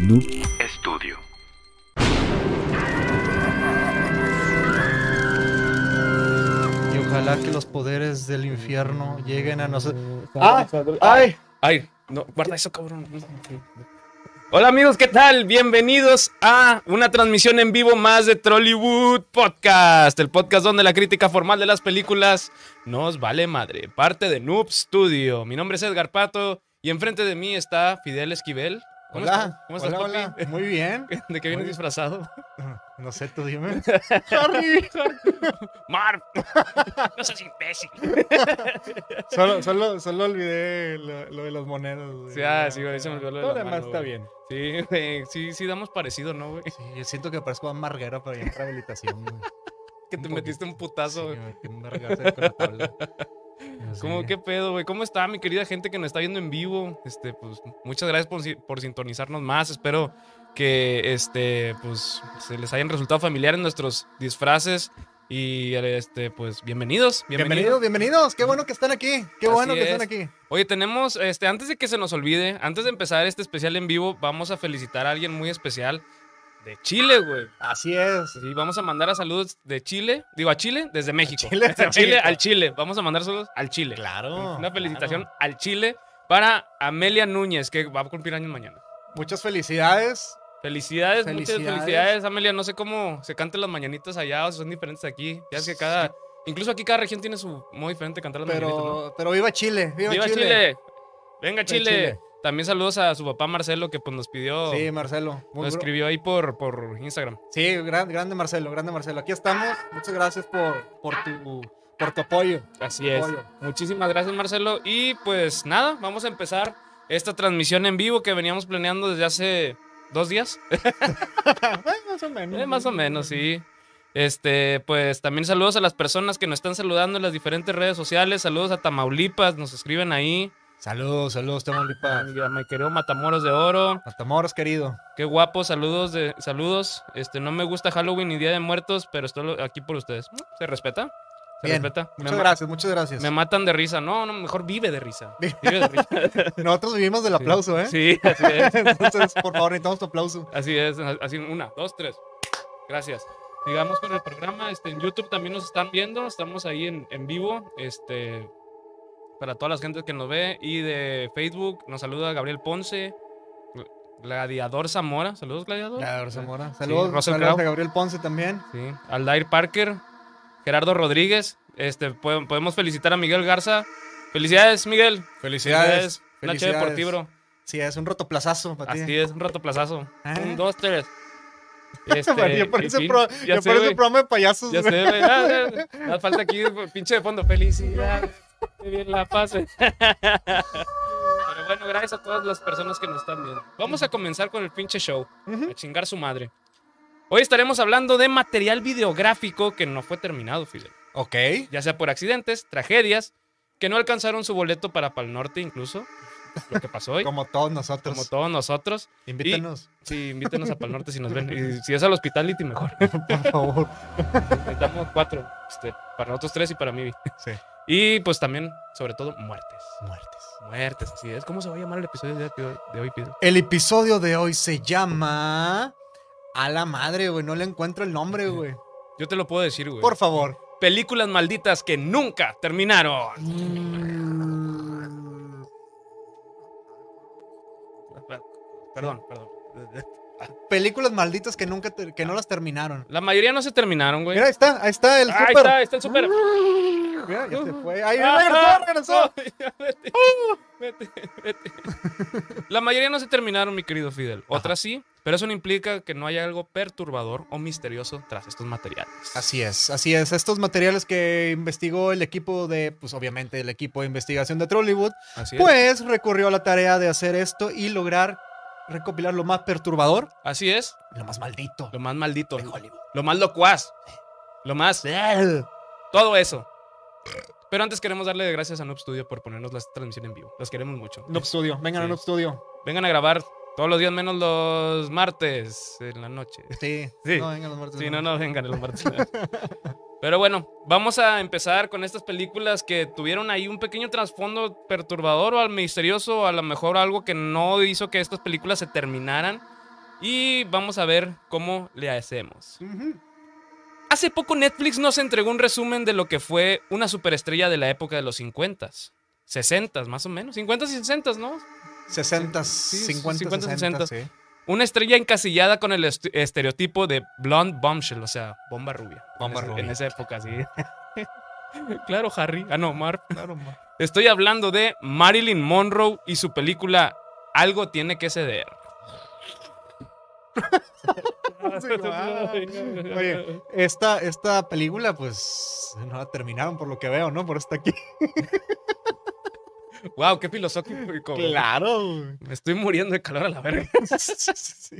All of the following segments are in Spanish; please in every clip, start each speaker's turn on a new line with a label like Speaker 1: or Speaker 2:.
Speaker 1: Noob
Speaker 2: Estudio.
Speaker 3: Y ojalá que los poderes del infierno lleguen a nosotros.
Speaker 4: Ah,
Speaker 3: ¡Ay!
Speaker 4: Ay, no, guarda eso, cabrón. Hola amigos, ¿qué tal? Bienvenidos a una transmisión en vivo más de Trollywood Podcast, el podcast donde la crítica formal de las películas nos vale madre, parte de Noob Studio. Mi nombre es Edgar Pato y enfrente de mí está Fidel Esquivel. ¿Cómo estás?
Speaker 3: Hola,
Speaker 4: ¿Cómo estás,
Speaker 3: hola, hola.
Speaker 4: papi?
Speaker 3: Muy bien.
Speaker 4: ¿De qué
Speaker 3: Muy bien.
Speaker 4: vienes disfrazado?
Speaker 3: No sé, tú dime. Harry.
Speaker 4: ¡Mar! ¡No seas imbécil!
Speaker 3: Solo, solo, solo olvidé lo, lo de las monedas. güey.
Speaker 4: Sí, ah, sí, güey, se me olvidó lo de
Speaker 3: Todo
Speaker 4: la
Speaker 3: lo
Speaker 4: mano,
Speaker 3: demás está
Speaker 4: güey.
Speaker 3: bien.
Speaker 4: Sí, güey, sí, sí, damos parecido, ¿no, güey?
Speaker 3: Sí, yo siento que parezco a Marguero, pero ya en rehabilitación. güey.
Speaker 4: Que te
Speaker 3: Un
Speaker 4: metiste un
Speaker 3: Sí,
Speaker 4: putazo,
Speaker 3: me metí un vergazo con la tabla. No sé.
Speaker 4: ¿Cómo, ¿Qué pedo, güey? ¿Cómo está mi querida gente que nos está viendo en vivo? Este, pues, muchas gracias por, si- por sintonizarnos más. Espero que, este, pues, se les hayan resultado familiares nuestros disfraces. Y, este, pues, bienvenidos.
Speaker 3: Bienvenidos, bienvenidos. Qué bueno que están aquí. Qué
Speaker 4: Así
Speaker 3: bueno que
Speaker 4: es.
Speaker 3: están aquí.
Speaker 4: Oye, tenemos, este, antes de que se nos olvide, antes de empezar este especial en vivo, vamos a felicitar a alguien muy especial de Chile, güey.
Speaker 3: Así es.
Speaker 4: Sí, vamos a mandar a saludos de Chile, digo a Chile, desde México.
Speaker 3: Chile, desde
Speaker 4: A Chile,
Speaker 3: México.
Speaker 4: al Chile. Vamos a mandar saludos al Chile.
Speaker 3: Claro.
Speaker 4: Una felicitación
Speaker 3: Ah, claro.
Speaker 4: al Chile para Amelia Núñez, que va a cumplir años mañana.
Speaker 3: Muchas felicidades.
Speaker 4: Felicidades, muchas
Speaker 3: Felicidades.
Speaker 4: felicidades, Amelia. No sé cómo se cantan las mañanitas allá o si son diferentes aquí. Ya es que cada. Incluso aquí cada región tiene su modo diferente de cantar las mañanitas. ¿no?
Speaker 3: Pero, pero viva Chile. Viva,
Speaker 4: ¡Viva Chile!
Speaker 3: Chile.
Speaker 4: ¡Venga,
Speaker 3: Viva
Speaker 4: Chile!
Speaker 3: Chile.
Speaker 4: También saludos a su papá Marcelo, que pues nos pidió.
Speaker 3: Sí, Marcelo. Muy
Speaker 4: nos
Speaker 3: bro-
Speaker 4: escribió ahí por, por Instagram.
Speaker 3: Sí, gran- grande Marcelo, grande Marcelo. Aquí estamos. Muchas gracias por, por, tu, por tu apoyo.
Speaker 4: Así es.
Speaker 3: Apoyo.
Speaker 4: Muchísimas gracias, Marcelo. Y pues nada, vamos a empezar esta transmisión en vivo que veníamos planeando desde hace dos días.
Speaker 3: Ay, más o menos.
Speaker 4: Eh, más o menos, sí. Este, pues también saludos a las personas que nos están saludando en las diferentes redes sociales. Saludos a Tamaulipas, nos escriben ahí.
Speaker 3: Saludos, saludos,
Speaker 4: A
Speaker 3: Tamaulipas.
Speaker 4: mi querido Matamoros de Oro.
Speaker 3: Matamoros, querido.
Speaker 4: Qué guapo, saludos de, saludos. Este, no me gusta Halloween ni Día de Muertos, pero estoy lo- aquí por ustedes. Mm, ¿Se respeta? ¿Se
Speaker 3: Bien,
Speaker 4: respeta? Me
Speaker 3: Muchas
Speaker 4: ma-
Speaker 3: gracias, muchas gracias.
Speaker 4: Me matan de risa. No, no, mejor vive de risa. Vive de risa.
Speaker 3: Nosotros vivimos del aplauso, ¿eh?
Speaker 4: Sí, así es.
Speaker 3: Entonces, por favor, necesitamos tu aplauso.
Speaker 4: Así es, así una, dos, tres. Gracias. Sigamos con el programa. Este, en YouTube también nos están viendo. Estamos ahí en, en vivo. Este, para todas las gentes que nos ve. Y de Facebook nos saluda Gabriel Ponce. Gladiador Zamora. Saludos, Gladiador.
Speaker 3: Claro, Zamora. Saludos,
Speaker 4: Russell
Speaker 3: saludos
Speaker 4: Crowe.
Speaker 3: a Gabriel Ponce también.
Speaker 4: Sí. Aldair Parker. Gerardo Rodríguez. Este, po- podemos felicitar a Miguel Garza. Felicidades, Miguel.
Speaker 3: Felicidades.
Speaker 4: Una
Speaker 3: Felicidades.
Speaker 4: chévere por ti, bro.
Speaker 3: Sí, es un rotoplazazo para ti.
Speaker 4: Así es, un rato plazazo.
Speaker 3: Ah.
Speaker 4: Un, dos, tres. Este,
Speaker 3: María,
Speaker 4: en
Speaker 3: parece
Speaker 4: fin,
Speaker 3: pro-
Speaker 4: ya
Speaker 3: ya
Speaker 4: sé,
Speaker 3: parece
Speaker 4: güey.
Speaker 3: programa de payasos.
Speaker 4: Ya
Speaker 3: güey.
Speaker 4: sé, güey. Nada, nada, nada, falta aquí, pinche de fondo. Felicidad. Qué bien la pase. Pero bueno, gracias a todas las personas que nos están viendo. Vamos a comenzar con el pinche show.
Speaker 3: Ujú.
Speaker 4: A chingar su madre. Hoy estaremos hablando de material videográfico que no fue terminado, Fidel.
Speaker 3: Ok.
Speaker 4: Ya sea por accidentes, tragedias, que no alcanzaron su boleto para Pal Norte incluso. Lo que pasó hoy.
Speaker 3: Como todos nosotros.
Speaker 4: Como todos nosotros.
Speaker 3: Invítanos,
Speaker 4: Sí, invítenos a Pal Norte si nos ven. Y si es al hospitality, mejor.
Speaker 3: por favor.
Speaker 4: Necesitamos cuatro. este, para nosotros tres y para mí.
Speaker 3: Sí.
Speaker 4: Y pues también, sobre todo, muertes.
Speaker 3: Muertes.
Speaker 4: Muertes, así es. ¿Cómo se va a llamar el episodio de de hoy, de hoy, Pedro?
Speaker 3: El episodio de hoy se llama. A la madre, güey. No le encuentro el nombre, güey.
Speaker 4: Yo te lo puedo decir, güey.
Speaker 3: Por favor.
Speaker 4: Películas malditas que nunca terminaron. Mm. Perdón, perdón.
Speaker 3: Películas malditas que nunca ter- que no las terminaron.
Speaker 4: La mayoría no se terminaron, güey.
Speaker 3: Mira, ahí está, ahí está el
Speaker 4: Ah, ahí
Speaker 3: súper.
Speaker 4: está, ahí está el super.
Speaker 3: Mira, ya se fue. Ahí
Speaker 4: Ah,
Speaker 3: regresó, regresó.
Speaker 4: no, ya vete,
Speaker 3: Uh.
Speaker 4: vete, vete. La mayoría no se terminaron, mi querido Fidel. Otras sí, pero eso no implica que no haya algo perturbador o misterioso tras estos materiales.
Speaker 3: Así es, así es. Estos materiales que investigó el equipo de, pues obviamente el equipo de investigación de Trollywood,
Speaker 4: Así es.
Speaker 3: pues recurrió a la tarea de hacer esto y lograr recopilar lo más perturbador,
Speaker 4: Así es.
Speaker 3: lo más maldito
Speaker 4: Lo más maldito.
Speaker 3: de Hollywood.
Speaker 4: Lo más locuaz. Lo más. Todo eso. Pero antes queremos darle gracias a Noob Studio por ponernos la transmisión en vivo. Los queremos mucho.
Speaker 3: Noob Studio, vengan a
Speaker 4: Sí.
Speaker 3: Noob Studio.
Speaker 4: Vengan a grabar todos los días menos los martes en la noche.
Speaker 3: Sí,
Speaker 4: Sí.
Speaker 3: no, vengan los muertos.
Speaker 4: Sí, no, no, vengan los martes. Pero bueno, vamos a empezar con estas películas que tuvieron ahí un pequeño trasfondo perturbador o al misterioso, o a lo mejor algo que no hizo que estas películas se terminaran. Y vamos a ver cómo le hacemos.
Speaker 3: Ujú.
Speaker 4: Hace poco Netflix nos entregó un resumen de lo que fue una superestrella de la época de los 50 60 más o menos. 50 y 60 ¿no?
Speaker 3: 60,
Speaker 4: Sí,
Speaker 3: 50,
Speaker 4: 50,
Speaker 3: 60,
Speaker 4: 60.
Speaker 3: sí.
Speaker 4: Una estrella encasillada con el est- estereotipo de blonde bombshell, o sea, bomba rubia.
Speaker 3: Bomba
Speaker 4: en ese-
Speaker 3: rubia.
Speaker 4: En esa época, sí. claro, Harry. Ah, no, Marv.
Speaker 3: Claro, ma.
Speaker 4: Estoy hablando de Marilyn Monroe y su película Algo tiene que ceder.
Speaker 3: Sí, va. Oye, esta, esta película, pues, no la terminaron por lo que veo, ¿no? Por esta aquí.
Speaker 4: Wow, qué filosófico.
Speaker 3: Claro.
Speaker 4: Me estoy muriendo de calor a la verga.
Speaker 3: Sí.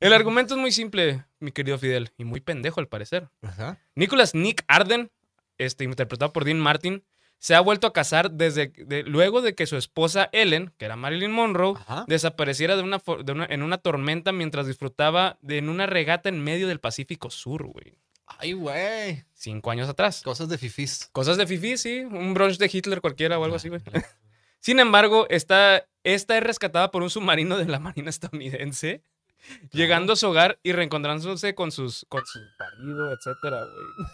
Speaker 4: El argumento es muy simple, mi querido Fidel, y muy pendejo al parecer.
Speaker 3: Ajá.
Speaker 4: Nicholas Nick Arden, este, interpretado por Dean Martin, se ha vuelto a casar desde de- luego de que su esposa Ellen, que era Marilyn Monroe,
Speaker 3: Ajá.
Speaker 4: desapareciera de una, fo- de una- en una tormenta mientras disfrutaba de en una regata en medio del Pacífico Sur, güey.
Speaker 3: Ay, güey.
Speaker 4: Cinco años atrás.
Speaker 3: Cosas de fifís.
Speaker 4: Cosas de Fifi, sí. Un brunch de Hitler cualquiera o algo así, güey. Sin embargo, esta, esta es rescatada por un submarino de la Marina estadounidense, llegando a su hogar y reencontrándose con, sus, con su marido, etcétera, güey.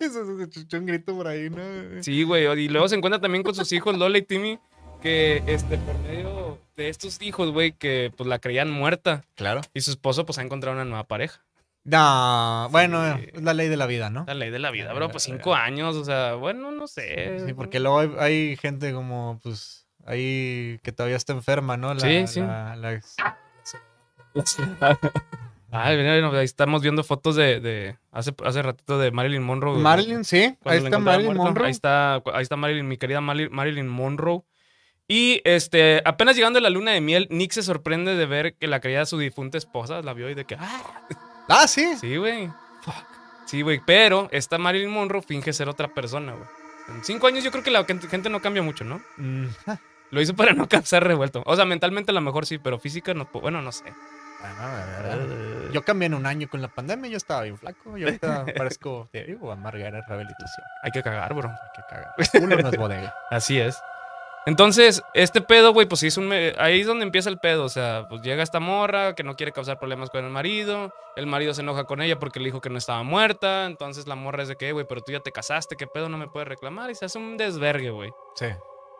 Speaker 3: Eso se escuchó un grito por ahí, ¿no?
Speaker 4: Sí, güey. Y luego se encuentra también con sus hijos, Lola y Timmy, que este, por medio de estos hijos, güey, que pues la creían muerta.
Speaker 3: Claro.
Speaker 4: Y su esposo, pues ha encontrado una nueva pareja.
Speaker 3: No, bueno,
Speaker 4: Sí.
Speaker 3: es la ley de la vida, ¿no?
Speaker 4: La ley de la vida, bro, pues cinco años, o sea, bueno, no sé.
Speaker 3: Sí, porque luego hay, hay gente como, pues, ahí que todavía está enferma, ¿no? La-
Speaker 4: Sí, sí.
Speaker 3: la- la ex-
Speaker 4: Ay, mira, mira, ahí estamos viendo fotos de, de hace, hace ratito de Marilyn Monroe. güey.
Speaker 3: Marilyn, sí.
Speaker 4: Cuando la
Speaker 3: Ahí está
Speaker 4: encontraron
Speaker 3: Marilyn
Speaker 4: muerta.
Speaker 3: Monroe.
Speaker 4: Ahí está, ahí está Marilyn, mi querida Maril- Marilyn Monroe. Y este, apenas llegando a la luna de miel, Nick se sorprende de ver que la querida de su difunta esposa la vio y de que, ah,
Speaker 3: Ah, sí.
Speaker 4: sí, güey. Fuck. Sí, güey, pero esta Marilyn Monroe finge ser otra persona, güey. En cinco años yo creo que la gen- gente no cambia mucho, ¿no?
Speaker 3: Mm, ja.
Speaker 4: Lo hizo para no causar revuelto. O sea, mentalmente a lo mejor sí, pero física no, po- bueno, no sé.
Speaker 3: Yo cambié en un año con la pandemia, yo estaba bien flaco. Yo ahorita parezco, te digo, amarga era rehabilitación.
Speaker 4: Hay que cagar, bro.
Speaker 3: Hay que cagar. Uno no es bodega.
Speaker 4: Así es. Entonces, este pedo, güey, pues sí es un... me- Ahí es donde empieza el pedo. O sea, pues llega esta morra que no quiere causar problemas con el marido. El marido se enoja con ella porque le dijo que no estaba muerta. Entonces la morra es de que, "Eh, güey, pero tú ya te casaste, ¿qué pedo? No me puedes reclamar. Y se hace un desvergue, güey.
Speaker 3: Sí.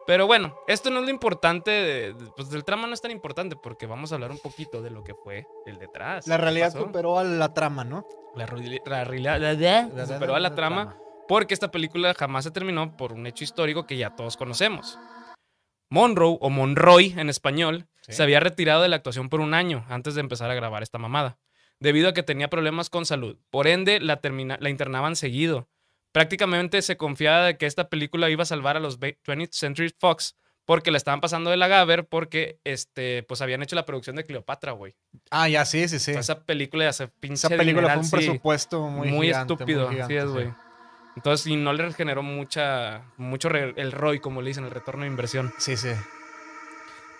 Speaker 4: Pero bueno, esto no es lo importante, de- de- pues del trama no es tan importante porque vamos a hablar un poquito de lo que fue el detrás.
Speaker 3: La
Speaker 4: ¿Qué
Speaker 3: realidad
Speaker 4: pasó?
Speaker 3: superó a la trama, ¿no?
Speaker 4: La, ruli- la realidad la- la- superó a la trama porque esta película jamás se terminó por un hecho histórico que ya todos conocemos. Monroe, o Monroy en español,
Speaker 3: Sí.
Speaker 4: se había retirado de la actuación por un año antes de empezar a grabar esta mamada, debido a que tenía problemas con salud. Por ende, la, termina- la internaban seguido. Prácticamente se confiaba de que esta película iba a salvar a los ve- 20th Century Fox porque la estaban pasando de la Gaber porque este, pues habían hecho la producción de Cleopatra, güey.
Speaker 3: Ah, ya, sí, sí, sí.
Speaker 4: O sea, Esa película ya se pinche
Speaker 3: Esa película
Speaker 4: dineral,
Speaker 3: fue un
Speaker 4: sí
Speaker 3: presupuesto muy
Speaker 4: muy,
Speaker 3: gigante, muy
Speaker 4: estúpido, así
Speaker 3: gigante,
Speaker 4: es,
Speaker 3: sí.
Speaker 4: güey. Entonces, y no le generó mucha, mucho re- el ROI, como le dicen, el retorno de inversión.
Speaker 3: Sí, sí.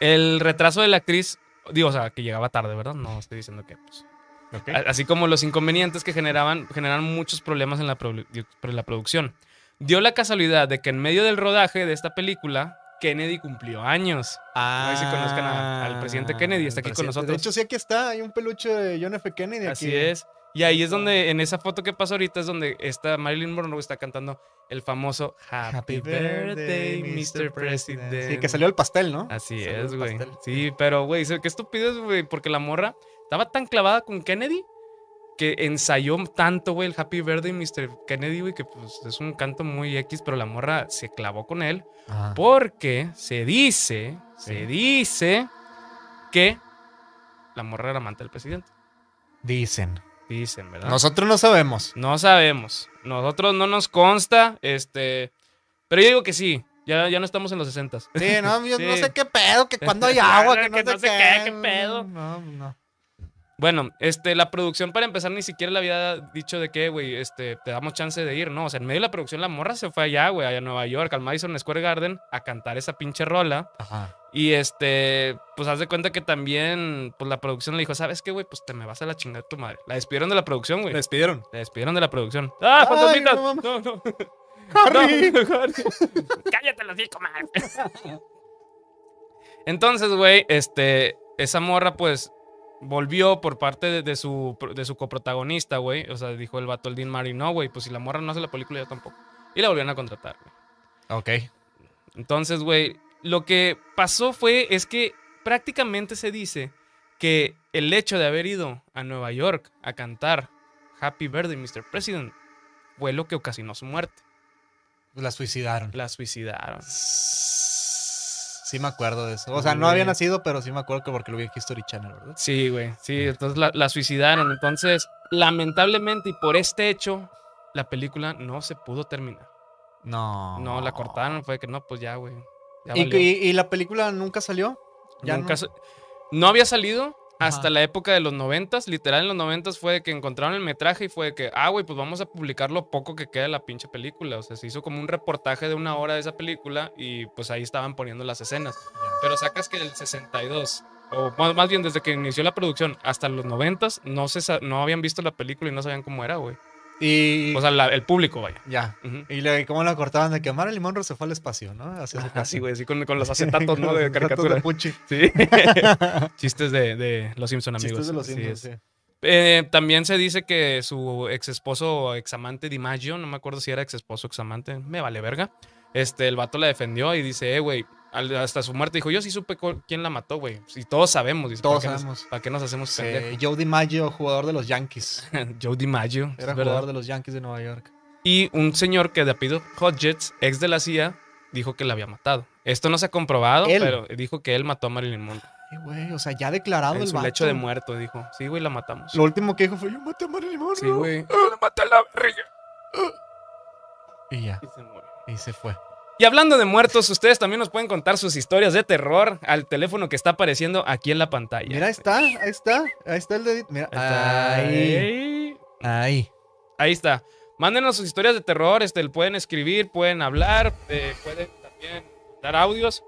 Speaker 4: El retraso de la actriz, digo, o sea, que llegaba tarde, ¿verdad? No estoy diciendo que, pues.
Speaker 3: Ok.
Speaker 4: A- Así como los inconvenientes que generaban, generan muchos problemas en la, produ- en la producción. Dio la casualidad de que en medio del rodaje de esta película, Kennedy cumplió años.
Speaker 3: Ah,
Speaker 4: ahí se conozcan a- al presidente Kennedy, está
Speaker 3: al
Speaker 4: aquí con
Speaker 3: presidente. De
Speaker 4: nosotros.
Speaker 3: hecho, sí, aquí está. Hay un peluche de John F. Kennedy.
Speaker 4: Así
Speaker 3: aquí.
Speaker 4: es. Y ahí es donde, en esa foto que pasó ahorita, es donde está Marilyn Monroe está cantando el famoso Happy, Birthday, Mr. President.
Speaker 3: Sí, que salió el pastel, ¿no?
Speaker 4: Así
Speaker 3: salió
Speaker 4: es,
Speaker 3: el
Speaker 4: güey.
Speaker 3: pastel.
Speaker 4: Sí, pero, güey, se- qué estupidez, güey, porque la morra estaba tan clavada con Kennedy que ensayó tanto, güey, el Happy Birthday, Mr. Kennedy, güey, que pues es un canto muy X, pero la morra se clavó con él
Speaker 3: Ajá.
Speaker 4: porque se dice, se
Speaker 3: Sí.
Speaker 4: dice que la morra era amante del presidente.
Speaker 3: Dicen.
Speaker 4: Dicen, ¿verdad?
Speaker 3: Nosotros no sabemos.
Speaker 4: No sabemos. Nosotros no nos consta. Este. Pero yo digo que sí. Ya, ya no estamos en los 60
Speaker 3: Sí, no, yo no
Speaker 4: Sí.
Speaker 3: sé qué pedo, que cuando hay agua, que no,
Speaker 4: Que no
Speaker 3: sé
Speaker 4: sé qué, qué pedo.
Speaker 3: No, no.
Speaker 4: Bueno, este, la producción, para empezar, ni siquiera le había dicho de que, güey, este, te damos chance de ir, ¿no? O sea, en medio de la producción, la morra se fue allá, güey, allá a Nueva York, al Madison Square Garden, a cantar esa pinche rola.
Speaker 3: Ajá.
Speaker 4: Y este, pues haz de cuenta que también, pues la producción le dijo, ¿sabes qué, güey? Pues te me vas a la chingada tu madre. La despidieron de la producción, güey.
Speaker 3: Despidieron.
Speaker 4: La despidieron de la producción. ¡Ah, fantasmitas!
Speaker 3: no mames.
Speaker 4: no, no.
Speaker 3: ¡Harry!
Speaker 4: No, Harry. Cállate los cinco más. Entonces, güey, este, esa morra, pues, volvió por parte de, de su, de su coprotagonista, güey. O sea, dijo el vato, el Dean Murray, no, güey, pues si la morra no hace la película, yo tampoco. Y la volvieron a contratar, güey.
Speaker 3: Ok.
Speaker 4: Entonces, güey, lo que pasó fue es que prácticamente se dice que el hecho de haber ido a Nueva York a cantar Happy Birthday, Mr. President, fue lo que ocasionó su muerte.
Speaker 3: pues La suicidaron.
Speaker 4: La suicidaron.
Speaker 3: Sí me acuerdo de eso. O sea, no había nacido, pero sí me acuerdo que porque lo vi en History Channel, ¿verdad?
Speaker 4: Sí, güey. Sí, entonces la, la suicidaron. Entonces, lamentablemente y por este hecho, la película no se pudo terminar.
Speaker 3: No.
Speaker 4: No, la cortaron. Fue que no, pues ya, güey. ya
Speaker 3: ¿Y,
Speaker 4: valió.
Speaker 3: y- y la película nunca salió? Ya
Speaker 4: Nunca
Speaker 3: no.
Speaker 4: sa- no había salido hasta
Speaker 3: Ajá.
Speaker 4: la época de los noventas. Literal, en los noventas fue de que encontraron el metraje y fue de que, ah, güey, pues vamos a publicar lo poco que queda de la pinche película. O sea, se hizo como un reportaje de una hora de esa película y pues ahí estaban poniendo las escenas. Pero sacas que del 62, o más, más bien desde que inició la producción hasta los noventas, no, se sa- no habían visto la película y no sabían cómo era, güey.
Speaker 3: Y
Speaker 4: O sea, la- el público, vaya.
Speaker 3: ya.
Speaker 4: Ujú.
Speaker 3: Y le, cómo la cortaban de que Marilyn Monroe se fue al espacio, ¿no? Así,
Speaker 4: Ajá, sí, güey, sí, con, con los acetatos, ¿no? De
Speaker 3: caricatura.
Speaker 4: caricatura. Sí. Chistes de, de Los Simpson, amigos.
Speaker 3: Chistes de los
Speaker 4: Así
Speaker 3: Simpsons,
Speaker 4: es.
Speaker 3: sí.
Speaker 4: Eh, también se dice que su ex esposo o ex amante DiMaggio, no me acuerdo si era ex esposo o ex amante, me vale verga. Este, el vato la defendió y dice, eh, güey, al- hasta su muerte dijo, yo sí supe cu- quién la mató, güey. Y todos sabemos, dice,
Speaker 3: Todos
Speaker 4: ¿para qué nos-
Speaker 3: sabemos.
Speaker 4: ¿Para qué nos hacemos
Speaker 3: Sí, Eh,
Speaker 4: pendejos?
Speaker 3: Joe DiMaggio, jugador de los Yankees.
Speaker 4: Joe DiMaggio, es
Speaker 3: Era
Speaker 4: verdad.
Speaker 3: jugador de los Yankees de Nueva York.
Speaker 4: Y un señor que de apellido Hodges, ex de la CIA, dijo que la había matado. Esto no se ha comprobado,
Speaker 3: Él.
Speaker 4: pero dijo que él mató a Marilyn Monroe.
Speaker 3: Ay, güey, o sea, ya declarado
Speaker 4: En
Speaker 3: el
Speaker 4: su
Speaker 3: vato.
Speaker 4: lecho de muerto, dijo. Sí, güey, la matamos.
Speaker 3: Lo último que dijo fue, yo maté a Marilyn Monroe.
Speaker 4: Sí, güey.
Speaker 3: Ah,
Speaker 4: La maté a la verga.
Speaker 3: Y ya,
Speaker 4: Y se murió.
Speaker 3: y se fue.
Speaker 4: Y hablando de muertos, ustedes también nos pueden contar sus historias de terror al teléfono que está apareciendo aquí en la pantalla.
Speaker 3: Mira, ahí está, ahí está, ahí está el dedito. Mira,
Speaker 4: Está
Speaker 3: ahí,
Speaker 4: ahí.
Speaker 3: ahí.
Speaker 4: Ahí está. Mándenos sus historias de terror, este, pueden escribir, pueden hablar, eh, pueden también dar audios.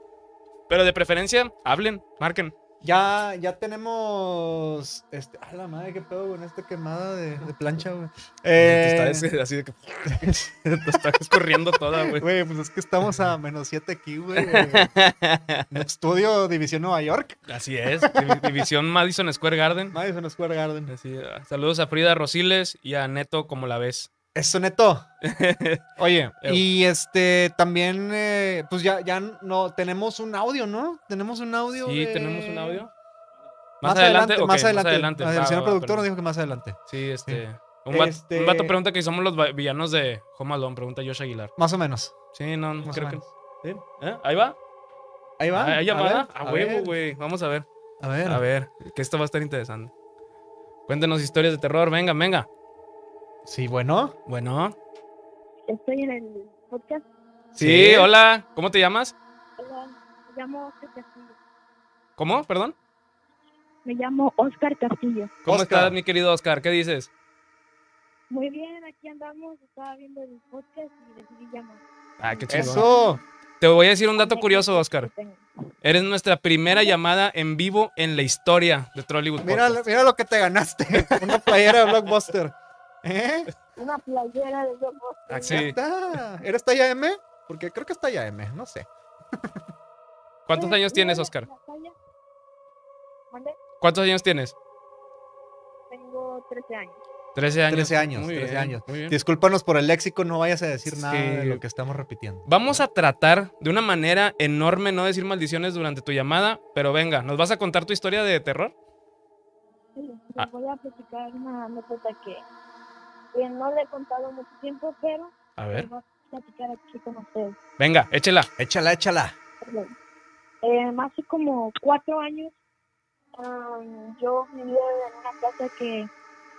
Speaker 4: Pero de preferencia, hablen, marquen.
Speaker 3: Ya, ya tenemos. Este, a la madre, qué pedo, con esta quemada de, de plancha, güey.
Speaker 4: Te
Speaker 3: Eh,
Speaker 4: está des- así de que te está escurriendo toda, güey.
Speaker 3: Güey, pues es que estamos a menos 7 aquí, güey. Estudio División Nueva York.
Speaker 4: Así es. Divi- División Madison Square Garden.
Speaker 3: Madison Square Garden.
Speaker 4: Así, ah, saludos a Frida Rosiles y a Neto, como la ves.
Speaker 3: Eso, neto. Oye,
Speaker 4: Ew.
Speaker 3: y este también, eh, pues ya, ya no, tenemos un audio, ¿no? Tenemos un audio.
Speaker 4: Sí,
Speaker 3: de-
Speaker 4: tenemos un audio.
Speaker 3: Más, adelante,
Speaker 4: Ok,
Speaker 3: más adelante. Ah, El
Speaker 4: Va,
Speaker 3: señor
Speaker 4: va,
Speaker 3: productor
Speaker 4: perdón.
Speaker 3: nos dijo que más adelante.
Speaker 4: Sí, este. Un, vato,
Speaker 3: Este-
Speaker 4: un vato pregunta que si somos los va- villanos de Home Alone, pregunta Josh Aguilar.
Speaker 3: Más o menos.
Speaker 4: Sí, no, no
Speaker 3: más o
Speaker 4: creo que.
Speaker 3: menos.
Speaker 4: ¿Eh? Ahí va. Ah,
Speaker 3: Ahí va.
Speaker 4: ¿Hay llamada?
Speaker 3: ver,
Speaker 4: A,
Speaker 3: ver,
Speaker 4: huevo, güey. Vamos a ver.
Speaker 3: A ver.
Speaker 4: A ver, que esto va a estar interesante. Cuéntenos historias de terror. Venga, venga.
Speaker 3: Sí, bueno.
Speaker 4: Bueno.
Speaker 1: Estoy en el podcast.
Speaker 4: Sí, hola. ¿Cómo te llamas?
Speaker 1: Hola, me llamo Oscar Castillo.
Speaker 4: ¿Cómo? Perdón.
Speaker 1: Me llamo Oscar Castillo.
Speaker 4: ¿Cómo
Speaker 3: Oscar.
Speaker 4: estás, mi querido Oscar? ¿Qué dices?
Speaker 1: Muy bien, aquí andamos. Estaba viendo el podcast y decidí llamar.
Speaker 4: Ah, qué chingón.
Speaker 3: Eso.
Speaker 4: Te voy a decir un dato curioso, Oscar.
Speaker 1: Que tengo.
Speaker 4: Eres nuestra primera llamada en vivo en la historia de Trollywood.
Speaker 3: Mira,
Speaker 4: Podcast.
Speaker 3: mira lo que te ganaste. Una playera de Blockbuster. ¿Eh?
Speaker 1: Una playera de dos voces.
Speaker 4: Ah, sí.
Speaker 3: Ya está. ¿Eres talla M? Porque creo que es talla M, no sé.
Speaker 4: ¿Cuántos
Speaker 1: Eh,
Speaker 4: años
Speaker 1: mira
Speaker 4: tienes,
Speaker 1: la-
Speaker 4: Oscar?
Speaker 1: la talla. ¿Mande?
Speaker 4: ¿Cuántos años tienes?
Speaker 1: Tengo 13 años.
Speaker 4: 13 años.
Speaker 3: 13 años,
Speaker 4: Muy
Speaker 3: 13
Speaker 4: bien,
Speaker 3: años.
Speaker 4: muy bien.
Speaker 3: Discúlpanos por el léxico, no vayas a decir nada de
Speaker 4: Sí.
Speaker 3: lo que estamos repitiendo.
Speaker 4: Vamos a tratar de una manera enorme no decir maldiciones durante tu llamada, pero venga, ¿nos vas a contar tu historia de terror?
Speaker 1: Sí, les
Speaker 4: Ah.
Speaker 1: voy a platicar una anécdota que, que no le he contado mucho tiempo, pero
Speaker 4: A
Speaker 1: les voy a platicar aquí con ustedes.
Speaker 4: Venga, échela.
Speaker 3: Échala, échala.
Speaker 1: Perdón. Eh, hace como cuatro años am, yo vivía en una casa que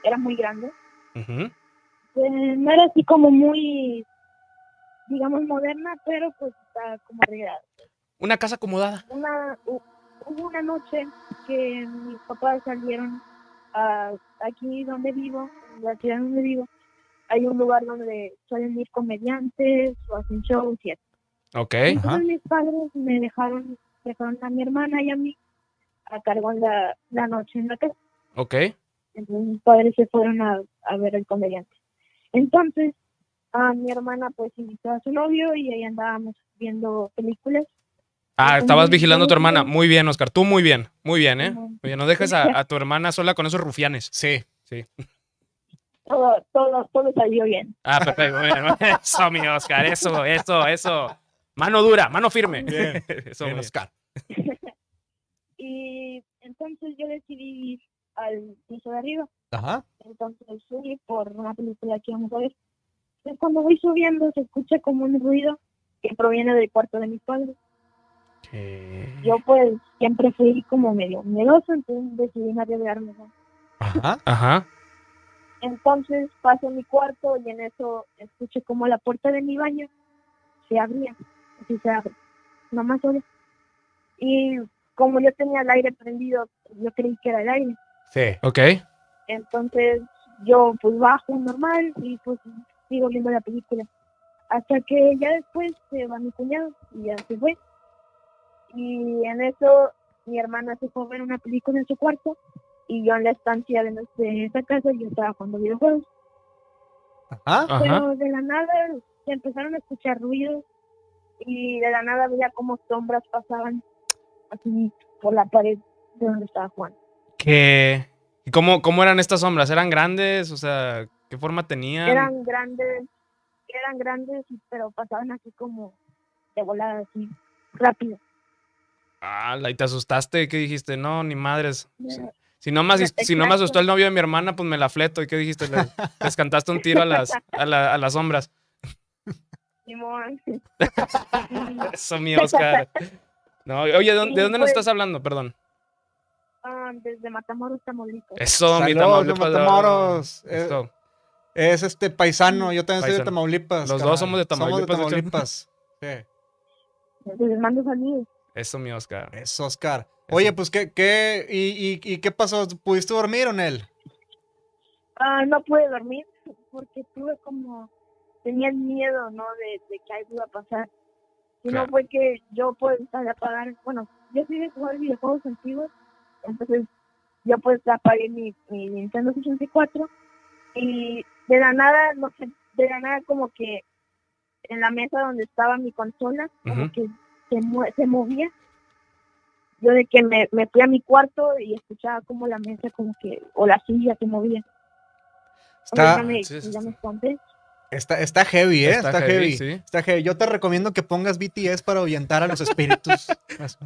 Speaker 1: era muy grande.
Speaker 4: Ujú.
Speaker 1: Eh, no era así como muy, digamos, moderna, pero pues está como arreglada.
Speaker 4: Una casa acomodada.
Speaker 1: Una, hu- hubo una noche que mis papás salieron a, aquí donde vivo, en la ciudad donde vivo. Hay un lugar donde suelen ir comediantes o hacen shows y
Speaker 4: Ok.
Speaker 1: entonces
Speaker 3: Ajá.
Speaker 1: mis padres me dejaron, dejaron a mi hermana y a mí a cargo en la, la noche en la casa.
Speaker 4: Ok.
Speaker 1: Entonces mis padres se fueron a, a ver al comediante. Entonces a mi hermana pues invitó a su novio y ahí andábamos viendo películas.
Speaker 4: Ah, estabas vigilando a tu hermana. Muy bien, Oscar. Tú muy bien. Muy bien, ¿eh?
Speaker 1: como
Speaker 4: Oye, no dejes a, a tu hermana sola con esos rufianes.
Speaker 3: Sí.
Speaker 1: Todo, todo, todo salió bien.
Speaker 4: Ah, perfecto. bueno, eso, mi Oscar. Eso, eso, eso. Mano dura, mano firme.
Speaker 3: Bien.
Speaker 4: Eso,
Speaker 3: bien,
Speaker 4: mi Oscar.
Speaker 3: Oscar.
Speaker 1: Y entonces yo decidí ir al piso de arriba.
Speaker 3: Ajá.
Speaker 1: Entonces subí por una película que vamos a ver. Entonces cuando voy subiendo se escucha como un ruido que proviene del cuarto de mis padres. Yo pues siempre fui como medio miedoso, entonces decidí no arriesgarme. ¿no?
Speaker 3: Ajá.
Speaker 4: Ajá.
Speaker 1: Entonces paso a mi cuarto y en eso escucho como la puerta de mi baño se abría, así se abre, nomás sola. Y como yo tenía el aire prendido, yo creí que era el aire.
Speaker 3: Sí.
Speaker 4: Ok.
Speaker 1: Entonces yo pues bajo normal y pues sigo viendo la película. Hasta que ya después se va mi cuñado y ya se fue. Y en eso mi hermana se fue a ver una película en su cuarto y yo en la estancia de, nos- de esa casa yo estaba jugando videojuegos.
Speaker 3: Ajá.
Speaker 4: Ajá.
Speaker 1: Pero de la nada se empezaron a escuchar ruidos y de la nada veía como sombras pasaban así por la pared de donde estaba jugando.
Speaker 4: ¿Qué? ¿Y cómo, cómo eran estas sombras? ¿Eran grandes? O sea, ¿qué forma tenían?
Speaker 1: eran grandes, eran grandes, y- pero pasaban así como de volada, así rápido.
Speaker 4: Ah, la- y te asustaste. ¿Qué dijiste? No, ni madres. Si-
Speaker 1: Eh,
Speaker 4: Si no, me asis- si no me
Speaker 1: Exacto.
Speaker 4: asustó el novio de mi hermana, pues me la fleto. ¿Y qué dijiste? Le- les cantaste un tiro a las, a la- a las sombras.
Speaker 1: Simón.
Speaker 4: Eso, mi Oscar. No, oye, ¿de dónde, de
Speaker 1: Sí,
Speaker 4: dónde nos
Speaker 1: pues.
Speaker 4: estás hablando? Perdón.
Speaker 1: Ah, desde Matamoros, Tamaulipas.
Speaker 4: Eso, mi
Speaker 3: Saludos,
Speaker 4: Tamaulipas.
Speaker 3: de Matamoros. Eh,
Speaker 4: Eso.
Speaker 3: Es este paisano, yo también soy de
Speaker 4: Paisano.
Speaker 3: Tamaulipas.
Speaker 4: Los dos
Speaker 3: carnal.
Speaker 4: somos de Tamaulipas, de
Speaker 3: Somos
Speaker 4: hecho.
Speaker 3: de Tamaulipas. Sí.
Speaker 1: Les mando saludos.
Speaker 4: Eso, mi Oscar.
Speaker 3: Es Oscar.
Speaker 4: Eso.
Speaker 3: Oye, pues, ¿qué, qué, y, y- y qué pasó? ¿Pudiste dormir, Onel?
Speaker 1: Ah, no pude dormir porque tuve como, tenía el miedo, ¿no? De, de que algo iba a pasar. Si no
Speaker 4: Claro.
Speaker 1: fue que yo pues al apagar, bueno, yo soy de jugar videojuegos antiguos, entonces yo pues apagué mi, mi Nintendo 64 y de la nada, no sé, de la nada como que en la mesa donde estaba mi consola, como
Speaker 4: Ujú.
Speaker 1: que se, mue- se movía. Yo de que me, me fui a mi cuarto y escuchaba como la mesa como que, o la silla se movía. Hombre,
Speaker 3: Está,
Speaker 1: ya me,
Speaker 4: sí, sí,
Speaker 1: ya
Speaker 4: sí.
Speaker 1: me espanté.
Speaker 3: está, está heavy, ¿eh?
Speaker 4: Está
Speaker 3: Está,
Speaker 4: heavy,
Speaker 3: heavy.
Speaker 4: sí.
Speaker 3: Está heavy. Yo te recomiendo que pongas BTS para ahuyentar a los espíritus.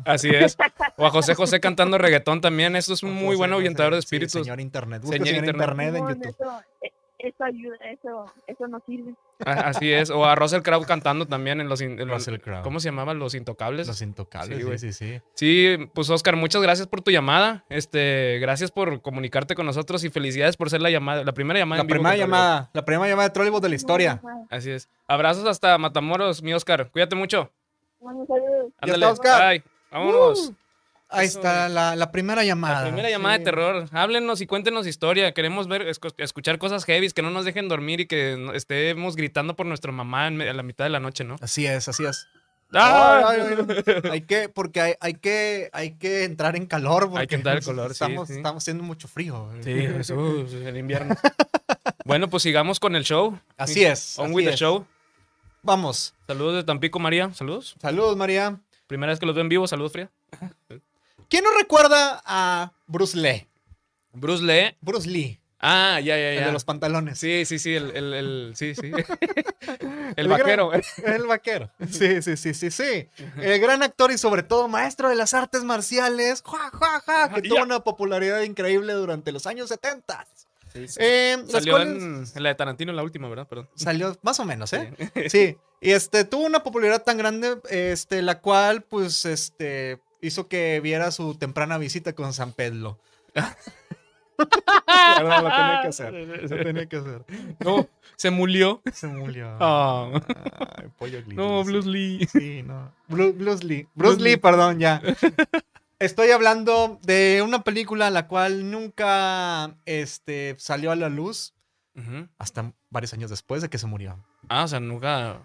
Speaker 4: Así es. O a José José cantando reggaetón también. Eso es un muy buen ahuyentador
Speaker 3: orientador
Speaker 4: de espíritus.
Speaker 3: señor Internet. Busca
Speaker 4: Señor
Speaker 3: señor, Internet,
Speaker 1: Simón,
Speaker 3: en YouTube.
Speaker 1: Eso, e- eso ayuda, eso, eso no sirve.
Speaker 4: A- Así es. O a Russell Crowe cantando también en los. in- en los-
Speaker 3: Russell Crowe.
Speaker 4: ¿Cómo se llamaban? Los Intocables.
Speaker 3: Los intocables,
Speaker 4: Sí, güey.
Speaker 3: sí, sí, sí.
Speaker 4: Sí, pues Oscar, muchas gracias por tu llamada. Este, gracias por comunicarte con nosotros y felicidades por ser la llamada, la primera llamada
Speaker 3: La
Speaker 4: en vivo
Speaker 3: primera
Speaker 4: con Trollibot.
Speaker 3: llamada, la primera llamada de Trolleybus de la historia.
Speaker 4: Así es. Abrazos hasta Matamoros, mi Oscar. Cuídate mucho.
Speaker 1: Bueno, saludos.
Speaker 3: Ya
Speaker 4: Ándale.
Speaker 3: está, Oscar.
Speaker 4: Bye. Vámonos.
Speaker 3: Uh, Ahí
Speaker 4: Eso,
Speaker 3: está la, la primera llamada.
Speaker 4: La primera llamada
Speaker 3: Ah, Sí.
Speaker 4: de terror. Háblenos y cuéntenos historia. Queremos ver, esco- escuchar cosas heavy que no nos dejen dormir y que no- estemos gritando por nuestra mamá en me- a la mitad de la noche, ¿no?
Speaker 3: Así es, así es.
Speaker 4: ¡Ah!
Speaker 3: Ay, ay, Hay que, porque hay, hay que, hay que entrar en calor. porque
Speaker 4: que entrar en calor, sí,
Speaker 3: estamos,
Speaker 4: sí.
Speaker 3: Estamos haciendo mucho frío.
Speaker 4: Sí, Jesús, el invierno. Bueno, pues sigamos con el show.
Speaker 3: Así es.
Speaker 4: On
Speaker 3: así
Speaker 4: with the
Speaker 3: es.
Speaker 4: show.
Speaker 3: Vamos.
Speaker 4: Saludos de Tampico, María. Saludos.
Speaker 3: Saludos, María.
Speaker 4: Primera vez que los veo en vivo. Saludos, Fría.
Speaker 3: ¿Quién nos recuerda a Bruce Lee?
Speaker 4: Bruce Lee.
Speaker 3: Bruce Lee,
Speaker 4: Ah, ya, ya, ya.
Speaker 3: el de los pantalones.
Speaker 4: Sí, sí, sí. El, el, el- sí, sí. el
Speaker 3: gran-
Speaker 4: vaquero.
Speaker 3: El vaquero. Sí, sí, sí, sí, sí. El gran actor y sobre todo maestro de las artes marciales, ja, ja, ja, que
Speaker 4: Ya.
Speaker 3: tuvo una popularidad increíble durante los años 70.
Speaker 4: sí.
Speaker 3: Eh, las
Speaker 4: Salió
Speaker 3: cuales-
Speaker 4: en, en la de Tarantino, la última, ¿verdad? Perdón.
Speaker 3: Salió más o menos, ¿eh?
Speaker 4: Sí.
Speaker 3: Sí, y este tuvo una popularidad tan grande, este, la cual, pues, este, hizo que viera su temprana visita con San Pedro. La verdad, Ah, lo
Speaker 4: Ah.
Speaker 3: tenía que hacer. Lo tenía que hacer.
Speaker 4: No, se murió.
Speaker 3: Se murió.
Speaker 4: Ah.
Speaker 3: Ay, pollo Lee,
Speaker 4: No,
Speaker 3: sí.
Speaker 4: Bruce Lee.
Speaker 3: Sí, no. Bru- Bruce Lee.
Speaker 4: Bruce
Speaker 3: Bruce Lee,
Speaker 4: Lee.
Speaker 3: perdón, ya. Estoy hablando de una película la cual nunca, este, salió a la luz
Speaker 4: Ujú.
Speaker 3: hasta varios años después de que se murió.
Speaker 4: Ah, o sea, nunca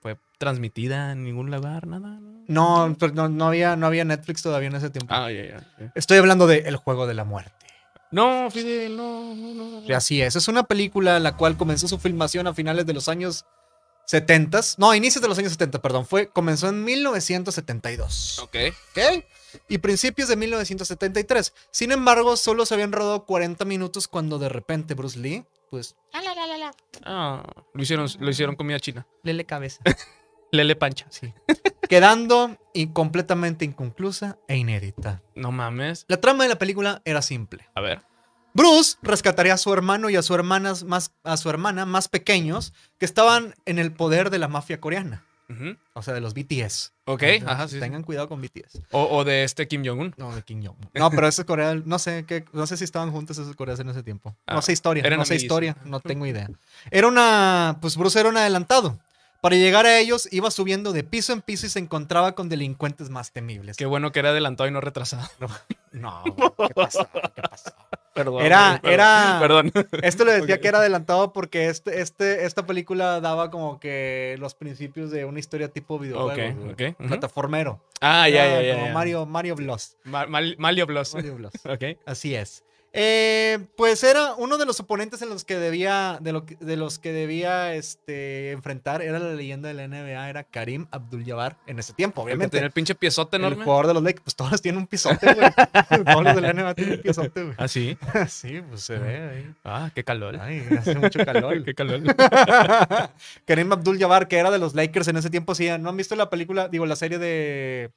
Speaker 4: fue transmitida en ningún lugar, nada. ¿no?
Speaker 3: No, pero no, no había, no había Netflix todavía en ese tiempo.
Speaker 4: Ah, ya, ya, ya.
Speaker 3: Estoy hablando de El Juego de la Muerte.
Speaker 4: No, Fidel, no, no, no. no.
Speaker 3: Así es, es una película la cual comenzó su filmación a finales de los años 70. No, a inicios de los años 70, perdón. Fue, comenzó en 1972.
Speaker 4: Ok.
Speaker 3: ¿Ok? y principios de 1973. Sin embargo, solo se habían rodado 40 minutos cuando de repente Bruce Lee, pues, la, la, la, la,
Speaker 4: Ah, lo hicieron, lo hicieron comida china.
Speaker 3: lele cabeza.
Speaker 4: Lele pancha.
Speaker 3: Sí. Quedando y completamente inconclusa e inédita.
Speaker 4: No mames.
Speaker 3: La trama de la película era simple.
Speaker 4: A ver.
Speaker 3: Bruce rescataría a su hermano y a su, hermana más, a su hermana más pequeños que estaban en el poder de la mafia coreana,
Speaker 4: Ujú.
Speaker 3: o sea, de los BTS.
Speaker 4: Ok,
Speaker 3: Entonces,
Speaker 4: ajá, sí. sí.
Speaker 3: Tengan cuidado con BTS.
Speaker 4: O, o de este Kim Jong-un.
Speaker 3: No, de Kim Jong. No, pero ese Corea, del- no sé, qué, no sé si estaban juntos esos coreanos en ese tiempo.
Speaker 4: Ah,
Speaker 3: No sé historia,
Speaker 4: eran
Speaker 3: no sé
Speaker 4: amiguis.
Speaker 3: historia, no tengo idea. Era una, pues Bruce era un adelantado. Para llegar a ellos iba subiendo de piso en piso y se encontraba con delincuentes más temibles.
Speaker 4: Qué bueno que era adelantado y no retrasado.
Speaker 3: No, ¿qué pasó? ¿Qué pasó?
Speaker 4: Perdón.
Speaker 3: Era-
Speaker 4: güey,
Speaker 3: era-
Speaker 4: Perdón. perdón.
Speaker 3: Esto le decía
Speaker 4: Ok.
Speaker 3: que era adelantado porque este, este, esta película daba como que los principios de una historia tipo
Speaker 4: Ok,
Speaker 3: videojuego. güey.
Speaker 4: ok, ujú.
Speaker 3: Plataformero.
Speaker 4: Ah, ya, ya,
Speaker 3: Era
Speaker 4: ya.
Speaker 3: como
Speaker 4: ya.
Speaker 3: Mario, Mario Bros.
Speaker 4: Ma- mal- Malio Blos.
Speaker 3: Mario Bros.
Speaker 4: Ok.
Speaker 3: Así es. Eh, pues era uno de los oponentes en los que debía, de, lo que- de los que debía este, enfrentar, era la leyenda de la NBA, era Karim Abdul-Jabbar en ese tiempo,
Speaker 4: Obviamente.
Speaker 3: obviamente.
Speaker 4: Tenía el pinche piezote
Speaker 3: El
Speaker 4: enorme.
Speaker 3: jugador de los Lakers, pues todos tienen un pisote, güey. todos los de la NBA tienen un pisote, güey.
Speaker 4: Ah, sí.
Speaker 3: sí, pues se ve ahí.
Speaker 4: Ah, qué calor.
Speaker 3: Ay, hace mucho calor.
Speaker 4: qué calor.
Speaker 3: Karim Abdul-Jabbar, que era de los Lakers en ese tiempo, sí, ¿no han visto la película, digo, la serie de,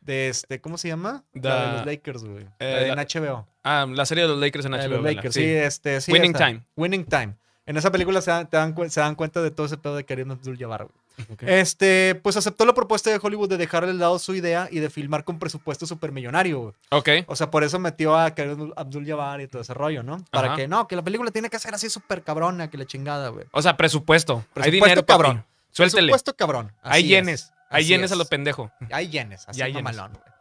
Speaker 3: de este, ¿cómo se llama? La de
Speaker 4: Da-
Speaker 3: los Lakers, güey. La
Speaker 4: Eh,
Speaker 3: de
Speaker 4: la-
Speaker 3: en HBO.
Speaker 4: Ah, la serie de los Lakers en
Speaker 3: La
Speaker 4: HBO.
Speaker 3: de Eh, los
Speaker 4: ¿verdad?
Speaker 3: Lakers, sí,
Speaker 4: Sí.
Speaker 3: este, sí,
Speaker 4: Winning
Speaker 3: esa.
Speaker 4: Time.
Speaker 3: Winning Time. En esa película se, dan- te dan, cuen- se dan cuenta de todo ese pedo de Karim Abdul-Jabbar, güey.
Speaker 4: Ok.
Speaker 3: Este, pues aceptó la propuesta de Hollywood de dejar de lado su idea y de filmar con presupuesto supermillonario, güey.
Speaker 4: Ok.
Speaker 3: O sea, por eso metió a Karim Abdul-Jabbar y todo ese rollo, ¿no? Para
Speaker 4: Ajá.
Speaker 3: que, no, que la película tiene que ser así súper cabrona, que la chingada, güey.
Speaker 4: O sea, presupuesto. Hay
Speaker 3: Presupuesto,
Speaker 4: dinero,
Speaker 3: cabrón.
Speaker 4: cabrón. Suéltele.
Speaker 3: Presupuesto cabrón.
Speaker 4: Hay
Speaker 3: así
Speaker 4: yenes.
Speaker 3: es,
Speaker 4: Hay
Speaker 3: así
Speaker 4: yenes a
Speaker 3: es.
Speaker 4: lo pendejo.
Speaker 3: Hay yenes, así
Speaker 4: Ya hay yenes.
Speaker 3: mamalón, güey.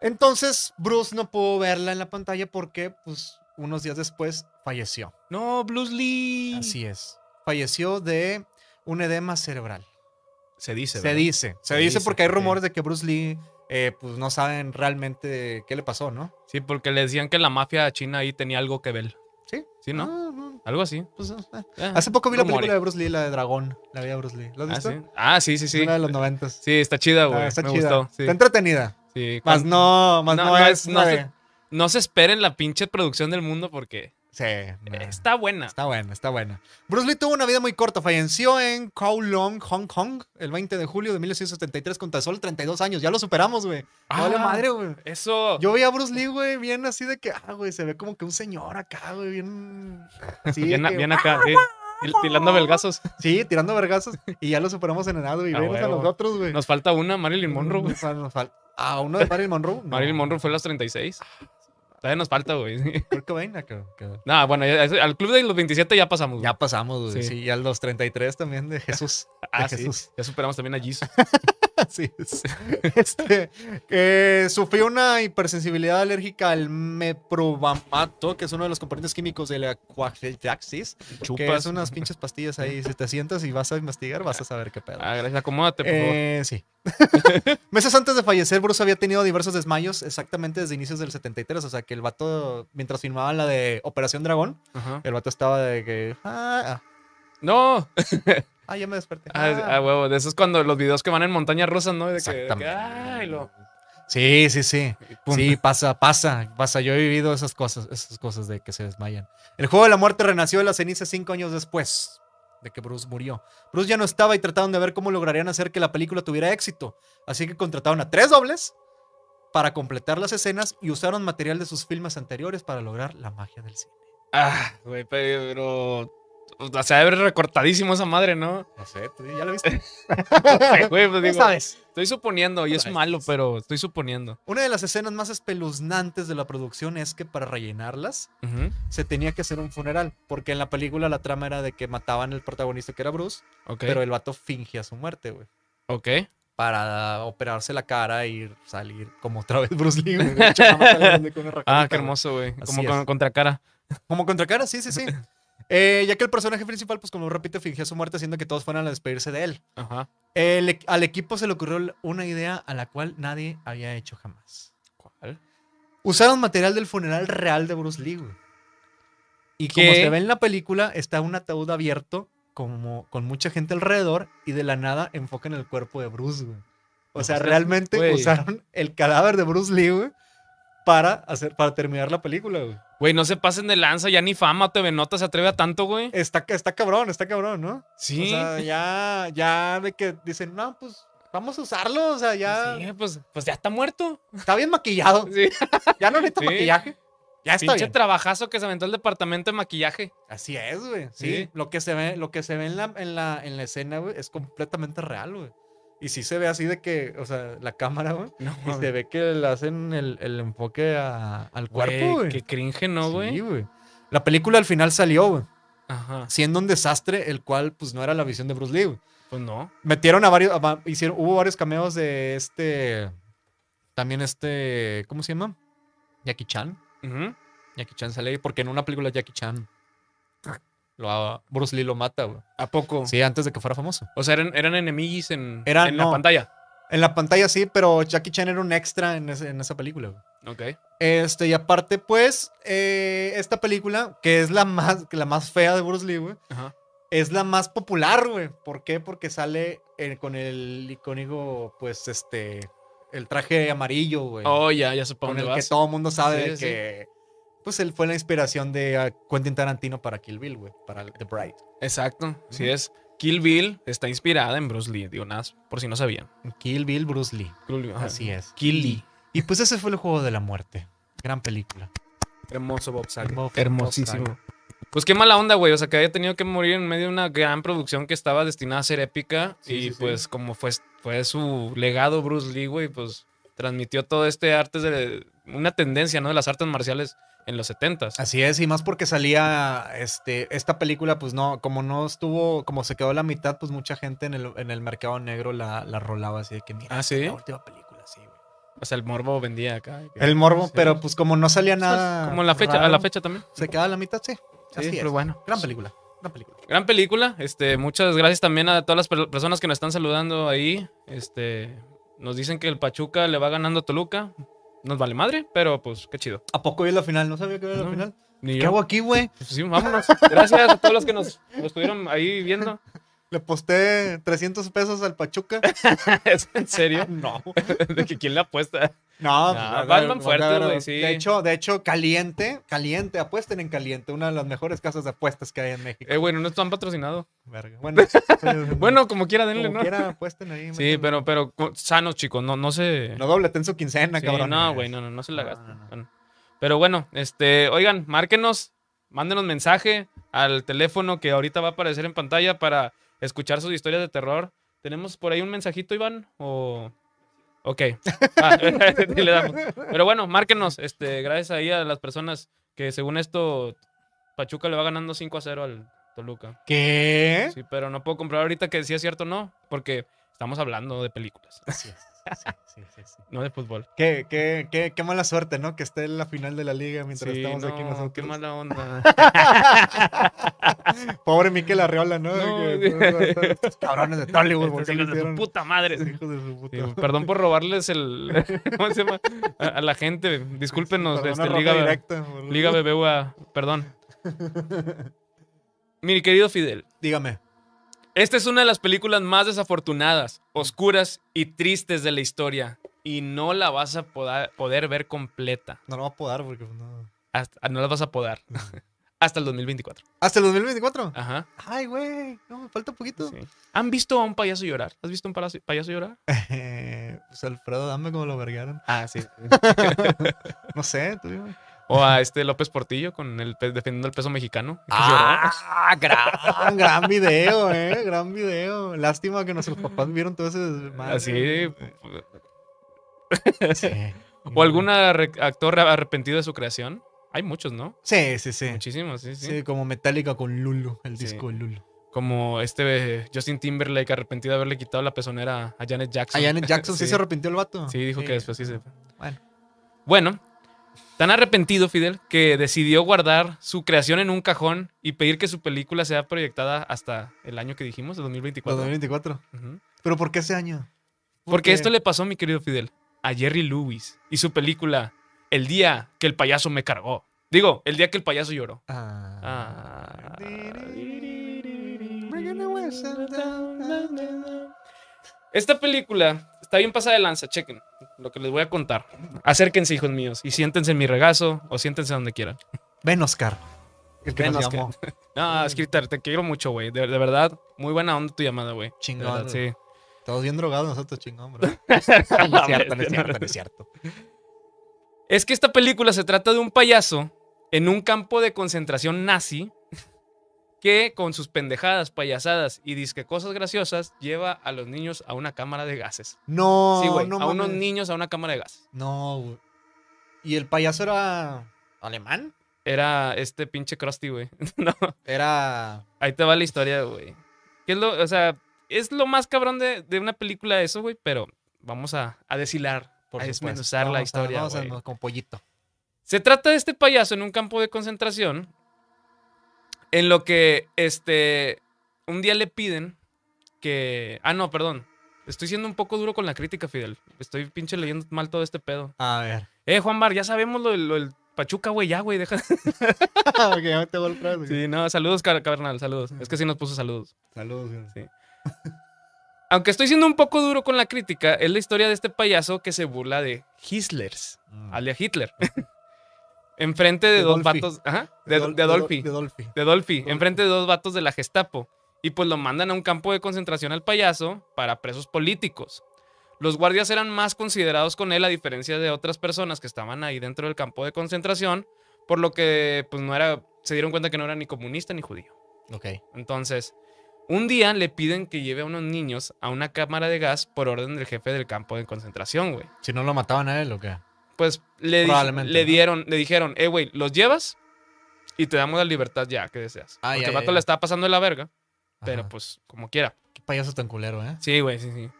Speaker 3: Entonces, Bruce no pudo verla en la pantalla porque, pues, unos días después falleció.
Speaker 4: No, Bruce Lee.
Speaker 3: Así es. Falleció de un edema cerebral.
Speaker 4: Se dice.
Speaker 3: Se
Speaker 4: ¿verdad?
Speaker 3: dice. Se,
Speaker 4: Se
Speaker 3: dice,
Speaker 4: dice,
Speaker 3: porque hay
Speaker 4: sí.
Speaker 3: rumores de que Bruce Lee, eh, pues, no saben realmente qué le pasó, ¿no?
Speaker 4: Sí, porque le decían que la mafia china ahí tenía algo que ver.
Speaker 3: Sí.
Speaker 4: Sí, ¿no?
Speaker 3: Ah, no,
Speaker 4: Algo así.
Speaker 3: pues, ah.
Speaker 4: Ah,
Speaker 3: Hace poco vi la
Speaker 4: rumores.
Speaker 3: película de Bruce Lee, la de Dragón. La vi de Bruce Lee. ¿La has
Speaker 4: Ah,
Speaker 3: visto?
Speaker 4: sí. Ah, sí, sí, sí.
Speaker 3: Una de los noventas.
Speaker 4: Sí, está chida,
Speaker 3: Ah,
Speaker 4: güey.
Speaker 3: está
Speaker 4: Me
Speaker 3: chida.
Speaker 4: gustó. Sí,
Speaker 3: Está entretenida.
Speaker 4: sí.
Speaker 3: Más
Speaker 4: Cuan-
Speaker 3: no, más
Speaker 4: No,
Speaker 3: no,
Speaker 4: no
Speaker 3: es.
Speaker 4: es- no
Speaker 3: una
Speaker 4: se-
Speaker 3: de-
Speaker 4: No se esperen la pinche producción del mundo porque
Speaker 3: Sí.
Speaker 4: eh,
Speaker 3: nah.
Speaker 4: está buena.
Speaker 3: Está buena, está buena. Bruce Lee tuvo una vida muy corta. Falleció en Kowloon, Hong Kong, el 20 de julio de 1973 con tan solo 32 años. Ya lo superamos, güey.
Speaker 4: Ah.
Speaker 3: Vale madre, güey.
Speaker 4: Eso.
Speaker 3: Yo veía a Bruce Lee, güey, bien así de que, ah, güey, se ve como que un señor acá, güey, bien... Sí,
Speaker 4: bien,
Speaker 3: que-
Speaker 4: bien acá, sí. Til- Tilando belgazos.
Speaker 3: sí, tirando vergazos y ya lo superamos en edad, güey.
Speaker 4: Ah,
Speaker 3: Venos a
Speaker 4: huevo.
Speaker 3: los otros, güey.
Speaker 4: Nos falta una, Marilyn Monroe. güey.
Speaker 3: Nos fal- nos fal- Ah, uno de Marilyn Monroe. No,
Speaker 4: Marilyn Monroe fue a los 36. Todavía nos falta, güey.
Speaker 3: Kurt Cobain, ah, que- que-
Speaker 4: Nah, bueno, ya- eso- al club de los 27 ya pasamos. güey.
Speaker 3: Ya pasamos, güey.
Speaker 4: Pues, Sí.
Speaker 3: Sí. y a los 33 también de Jesús.
Speaker 4: Ah,
Speaker 3: de
Speaker 4: sí.
Speaker 3: Jesús.
Speaker 4: Ya superamos también a Jesus.
Speaker 3: Así es. Este, eh, sufrió una hipersensibilidad alérgica al meprobamato, que es uno de los componentes químicos de la coafilaxis, que
Speaker 4: Chupas.
Speaker 3: es unas pinches pastillas ahí. Si te sientas y vas a investigar, vas a saber qué pedo.
Speaker 4: Ah, gracias. Acomódate, por favor.
Speaker 3: Eh, sí. Meses antes de fallecer, Bruce había tenido diversos desmayos exactamente desde inicios del 73. O sea, que el vato, mientras filmaban la de Operación Dragón,
Speaker 4: Ajá.
Speaker 3: el vato estaba de que. Ah, ah,
Speaker 4: No.
Speaker 3: ah, ya me desperté.
Speaker 4: Ah,
Speaker 3: Ah.
Speaker 4: ah, huevo. De esos cuando los videos que van en montañas rusas, ¿no? De que- de que,
Speaker 3: Exactamente.
Speaker 4: ay, lo.
Speaker 3: Sí, sí, sí.
Speaker 4: Pum.
Speaker 3: Sí, pasa, pasa, pasa. Yo he vivido esas cosas, esas cosas de que se desmayan. El juego de la muerte renació de las cenizas cinco años después de que Bruce murió. Bruce ya no estaba y trataron de ver cómo lograrían hacer que la película tuviera éxito. Así que contrataron a tres dobles para completar las escenas y usaron material de sus filmes anteriores para lograr la magia del cine.
Speaker 4: Ah, güey, pero. O sea, debe haber recortadísimo esa madre, ¿no?
Speaker 3: No sé, ¿tú ya lo viste.
Speaker 4: Sí, güey, pues
Speaker 3: No
Speaker 4: digo,
Speaker 3: sabes.
Speaker 4: Estoy suponiendo, y es
Speaker 3: Ay,
Speaker 4: malo,
Speaker 3: sí.
Speaker 4: pero estoy suponiendo.
Speaker 3: Una de las escenas más espeluznantes de la producción es que para rellenarlas
Speaker 4: Ujú,
Speaker 3: se tenía que hacer un funeral, porque en la película la trama era de que mataban al protagonista que era Bruce,
Speaker 4: Ok.
Speaker 3: pero el vato fingía su muerte, güey,
Speaker 4: ok.
Speaker 3: para operarse la cara y salir como otra vez Bruce Lee. güey. De hecho, nada más sale grande con una
Speaker 4: Ah,
Speaker 3: raqueta,
Speaker 4: qué
Speaker 3: güey.
Speaker 4: hermoso, güey.
Speaker 3: Así
Speaker 4: Como
Speaker 3: es.
Speaker 4: con contracara.
Speaker 3: Como contracara, sí, sí, sí. Eh, ya que el personaje principal, pues como repito, fingía su muerte haciendo que todos fueran a despedirse de él.
Speaker 4: Ajá.
Speaker 3: El e- al equipo se le ocurrió una idea a la cual nadie había hecho jamás.
Speaker 4: ¿Cuál?
Speaker 3: Usaron material del funeral real de Bruce Lee, güey. Y
Speaker 4: ¿Qué?
Speaker 3: como se ve en la película, está un ataúd abierto como con mucha gente alrededor y de la nada enfocan el cuerpo de Bruce, güey. O sea,
Speaker 4: seas-
Speaker 3: realmente
Speaker 4: pues, güey.
Speaker 3: usaron el cadáver de Bruce Lee, güey, para, hacer, para terminar la película, güey.
Speaker 4: Güey, no se pasen de lanza, ya ni fama, TV Nota se atreve a tanto, güey.
Speaker 3: Está, está cabrón, está cabrón, ¿no?
Speaker 4: Sí.
Speaker 3: Eh, O sea, ya, ya de que dicen, no, pues vamos a usarlo, o sea, ya
Speaker 4: Sí, pues, pues ya está muerto.
Speaker 3: está bien maquillado.
Speaker 4: Sí.
Speaker 3: Ya no necesita
Speaker 4: Sí.
Speaker 3: maquillaje. Ya está
Speaker 4: Pinche
Speaker 3: bien.
Speaker 4: trabajazo que se aventó el departamento de maquillaje.
Speaker 3: Así es, güey. Sí,
Speaker 4: Sí.
Speaker 3: Lo que se ve, lo que se ve en la, en la, en la escena, güey, es completamente real, güey. Y sí se ve así de que, o sea, la cámara, güey.
Speaker 4: No,
Speaker 3: Y se ve que le hacen el, el enfoque a- al cuerpo, güey.
Speaker 4: Que cringe, ¿no, güey?
Speaker 3: Sí, güey. La película al final salió, güey.
Speaker 4: Ajá.
Speaker 3: Siendo un desastre, el cual, pues, no era la visión de Bruce Lee, güey.
Speaker 4: Pues no.
Speaker 3: Metieron a varios, a va- hicieron, hubo varios cameos de este, también este, ¿cómo se llama? Jackie Chan.
Speaker 4: Ujú.
Speaker 3: Jackie Chan sale ahí, porque en una película Jackie Chan, Ah. lo, Bruce Lee lo mata, güey.
Speaker 4: ¿A poco?
Speaker 3: Sí, antes de que fuera famoso.
Speaker 4: O sea, eran, eran enemigos en,
Speaker 3: Eran-
Speaker 4: en
Speaker 3: no.
Speaker 4: la pantalla.
Speaker 3: En la pantalla sí, pero Jackie Chan era un extra en, ese- en esa película, güey.
Speaker 4: Ok.
Speaker 3: Este, y aparte, pues, eh, esta película, que es la más, que la más fea de Bruce Lee, güey,
Speaker 4: Ajá.
Speaker 3: es la más popular, güey. ¿Por qué? Porque sale eh, con el icónico, pues, este, el traje amarillo, güey.
Speaker 4: Oh, ya, ya supongo
Speaker 3: con
Speaker 4: dónde
Speaker 3: el que
Speaker 4: vas.
Speaker 3: todo el mundo sabe
Speaker 4: Sí,
Speaker 3: de
Speaker 4: sí.
Speaker 3: que, pues, él fue la inspiración de ah, Quentin Tarantino para Kill Bill, güey, para The Bride.
Speaker 4: Exacto. Sí
Speaker 3: Ujú.
Speaker 4: es. Kill Bill está inspirada en Bruce Lee. Digo, nada, por si no sabían.
Speaker 3: Kill Bill, Bruce Lee.
Speaker 4: Kill Bill, ajá.
Speaker 3: Así es.
Speaker 4: Kill Lee.
Speaker 3: Y pues ese fue el juego de la muerte. Gran película.
Speaker 4: Hermoso Bob Saget.
Speaker 3: Hermoso Bob
Speaker 4: Hermosísimo.
Speaker 3: Saget.
Speaker 4: Pues qué mala onda, güey. O sea, que haya tenido que morir en medio de una gran producción que estaba destinada a ser épica.
Speaker 3: Sí,
Speaker 4: y
Speaker 3: sí, sí.
Speaker 4: pues, como fue, fue su legado Bruce Lee, güey, pues transmitió todo este arte de una tendencia, ¿no? De las artes marciales en los 70s.
Speaker 3: Así es, y más porque salía este, esta película, pues no, como no estuvo, como se quedó a la mitad, pues mucha gente en el, en el mercado negro la, la rolaba así de que mira,
Speaker 4: Ah,
Speaker 3: esta es
Speaker 4: ¿sí?
Speaker 3: la última película, sí, güey.
Speaker 4: O sea, el morbo vendía acá.
Speaker 3: El morbo,
Speaker 4: Sí.
Speaker 3: pero pues como no salía
Speaker 4: Pues,
Speaker 3: nada.
Speaker 4: Como en la fecha, a
Speaker 3: raro,
Speaker 4: la fecha también.
Speaker 3: Se quedaba a la mitad, sí.
Speaker 4: Sí,
Speaker 3: así es.
Speaker 4: pero bueno.
Speaker 3: Gran película, gran película.
Speaker 4: Gran película. Este, muchas gracias también a todas las per- personas que nos están saludando ahí. Este, nos dicen que el Pachuca le va ganando a Toluca. Nos vale madre, pero pues qué chido.
Speaker 3: ¿A poco vi la final? No sabía que era la
Speaker 4: No,
Speaker 3: final.
Speaker 4: Ni
Speaker 3: ¿Qué
Speaker 4: yo.
Speaker 3: hago aquí, güey?
Speaker 4: Pues sí, vámonos. Gracias a todos los que nos, nos estuvieron ahí viendo.
Speaker 3: Le posté 300 pesos al Pachuca.
Speaker 4: ¿Es en serio?
Speaker 3: no.
Speaker 4: ¿De que quién le apuesta? Nah,
Speaker 3: No, pues,
Speaker 4: Ah, Batman
Speaker 3: no,
Speaker 4: fuerte,
Speaker 3: no, no.
Speaker 4: güey, sí.
Speaker 3: De hecho, de hecho, caliente, caliente, apuesten en caliente, una de las mejores casas de apuestas que hay en México.
Speaker 4: Eh, bueno, no están patrocinados.
Speaker 3: Verga. Bueno,
Speaker 4: Bueno, como quiera, denle,
Speaker 3: como
Speaker 4: ¿no?
Speaker 3: quiera, apuesten ahí.
Speaker 4: Sí,
Speaker 3: métanle.
Speaker 4: pero, pero cu- sanos, chicos. No, no se.
Speaker 3: No dobleten su quincena,
Speaker 4: Sí,
Speaker 3: cabrón.
Speaker 4: no, güey, no, no, no se la
Speaker 3: No,
Speaker 4: gasten.
Speaker 3: no, no.
Speaker 4: Bueno. Pero bueno, este, oigan, márquenos, mándenos mensaje al teléfono que ahorita va a aparecer en pantalla para escuchar sus historias de terror. ¿Tenemos por ahí un mensajito, Iván? O. Ok. Ah, le damos. Pero bueno, márquenos. Este, gracias ahí a las personas que según esto, Pachuca le va ganando 5 a 0 al Toluca.
Speaker 3: ¿Qué?
Speaker 4: Sí, pero no puedo comprar ahorita que si es cierto o no, porque estamos hablando de películas,
Speaker 3: Así es, sí, sí, sí, sí.
Speaker 4: no de fútbol.
Speaker 3: Qué, qué, qué, qué mala suerte, ¿no? Que esté en la final de la liga mientras
Speaker 4: Sí,
Speaker 3: estamos
Speaker 4: no,
Speaker 3: aquí nosotros.
Speaker 4: qué mala onda.
Speaker 3: Pobre Miquel Arreola, ¿no?
Speaker 4: No,
Speaker 3: Que- pues, estos cabrones de Tollywood, ¿por
Speaker 4: Estos
Speaker 3: qué
Speaker 4: Este,
Speaker 3: lo
Speaker 4: hijos de su
Speaker 3: hicieron?
Speaker 4: puta madre.
Speaker 3: Estos hijos de su puta.
Speaker 4: Sí, perdón por robarles el. ¿Cómo se llama? A, a la gente. Discúlpenos.
Speaker 3: Perdona,
Speaker 4: este,
Speaker 3: roja
Speaker 4: Liga,
Speaker 3: directa, por-
Speaker 4: Liga BBVA. Perdón. Mi querido Fidel,
Speaker 3: Dígame.
Speaker 4: esta es una de las películas más desafortunadas, oscuras y tristes de la historia. Y no la vas a poda- poder ver completa.
Speaker 3: No lo va a podar porque pues, no.
Speaker 4: Hasta- ah, no la vas a poder. Hasta el 2024.
Speaker 3: ¿Hasta el 2024?
Speaker 4: Ajá.
Speaker 3: Ah. Ay, güey. No, me falta poquito.
Speaker 4: sí. ¿Han visto a un payaso llorar? ¿Has visto a un palazo- payaso llorar?
Speaker 3: Eh, pues Alfredo, dame como lo vergaron.
Speaker 4: Ah, sí.
Speaker 3: No sé, tú dime.
Speaker 4: O a este López Portillo con el pe- defendiendo el peso mexicano. que lloró.
Speaker 3: Ah, gran, gran video, eh. Gran video. Lástima que nuestros papás vieron todo ese desmadre.
Speaker 4: Así.
Speaker 3: Sí.
Speaker 4: O algún arre- actor arrepentido de su creación. Hay muchos, ¿no?
Speaker 3: Sí, sí, sí.
Speaker 4: Muchísimos, sí, sí.
Speaker 3: Sí, como Metallica con Lulu, el
Speaker 4: Sí.
Speaker 3: disco de Lulu.
Speaker 4: Como este eh, Justin Timberlake arrepentido de haberle quitado la pezonera a Janet
Speaker 3: A
Speaker 4: Jackson.
Speaker 3: Janet Jackson sí,
Speaker 4: Sí.
Speaker 3: se arrepintió el vato.
Speaker 4: Sí, dijo que después sí se.
Speaker 3: Bueno.
Speaker 4: Bueno, tan arrepentido Fidel que decidió guardar su creación en un cajón y pedir que su película sea proyectada hasta el año que dijimos, el 2024.
Speaker 3: 2024.
Speaker 4: Ujú.
Speaker 3: ¿Pero por qué ese año?
Speaker 4: Porque esto le pasó, mi querido Fidel, a Jerry Lewis y su película El día que el payaso me cargó. Digo, el día que el payaso lloró.
Speaker 3: Ah.
Speaker 4: Ah.
Speaker 3: Bringing the whistle down, down, down.
Speaker 4: Esta película está bien pasada de lanza, chequen lo que les voy a contar. Acérquense, hijos míos, y siéntense en mi regazo o siéntense donde quieran.
Speaker 3: Ven, Oscar. El que
Speaker 4: Ven,
Speaker 3: nos
Speaker 4: Oscar.
Speaker 3: llamó.
Speaker 4: No, Skritar, te quiero mucho, güey. De, de verdad, muy buena onda tu llamada, güey. De
Speaker 3: Chingón,
Speaker 4: verdad, Sí.
Speaker 3: Todos bien drogados nosotros, chingón, bro. No es cierto, no es cierto, no es cierto, no es cierto.
Speaker 4: Es que esta película se trata de un payaso en un campo de concentración nazi que con sus pendejadas, payasadas y disque cosas graciosas lleva a los niños a una cámara de gases.
Speaker 3: No,
Speaker 4: sí, güey,
Speaker 3: no
Speaker 4: a unos
Speaker 3: mames.
Speaker 4: niños a una cámara de gases.
Speaker 3: No, güey. ¿Y el payaso era alemán?
Speaker 4: Era este pinche Krusty, güey. no,
Speaker 3: Era...
Speaker 4: ahí te va la historia, güey. ¿Qué es lo, o sea, es lo más cabrón de, de una película eso, güey, pero vamos a, a deshilar,
Speaker 3: Por
Speaker 4: a
Speaker 3: supuesto.
Speaker 4: desmenuzar Ah, la
Speaker 3: pues, Vamos a-
Speaker 4: historia,
Speaker 3: vamos a-
Speaker 4: güey.
Speaker 3: con pollito.
Speaker 4: Se trata de este payaso en un campo de concentración en lo que este un día le piden que ah no, perdón. Estoy siendo un poco duro con la crítica, Fidel. Estoy pinche leyendo mal todo este pedo.
Speaker 3: A ver.
Speaker 4: Eh, Juan Bar, ya sabemos lo del, lo del Pachuca, güey, ya, güey, deja.
Speaker 3: ok, ya te voy atrás, güey.
Speaker 4: Sí, no, saludos, car- carnal, saludos. Es que sí nos puso saludos.
Speaker 3: Saludos, güey.
Speaker 4: Aunque estoy siendo un poco duro con la crítica, es la historia de este payaso que se burla de Hitlers,
Speaker 3: Mm.
Speaker 4: alia Hitler. Enfrente de,
Speaker 3: De
Speaker 4: dos
Speaker 3: Dolphy.
Speaker 4: vatos, ajá, de,
Speaker 3: Dol-
Speaker 4: de Adolfi.
Speaker 3: De Dolphy.
Speaker 4: de Dolphy, enfrente de dos vatos de la Gestapo. Y pues lo mandan a un campo de concentración al payaso para presos políticos. Los guardias eran más considerados con él a diferencia de otras personas que estaban ahí dentro del campo de concentración, por lo que pues no era, se dieron cuenta que no era ni comunista ni judío.
Speaker 3: Ok.
Speaker 4: Entonces, un día le piden que lleve a unos niños a una cámara de gas por orden del jefe del campo de concentración, güey.
Speaker 3: Si no lo mataban a él, ¿o qué?
Speaker 4: Pues le, di-
Speaker 3: Probablemente,
Speaker 4: le
Speaker 3: ¿no?
Speaker 4: dieron, le dijeron, eh, güey, los llevas y te damos la libertad ya que deseas.
Speaker 3: Ah,
Speaker 4: Porque
Speaker 3: ya,
Speaker 4: el
Speaker 3: ya,
Speaker 4: vato
Speaker 3: ya.
Speaker 4: le estaba pasando de la verga. Pero
Speaker 3: Ajá.
Speaker 4: pues, como quiera.
Speaker 3: Qué payaso tan culero, ¿eh?
Speaker 4: Sí, güey, sí, sí.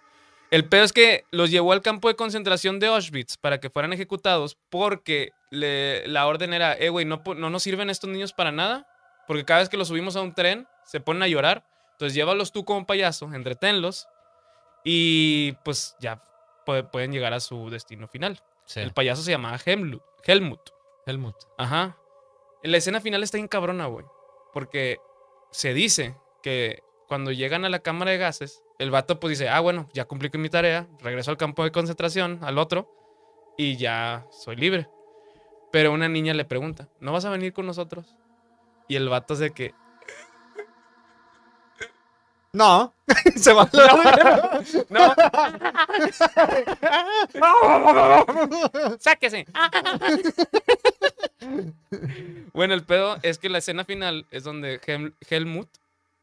Speaker 4: El pedo es que los llevó al campo de concentración de Auschwitz para que fueran ejecutados porque le- la orden era, eh, güey, no, po- no nos sirven estos niños para nada porque cada vez que los subimos a un tren se ponen a llorar. Entonces llévalos tú como payaso, entretenlos y pues ya pue- pueden llegar a su destino final.
Speaker 3: Sí.
Speaker 4: El payaso se llamaba Helmut. Helmut.
Speaker 3: Helmut.
Speaker 4: Ajá. La escena final está bien cabrona, güey. Porque se dice que cuando llegan a la cámara de gases, el vato pues dice, ah, bueno, ya cumplí con mi tarea, regreso al campo de concentración, al otro, y ya soy libre. Pero una niña le pregunta, ¿no vas a venir con nosotros? Y el vato es de que...
Speaker 3: No. Se va a la
Speaker 4: No, sáquese. bueno, el pedo es que la escena final es donde Hel- Helmut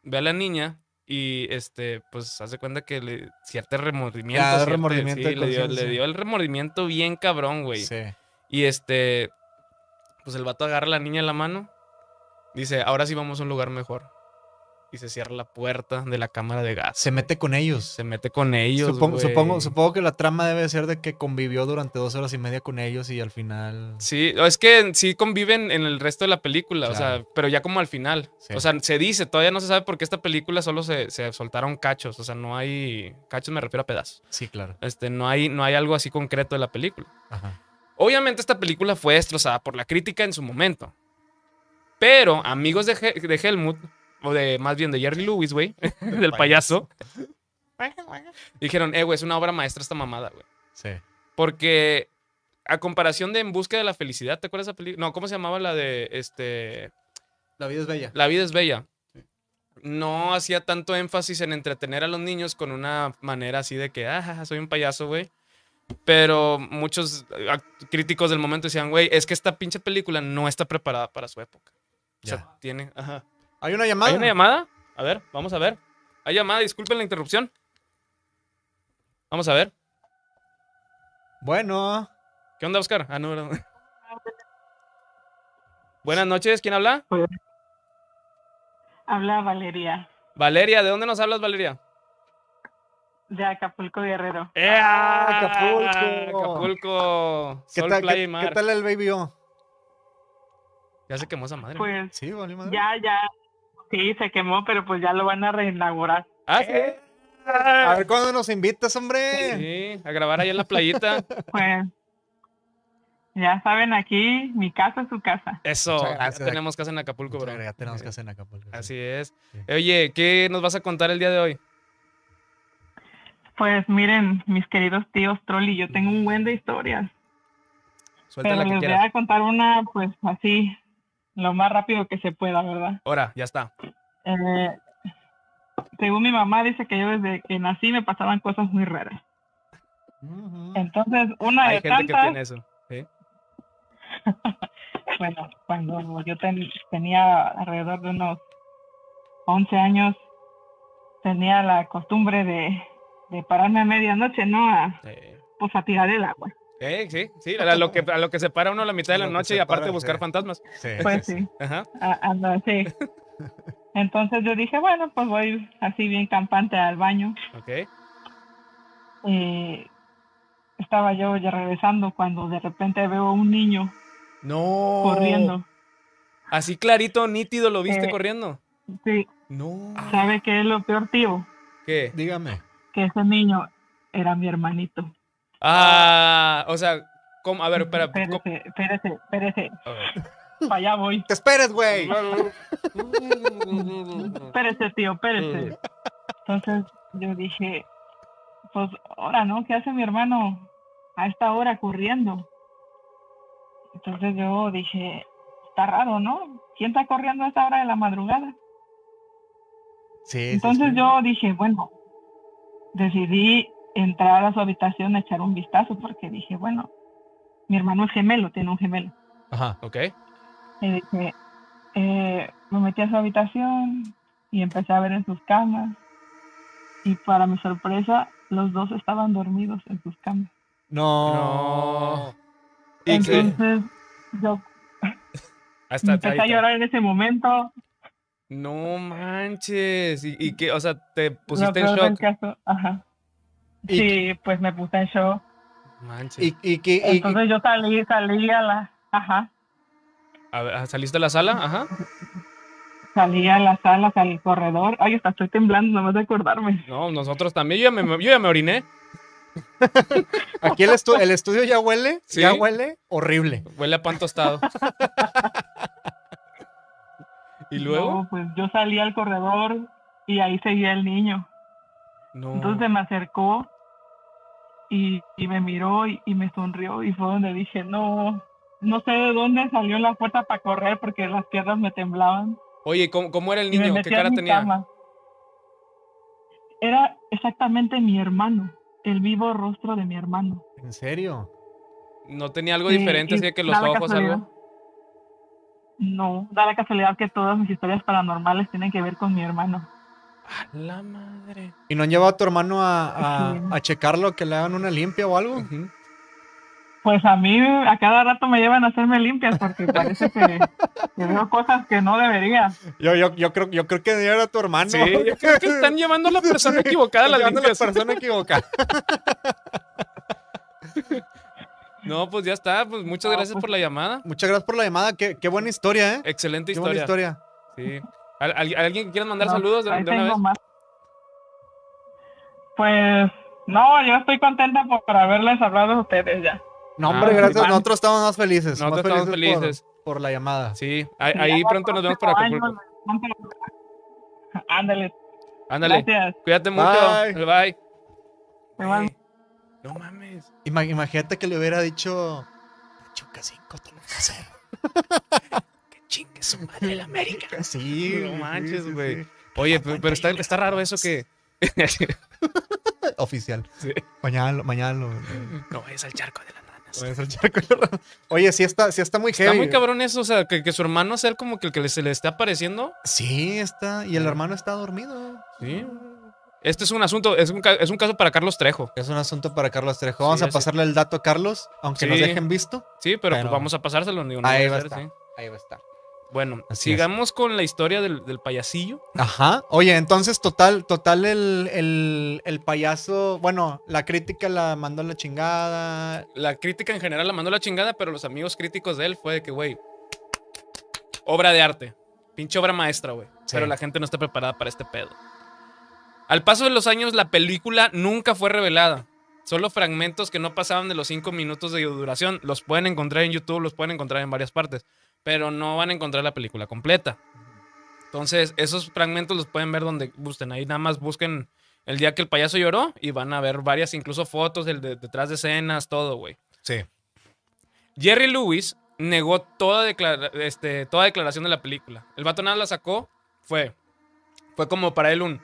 Speaker 4: ve a la niña y este, pues hace cuenta que le cierto remordimiento.
Speaker 3: Ya,
Speaker 4: cierto-
Speaker 3: remordimiento
Speaker 4: sí,
Speaker 3: de
Speaker 4: le, dio, le
Speaker 3: conciencia.
Speaker 4: dio el remordimiento bien cabrón, güey.
Speaker 3: Sí.
Speaker 4: Y este, pues el vato agarra a la niña en la mano, dice, ahora sí vamos a un lugar mejor. Y se cierra la puerta de la cámara de gas.
Speaker 3: Se mete con ellos.
Speaker 4: Se mete con ellos.
Speaker 3: supongo, supongo,
Speaker 4: güey.
Speaker 3: supongo que la trama debe ser de que convivió durante dos horas y media con ellos y al final.
Speaker 4: Sí, o es que en- sí conviven en el resto de la película, o sea,
Speaker 3: Claro.
Speaker 4: pero ya como al final.
Speaker 3: Sí.
Speaker 4: O sea, se dice, todavía no se sabe por qué esta película solo se, se soltaron cachos, o sea, no hay cachos me refiero a pedazos.
Speaker 3: Sí, claro.
Speaker 4: Este, no hay no hay algo así concreto de la película.
Speaker 3: Ajá.
Speaker 4: Obviamente esta película fue destrozada por la crítica en su momento. Pero amigos de, Hel- de Helmut o de más bien de Jerry Lewis, güey, del payaso, dijeron, "Eh, güey, es una obra maestra esta mamada, güey."
Speaker 3: Sí.
Speaker 4: Porque a comparación de En Busca de la Felicidad, ¿te acuerdas de esa película? No, ¿cómo se llamaba la de este
Speaker 3: La vida es bella.
Speaker 4: La vida es bella? No hacía tanto énfasis en entretener a los niños con una manera así de que, ah, jaja, soy un payaso, güey. Pero muchos eh, ac- críticos del momento decían, güey, es que esta pinche película no está preparada para su época. O sea,
Speaker 3: Ya.
Speaker 4: tiene... Ajá.
Speaker 3: Hay una llamada.
Speaker 4: ¿Hay una llamada? A ver, vamos a ver. ¿Hay llamada? Disculpen la interrupción. Vamos a ver.
Speaker 3: Bueno.
Speaker 4: ¿Qué onda, Oscar? Ah, no, ¿verdad? Buenas noches, ¿quién habla?
Speaker 2: Habla Valeria,
Speaker 4: Valeria, ¿de dónde nos hablas, Valeria?
Speaker 2: de Acapulco Guerrero.
Speaker 3: ¡Ah, Acapulco!
Speaker 4: Acapulco,
Speaker 3: ¿Qué
Speaker 4: sol,
Speaker 3: tal,
Speaker 4: playa
Speaker 3: qué-
Speaker 4: y mar.
Speaker 3: qué tal el baby O?
Speaker 4: Ya se quemó esa madre. güey.
Speaker 2: Pues
Speaker 3: Sí, vale, madre.
Speaker 2: ya, ya, sí, se quemó, pero pues ya lo van a reinaugurar.
Speaker 4: Ah,
Speaker 3: Eh.
Speaker 4: sí. Ah,
Speaker 3: A ver cuándo nos invitas, hombre.
Speaker 4: Sí, a grabar ahí en la playita.
Speaker 2: Pues ya saben, aquí mi casa es su casa.
Speaker 4: Eso,
Speaker 3: Muchas
Speaker 4: ya
Speaker 3: gracias.
Speaker 4: tenemos casa en Acapulco, bro.
Speaker 3: Ya tenemos que hacer en Acapulco. sí.
Speaker 4: Así es.
Speaker 3: Sí.
Speaker 4: Oye, ¿qué nos vas a contar el día de hoy?
Speaker 2: Pues miren, mis queridos tíos Trolli, yo tengo un buen de historias.
Speaker 4: Suelta la
Speaker 2: pero
Speaker 4: que
Speaker 2: les
Speaker 4: quieras.
Speaker 2: voy a contar una, pues así, lo más rápido que se pueda, ¿verdad?
Speaker 4: Ahora, ya está.
Speaker 2: Eh, según mi mamá, dice que yo desde que nací me pasaban cosas muy raras. Entonces, una
Speaker 4: Hay
Speaker 2: de
Speaker 4: gente que
Speaker 2: tantas,
Speaker 4: tiene eso. ¿sí?
Speaker 2: bueno, cuando yo ten- tenía alrededor de unos 11 años, tenía la costumbre de, de pararme a medianoche, ¿no? A,
Speaker 4: Sí.
Speaker 2: pues a tirar el agua.
Speaker 4: Eh, sí, sí, a lo que, a lo que se para uno a la mitad de
Speaker 3: A
Speaker 4: la
Speaker 3: lo que
Speaker 4: noche
Speaker 3: se
Speaker 4: y aparte
Speaker 3: para,
Speaker 4: buscar
Speaker 3: sí.
Speaker 4: fantasmas.
Speaker 3: Sí,
Speaker 2: Pues
Speaker 3: sí, sí.
Speaker 2: sí.
Speaker 4: Ajá.
Speaker 2: Ah, ando así. Entonces yo dije, bueno, pues voy así bien campante al baño.
Speaker 4: Ok.
Speaker 2: Eh, estaba yo ya regresando cuando de repente veo a un niño
Speaker 4: No.
Speaker 2: corriendo.
Speaker 4: Así clarito, nítido, lo viste
Speaker 2: Eh,
Speaker 4: corriendo.
Speaker 2: Sí,
Speaker 4: No.
Speaker 2: ¿sabe qué es lo peor, tío?
Speaker 4: ¿Qué?
Speaker 3: Dígame.
Speaker 2: Que ese niño era mi hermanito.
Speaker 4: Ah, o sea, ¿cómo? A ver, espera. ¿cómo?
Speaker 2: Espérese, espérese, espérese.
Speaker 4: A ver.
Speaker 2: Para allá voy.
Speaker 3: ¡Te esperes, güey!
Speaker 2: Espérese, tío, espérese. Entonces yo dije, pues ahora, ¿no? ¿Qué hace mi hermano a esta hora corriendo? Entonces yo dije, está raro, ¿no? ¿Quién está corriendo a esta hora de la madrugada?
Speaker 3: Sí, sí,
Speaker 2: Entonces
Speaker 3: sí.
Speaker 2: yo dije, bueno, decidí entrar a su habitación a echar un vistazo porque dije, bueno, mi hermano es gemelo, tiene un gemelo.
Speaker 3: Ajá.
Speaker 4: Ok.
Speaker 2: Y dije, eh, me metí a su habitación y empecé a ver en sus camas. Y para mi sorpresa, los dos estaban dormidos en sus camas.
Speaker 3: No.
Speaker 4: ¿Y qué?
Speaker 2: Entonces, yo
Speaker 4: Hasta
Speaker 2: empecé a
Speaker 4: ahí-
Speaker 2: llorar en ese momento.
Speaker 4: No manches. ¿Y, y qué? O sea, te
Speaker 2: Lo
Speaker 4: pusiste en
Speaker 2: peor del
Speaker 4: shock.
Speaker 2: caso, ajá.
Speaker 3: ¿Y
Speaker 2: Sí, pues me puse en shock.
Speaker 4: Manches.
Speaker 3: ¿Y, y, qué- y-
Speaker 2: Entonces yo salí, salí a la, ajá,
Speaker 4: A ver, ¿saliste de la sala? Ajá.
Speaker 2: salí a la sala, salí al corredor. Ay, hasta estoy temblando, nomás de acordarme.
Speaker 4: No, nosotros también. Yo ya me, yo ya me oriné.
Speaker 3: aquí el, estu- el estudio ya huele,
Speaker 4: Sí.
Speaker 3: ya huele horrible.
Speaker 4: Huele a pan tostado. ¿Y luego?
Speaker 2: No, pues yo salí al corredor y ahí seguía el niño.
Speaker 4: No.
Speaker 2: Entonces me acercó y, y me miró y, y me sonrió y fue donde dije, no, no sé de dónde salió la fuerza para correr porque las piernas me temblaban.
Speaker 4: Oye, ¿cómo, cómo era el
Speaker 2: y
Speaker 4: niño?
Speaker 2: me
Speaker 4: ¿Qué
Speaker 2: metí a
Speaker 4: cara
Speaker 2: mi
Speaker 4: tenía?
Speaker 2: cama. Era exactamente mi hermano, el vivo rostro de mi hermano.
Speaker 3: ¿En serio?
Speaker 4: ¿No tenía algo
Speaker 2: Y-
Speaker 4: diferente,
Speaker 2: y
Speaker 4: así de que
Speaker 2: da
Speaker 4: los
Speaker 2: la
Speaker 4: ojos,
Speaker 2: casualidad-
Speaker 4: algo?
Speaker 2: No, da la casualidad que todas mis historias paranormales tienen que ver con mi hermano.
Speaker 4: ¡A la madre!
Speaker 3: ¿Y no han llevado a tu hermano a,
Speaker 2: Sí.
Speaker 3: a, a checarlo, que le hagan una limpia o algo?
Speaker 4: Ujú.
Speaker 2: Pues a mí a cada rato me llevan a hacerme limpias porque parece que, que veo cosas que no debería.
Speaker 3: Yo, yo, yo, creo, yo creo que Ah, no era tu hermano.
Speaker 4: Sí, yo creo que están llevando a la persona equivocada a la
Speaker 3: Llevando
Speaker 4: limpias.
Speaker 3: persona equivocada.
Speaker 4: No, pues ya está. Pues muchas
Speaker 3: Ah,
Speaker 2: No,
Speaker 4: gracias
Speaker 2: pues-
Speaker 4: por la llamada.
Speaker 3: Muchas gracias por la llamada. Qué, qué buena historia, ¿eh?
Speaker 4: Excelente
Speaker 3: Qué buena
Speaker 4: historia.
Speaker 3: historia.
Speaker 4: Sí. ¿Al- al- ¿Alguien que quieras mandar
Speaker 2: No,
Speaker 4: saludos de,
Speaker 2: ahí
Speaker 4: de una
Speaker 2: tengo
Speaker 4: vez?
Speaker 2: más. Pues no, yo estoy contenta por, por haberles hablado a ustedes ya.
Speaker 3: No,
Speaker 4: Ah,
Speaker 3: hombre,
Speaker 4: sí,
Speaker 3: gracias.
Speaker 2: van.
Speaker 3: Nosotros estamos más felices.
Speaker 4: Nosotros
Speaker 3: más
Speaker 4: estamos
Speaker 3: por-
Speaker 4: felices.
Speaker 3: Por, la llamada.
Speaker 4: Sí, ahí,
Speaker 2: Y
Speaker 4: ahí
Speaker 2: ya
Speaker 4: pronto nos vemos para
Speaker 2: próximo
Speaker 4: Acapulco.
Speaker 2: año nos vemos. Ándale,
Speaker 4: Ándale,
Speaker 2: gracias.
Speaker 4: cuídate mucho.
Speaker 3: Bye.
Speaker 4: Bye.
Speaker 2: Igual.
Speaker 4: Güey, No mames.
Speaker 3: Ima- imagínate que le hubiera dicho. Chuca 5, tú lo vas a hacer.
Speaker 4: Que chingue su madre la América.
Speaker 3: Sí,
Speaker 4: No
Speaker 3: sí,
Speaker 4: manches,
Speaker 3: sí,
Speaker 4: güey.
Speaker 3: sí.
Speaker 4: Oye, pe- pero está, está raro eso que.
Speaker 3: Oficial.
Speaker 4: Sí.
Speaker 3: Mañana, lo- mañana. lo-
Speaker 4: No vayas al charco de las nanas.
Speaker 3: Voy a hacer charco. Oye, sí está, sí está muy heavy.
Speaker 4: Está muy cabrón eso, o sea, que, que su hermano sea el como que el que se le está apareciendo.
Speaker 3: Sí, está. Y el hermano está dormido.
Speaker 4: Sí. Este es un asunto, es un, ca- es un caso para Carlos Trejo.
Speaker 3: Es un asunto para Carlos Trejo. Vamos
Speaker 4: Sí,
Speaker 3: a
Speaker 4: así-
Speaker 3: pasarle el dato a Carlos, aunque nos
Speaker 4: Sí.
Speaker 3: dejen visto.
Speaker 4: Sí, pero,
Speaker 3: Pero-
Speaker 4: pues vamos a pasárselo. digo, no
Speaker 3: Ahí
Speaker 4: voy
Speaker 3: va a
Speaker 4: hacer,
Speaker 3: estar.
Speaker 4: sí.
Speaker 3: Ahí va a estar.
Speaker 4: Bueno,
Speaker 3: Así es.
Speaker 4: sigamos con la historia del, del payasillo.
Speaker 3: Ajá. Oye, entonces, total, total, el, el, el payaso. Bueno, la crítica la mandó a la chingada.
Speaker 4: La crítica en general la mandó a la chingada, pero los amigos críticos de él fue de que, güey, obra de arte. Pinche obra maestra, güey.
Speaker 3: Sí.
Speaker 4: Pero la gente no está preparada para este pedo. Al paso de los años, la película nunca fue revelada. Solo fragmentos que no pasaban de los 5 minutos de duración. Los pueden encontrar en YouTube, los pueden encontrar en varias partes. Pero no van a encontrar la película completa. Entonces, esos fragmentos los pueden ver donde gusten. Ahí nada más busquen El día que el payaso lloró y van a ver varias, incluso fotos del de- detrás de escenas, todo, güey.
Speaker 3: Sí.
Speaker 4: Jerry Lewis negó toda, declara- este, toda declaración de la película. El vato nada la sacó, fue. Fue como para él un.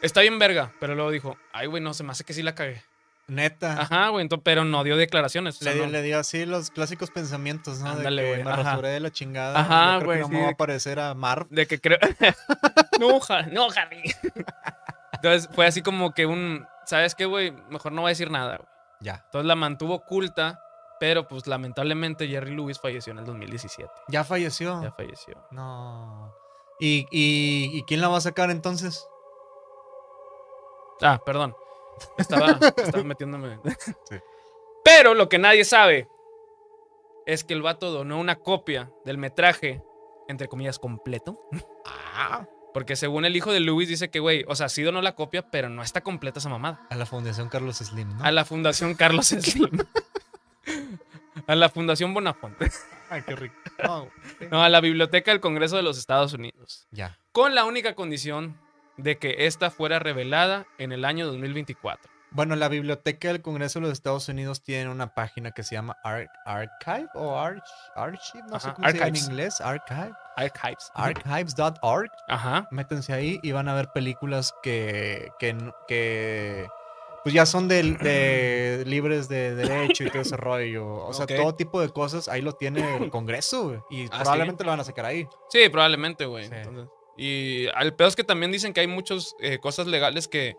Speaker 4: Está bien verga, pero luego dijo, ay, güey, no, se me hace que sí la cagué.
Speaker 3: Neta.
Speaker 4: Ajá, güey, entonces, pero no dio declaraciones. o sea,
Speaker 3: Ah. Le, dio-
Speaker 4: no.
Speaker 3: le dio así los clásicos pensamientos, ¿no?
Speaker 4: Ándale,
Speaker 3: de que
Speaker 4: güey,
Speaker 3: me
Speaker 4: ajá.
Speaker 3: rasuré de la chingada.
Speaker 4: Ajá,
Speaker 3: yo creo
Speaker 4: güey,
Speaker 3: Que no
Speaker 4: sí,
Speaker 3: me va
Speaker 4: de
Speaker 3: a
Speaker 4: que-
Speaker 3: parecer a Marv.
Speaker 4: De que creo. no, ja- no, Harry. Entonces fue así como que un. ¿Sabes qué, güey? Mejor no voy a decir nada, güey.
Speaker 3: Ya.
Speaker 4: Entonces la mantuvo oculta, pero pues lamentablemente Jerry Lewis falleció en el 2017.
Speaker 3: Ya falleció.
Speaker 4: Ya falleció.
Speaker 3: No. ¿Y, y, y quién la va a sacar entonces?
Speaker 4: Ah, perdón. Estaba, estaba metiéndome. Pero lo que nadie sabe es que el vato donó una copia del metraje, entre comillas, completo. Porque según el hijo de Lewis dice que, güey, o sea, sí donó la copia, pero no está completa esa mamada.
Speaker 3: A la Fundación Carlos Slim, ¿no?
Speaker 4: A la Fundación Carlos Slim. a la Fundación Bonafonte.
Speaker 3: Ay, qué rico. No,
Speaker 4: No, a la Biblioteca del Congreso de los Estados Unidos.
Speaker 3: ya.
Speaker 4: Con la única condición de que esta fuera revelada en el año 2024.
Speaker 3: Bueno, la Biblioteca del Congreso de los Estados Unidos tiene una página que se llama Ar- Archive o Arch Archive, no sé
Speaker 4: Ajá,
Speaker 3: cómo se llama en
Speaker 4: Archives.
Speaker 3: inglés. Archive.
Speaker 4: Archives.
Speaker 3: Archives.org.
Speaker 4: Ajá.
Speaker 3: métanse ahí y van a ver películas que, que, n- que, pues ya son del- de, libres de derecho y todo ese rollo. O sea,
Speaker 4: Ok.
Speaker 3: todo tipo de cosas, ahí lo tiene el Congreso güey, y
Speaker 4: Ah, ¿sí?
Speaker 3: probablemente lo van a sacar ahí.
Speaker 4: Sí, probablemente, güey.
Speaker 3: Sí.
Speaker 4: Entonces, Y al peor es que también dicen que hay muchas cosas legales que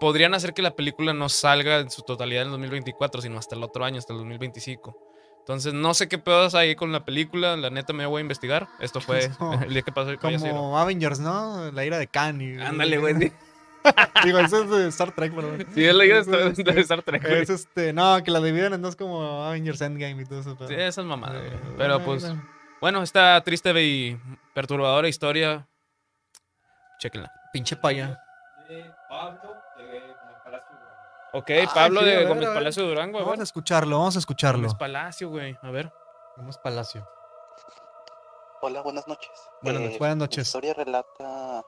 Speaker 4: podrían hacer que la película no salga en su totalidad en el 2024, sino hasta el otro año, hasta el 2025. Entonces, no sé qué pedos hay con la película. La neta, me voy a investigar. Esto fue
Speaker 3: No.
Speaker 4: el día que pasó el payaso lloró.
Speaker 3: Como Avengers, ¿no? La ira de Khan. y-
Speaker 4: Ándale, güey. Sí,
Speaker 3: Digo, eso es de Star Trek, perdón.
Speaker 4: Sí, es la idea
Speaker 3: Eso
Speaker 4: de
Speaker 3: es,
Speaker 4: Star- de Star Trek, güey.
Speaker 3: Es este, no, que la dividen en dos como Avengers Endgame y todo eso. pero-
Speaker 4: Sí, esas mamadas, güey.
Speaker 3: Eh,
Speaker 4: Pero
Speaker 3: bueno.
Speaker 4: pues, bueno, esta triste y perturbadora historia, chéquenla.
Speaker 3: Pinche paya.
Speaker 4: Ok,
Speaker 3: Ah,
Speaker 4: Pablo
Speaker 3: sí, a
Speaker 4: de
Speaker 3: ver,
Speaker 4: Gómez
Speaker 3: a ver.
Speaker 4: Palacio de Durango, a
Speaker 3: Vamos a
Speaker 4: ver.
Speaker 3: escucharlo, vamos a escucharlo.
Speaker 4: Gómez Palacio, güey. A ver.
Speaker 3: Vamos Palacio.
Speaker 5: Hola, buenas noches.
Speaker 3: Buenas noches.
Speaker 5: Eh,
Speaker 3: Buenas
Speaker 5: mi
Speaker 3: noches.
Speaker 5: historia relata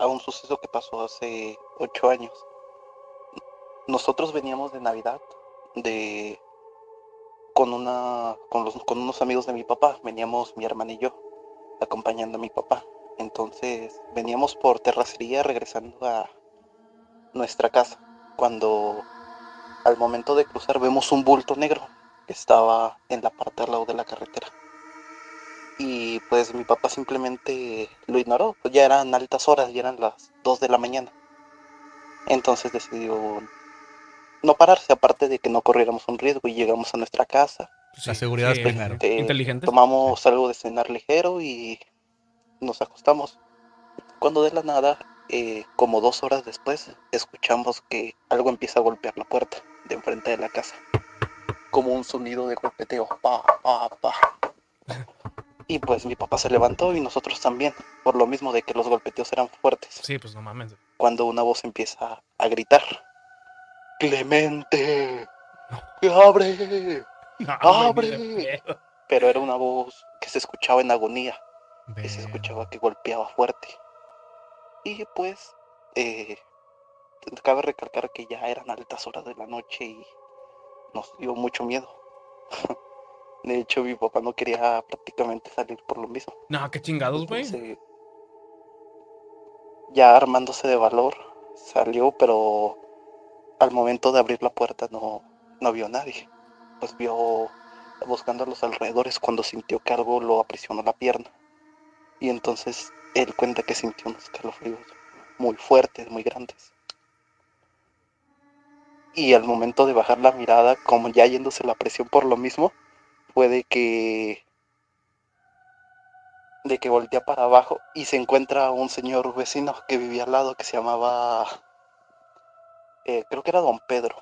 Speaker 5: a un suceso que pasó hace ocho años. Nosotros veníamos de Navidad de con una con, los- con unos amigos de mi papá. Veníamos mi hermana y yo acompañando a mi papá. Entonces veníamos por terracería regresando a nuestra casa cuando al momento de cruzar vemos un bulto negro que estaba en la parte al lado de la carretera y pues mi papá simplemente lo ignoró. Pues ya eran altas horas, ya eran las 2 de la mañana. Entonces decidió no pararse, aparte de que no corriéramos un riesgo y llegamos a nuestra casa.
Speaker 3: La seguridad es primero.
Speaker 5: Eh,
Speaker 4: Inteligente.
Speaker 5: Tomamos algo de cenar ligero y nos acostamos. Cuando de la nada, eh, como dos horas después, escuchamos que algo empieza a golpear la puerta de enfrente de la casa. Como un sonido de golpeteo. Pa, pa, pa. Y pues mi papá se levantó y nosotros también, por lo mismo de que los golpeteos eran fuertes
Speaker 4: Sí, pues no mames. güey.
Speaker 5: cuando una voz empieza a gritar. Clemente, abre.
Speaker 4: No,
Speaker 5: ¡Abre!
Speaker 4: güey, ni de pedo.
Speaker 5: Pero era una voz que se escuchaba en agonía, que se
Speaker 3: Verga.
Speaker 5: escuchaba que golpeaba fuerte. Y pues, eh, cabe recalcar que ya eran altas horas de la noche y nos dio mucho miedo. De hecho, mi papá no quería prácticamente salir por lo mismo.
Speaker 4: No, qué chingados, güey.
Speaker 5: Entonces, ya armándose de valor, salió, pero al momento de abrir la puerta no, no vio a nadie. Pues vio buscando a los alrededores cuando sintió que algo lo aprisionó la pierna. Y entonces él cuenta que sintió unos escalofríos muy fuertes, muy grandes. Y al momento de bajar la mirada, como ya yéndose la presión por lo mismo, puede que de que voltea para abajo y se encuentra un señor vecino que vivía al lado que se llamaba eh, creo que era don Pedro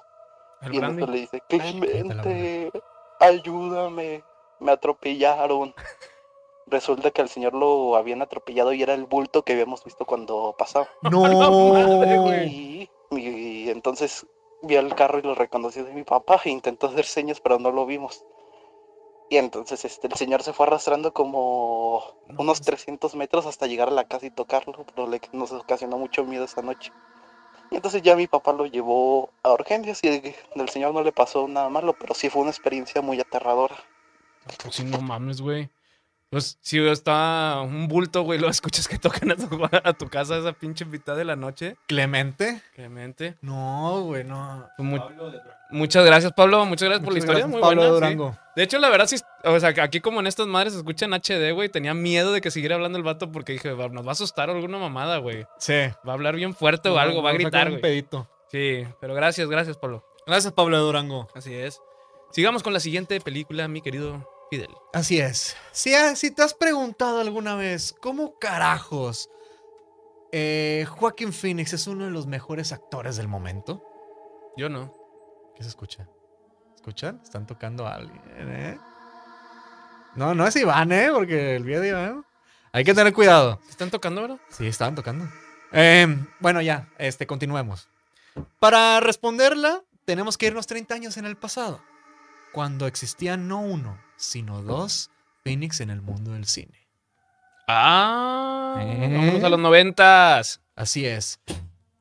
Speaker 4: El
Speaker 5: y en eso
Speaker 4: Brandy.
Speaker 5: le dice Clemente ayúdame me atropellaron resulta que al señor lo habían atropellado y era el bulto que habíamos visto cuando pasaba
Speaker 3: No.
Speaker 5: y, y entonces vio el carro y lo reconoció de mi papá e intentó hacer señas, pero no lo vimos. Y entonces este, el señor se fue arrastrando como
Speaker 4: No,
Speaker 5: unos
Speaker 4: pues.
Speaker 5: 300 metros hasta llegar a la casa y tocarlo, pero le, nos ocasionó mucho miedo esa noche. Entonces ya mi papá lo llevó a urgencias y el, del señor no le pasó nada malo, pero sí fue una experiencia muy aterradora.
Speaker 4: Pues sí, no mames, güey. Pues si está un bulto, güey, lo escuchas que tocan a tu, a tu casa a esa pinche mitad de la noche.
Speaker 3: ¿Clemente?
Speaker 4: Clemente.
Speaker 3: No, güey, no.
Speaker 4: Pues mu- muchas gracias, Pablo. Muchas gracias Pues por la
Speaker 3: Muchas
Speaker 4: historia.
Speaker 3: gracias,
Speaker 4: Muy
Speaker 3: Pablo
Speaker 4: buena, sí.
Speaker 3: Durango.
Speaker 4: De hecho, la verdad, sí, o sea, aquí como en estas madres se escucha en HD, güey. Tenía miedo de que siguiera hablando el vato porque dije, "Va- nos va a asustar alguna mamada, güey.
Speaker 3: Sí.
Speaker 4: Va a hablar bien fuerte o algo, va a
Speaker 3: Nos saca
Speaker 4: gritar,
Speaker 3: un
Speaker 4: güey.
Speaker 3: pedito.
Speaker 4: Sí, pero gracias, gracias, Pablo.
Speaker 3: Gracias, Pablo Durango.
Speaker 4: Así es. Sigamos con la siguiente película, mi querido Fidel.
Speaker 3: Así es. Si, ha- si te has preguntado alguna vez, ¿cómo carajos eh, Joaquín Phoenix es uno de los mejores actores del momento?
Speaker 4: Yo no.
Speaker 3: ¿Qué se escucha? ¿Escuchan? Están tocando a alguien, ¿eh? No, no es Iván, ¿eh? Porque el video de Iván. Hay que tener cuidado.
Speaker 4: ¿Se están tocando ahora?
Speaker 3: Sí, estaban tocando. Em, bueno, ya, este, continuemos. Para responderla, tenemos que irnos 30 años en el pasado, cuando existían no uno, sino dos Phoenix en el mundo del cine.
Speaker 4: Ah,
Speaker 3: ¿Eh?
Speaker 4: vámonos a los noventas.
Speaker 3: Así es.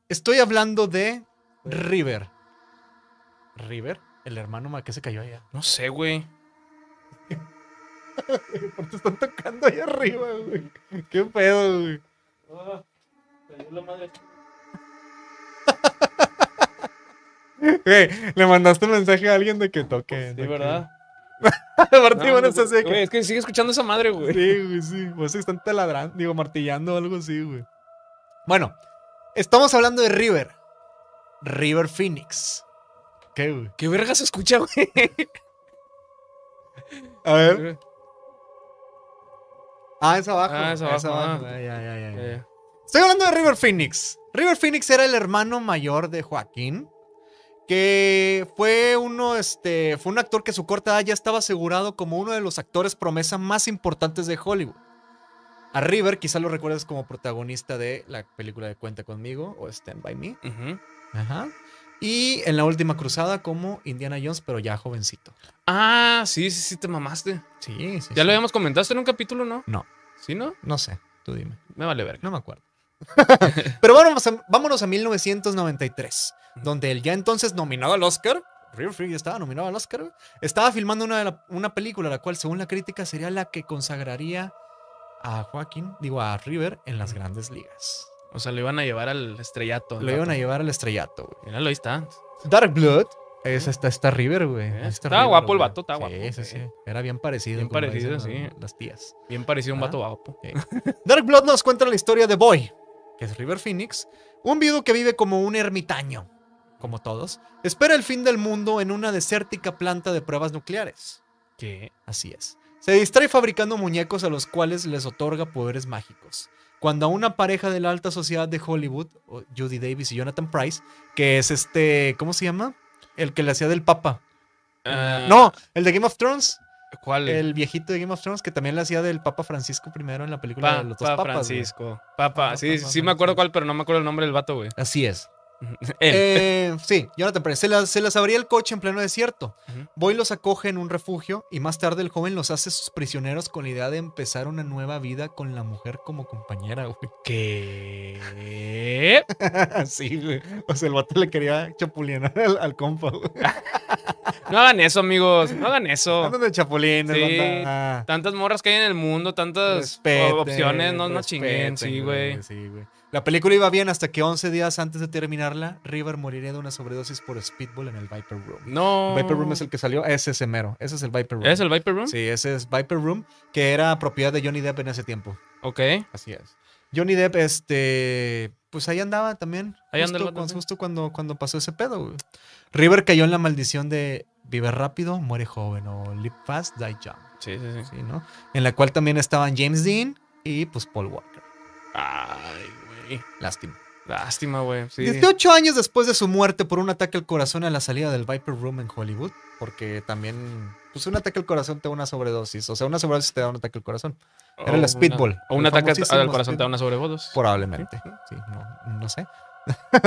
Speaker 3: Estoy hablando de River. River, el hermano ma- que se cayó allá.
Speaker 4: No sé, güey.
Speaker 3: ¿Por qué están tocando allá arriba, güey? ¿Qué pedo, güey?
Speaker 4: Ah,
Speaker 3: Güey, le mandaste un mensaje a alguien de que toque.
Speaker 4: Sí, ¿verdad?
Speaker 3: Aparte,
Speaker 4: No,
Speaker 3: bueno,
Speaker 4: no,
Speaker 3: se hace de
Speaker 4: güey,
Speaker 3: que-
Speaker 4: es que sigue escuchando esa madre, güey.
Speaker 3: Sí, güey, sí. O sea, están taladrando, digo, martillando o algo así, güey. Bueno, estamos hablando de River. River Phoenix. ¿Qué, güey?
Speaker 4: ¿Qué verga se escucha, güey?
Speaker 3: A
Speaker 4: Eh,
Speaker 3: ver. Ah, es abajo.
Speaker 4: Ah, es abajo, ah.
Speaker 3: Ah, ya, ya, ya, ya.
Speaker 4: Eh,
Speaker 3: Estoy hablando de River Phoenix. River Phoenix era el hermano mayor de Joaquín, que fue uno, este, fue un actor que a su corta edad ya estaba asegurado como uno de los actores promesa más importantes de Hollywood. A River quizá lo recuerdes como protagonista de la película de Cuenta conmigo o Stand by Me.
Speaker 4: ujú.
Speaker 3: Ajá. Y en la última cruzada como Indiana Jones, pero ya jovencito.
Speaker 4: Ah, sí, sí, sí, te mamaste.
Speaker 3: Sí, sí.
Speaker 4: Ya
Speaker 3: sí.
Speaker 4: lo habíamos comentado esto en un capítulo, ¿no?
Speaker 3: No.
Speaker 4: ¿Sí, no?
Speaker 3: No sé, tú dime.
Speaker 4: Me vale verga.
Speaker 3: No me acuerdo. Pero vámonos a, vámonos a 1993, donde el ya entonces nominado al Oscar, River Phoenix estaba nominado al Oscar, estaba filmando una, de la- una película, la cual según la crítica sería la que consagraría a Joaquín, digo a River, en las grandes ligas.
Speaker 4: O sea, lo iban a llevar al estrellato.
Speaker 3: Lo iban a llevar al estrellato, güey.
Speaker 4: Míralo, ahí está.
Speaker 3: Dark Blood. Es, está, está River, güey.
Speaker 4: Eh,
Speaker 3: Ahí está
Speaker 4: estaba guapo el
Speaker 3: güey.
Speaker 4: vato, estaba
Speaker 3: Sí,
Speaker 4: guapo,
Speaker 3: sí, sí.
Speaker 4: eh.
Speaker 3: Era bien parecido.
Speaker 4: Bien
Speaker 3: como
Speaker 4: parecido,
Speaker 3: dicen
Speaker 4: sí.
Speaker 3: Las tías.
Speaker 4: Bien parecido a un
Speaker 3: Ah.
Speaker 4: vato guapo.
Speaker 3: Dark Blood nos cuenta la historia de Boy, que es River Phoenix, un viudo que vive como un ermitaño, como todos. Espera el fin del mundo en una desértica planta de pruebas nucleares.
Speaker 4: ¿Qué?
Speaker 3: Así es. Se distrae fabricando muñecos a los cuales les otorga poderes mágicos. Cuando a una pareja de la alta sociedad de Hollywood, o- Judy Davis y Jonathan Price, que es este, ¿cómo se llama? El que le hacía del Papa.
Speaker 4: Ah, Mm.
Speaker 3: No, el de Game of Thrones,
Speaker 4: ¿Cuál?
Speaker 3: el viejito de Game of Thrones, que también le hacía del Papa Francisco primero en la película
Speaker 4: Pa,
Speaker 3: de los dos
Speaker 4: pa
Speaker 3: papas. güey.
Speaker 4: Francisco. Papa,
Speaker 3: Papa,
Speaker 4: sí,
Speaker 3: Papa
Speaker 4: sí me acuerdo
Speaker 3: Francisco.
Speaker 4: cuál, pero no me acuerdo el nombre del vato, güey.
Speaker 3: Así es.
Speaker 4: Él.
Speaker 3: Eh, sí, Jonathan Pérez. Se las, se las abría el coche en pleno desierto.
Speaker 4: Ujú.
Speaker 3: Boy los acoge en un refugio y más tarde el joven los hace sus prisioneros con la idea de empezar una nueva vida con la mujer como compañera, güey.
Speaker 4: ¿Qué?
Speaker 3: sí, güey. O sea, el vato le quería chapulinar al, al compa, güey.
Speaker 4: No hagan eso, amigos. No hagan eso.
Speaker 3: Andan de chapulines,
Speaker 4: Oh. Sí.
Speaker 3: banda.
Speaker 4: Tantas morras que hay en el mundo, tantas
Speaker 3: Respeten,
Speaker 4: opciones, no nos chinguen,
Speaker 3: respeten,
Speaker 4: sí, güey.
Speaker 3: sí, güey. La película iba bien hasta que 11 días antes de terminarla, River moriría de una sobredosis por speedball en el Viper Room.
Speaker 4: No.
Speaker 3: Viper Room es el que salió, ese es el mero, ese es el Viper Room.
Speaker 4: ¿Es el Viper Room?
Speaker 3: Sí, ese es Viper Room, que era propiedad de Johnny Depp en ese tiempo.
Speaker 4: Ok.
Speaker 3: Así es. Johnny Depp, este, pues ahí andaba también.
Speaker 4: Ahí
Speaker 3: justo,
Speaker 4: anda el vato,
Speaker 3: cuan-
Speaker 4: sí.
Speaker 3: justo cuando, cuando pasó ese pedo, güey. River cayó en la maldición de vive rápido, muere joven, o live fast, die young.
Speaker 4: Sí, sí, sí.
Speaker 3: Sí, ¿no? En la cual también estaban James Dean y pues Paul Walker.
Speaker 4: Ay, güey.
Speaker 3: Lástima.
Speaker 4: Lástima, güey. Sí.
Speaker 3: 18 años después de su muerte por un ataque al corazón a la salida del Viper Room en Hollywood, porque también, pues un ataque al corazón te da una sobredosis, o sea, una sobredosis te da un ataque al corazón.
Speaker 4: O
Speaker 3: Era el
Speaker 4: una-
Speaker 3: speedball.
Speaker 4: O un
Speaker 3: El
Speaker 4: ataque
Speaker 3: famosísimo
Speaker 4: al corazón, te da
Speaker 3: speedball.
Speaker 4: una sobredosis.
Speaker 3: Probablemente. Sí, no, no sé.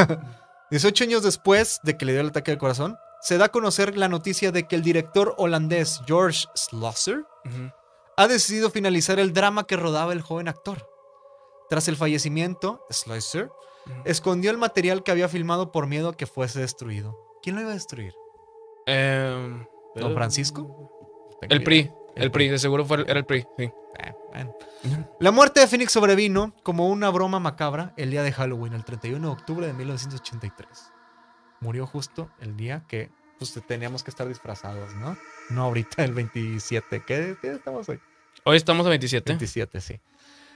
Speaker 3: 18 años después de que le dio el ataque al corazón, se da a conocer la noticia de que el director holandés George Schlosser
Speaker 4: Ujú.
Speaker 3: ha decidido finalizar el drama que rodaba el joven actor. Tras el fallecimiento, Schlosser escondió el material que había filmado por miedo a que fuese destruido. ¿Quién lo iba a destruir?
Speaker 4: Eh,
Speaker 3: ¿Don Francisco?
Speaker 4: El PRI. El PRI, de seguro fue el- era el PRI, sí.
Speaker 3: Eh, bueno. La muerte de Phoenix sobrevino como una broma macabra el día de Halloween, el 31 de octubre de 1983. Murió justo el día que pues, teníamos que estar disfrazados, ¿no? No ahorita, el 27. ¿Qué, qué estamos hoy?
Speaker 4: Hoy estamos a 27.
Speaker 3: 27, sí.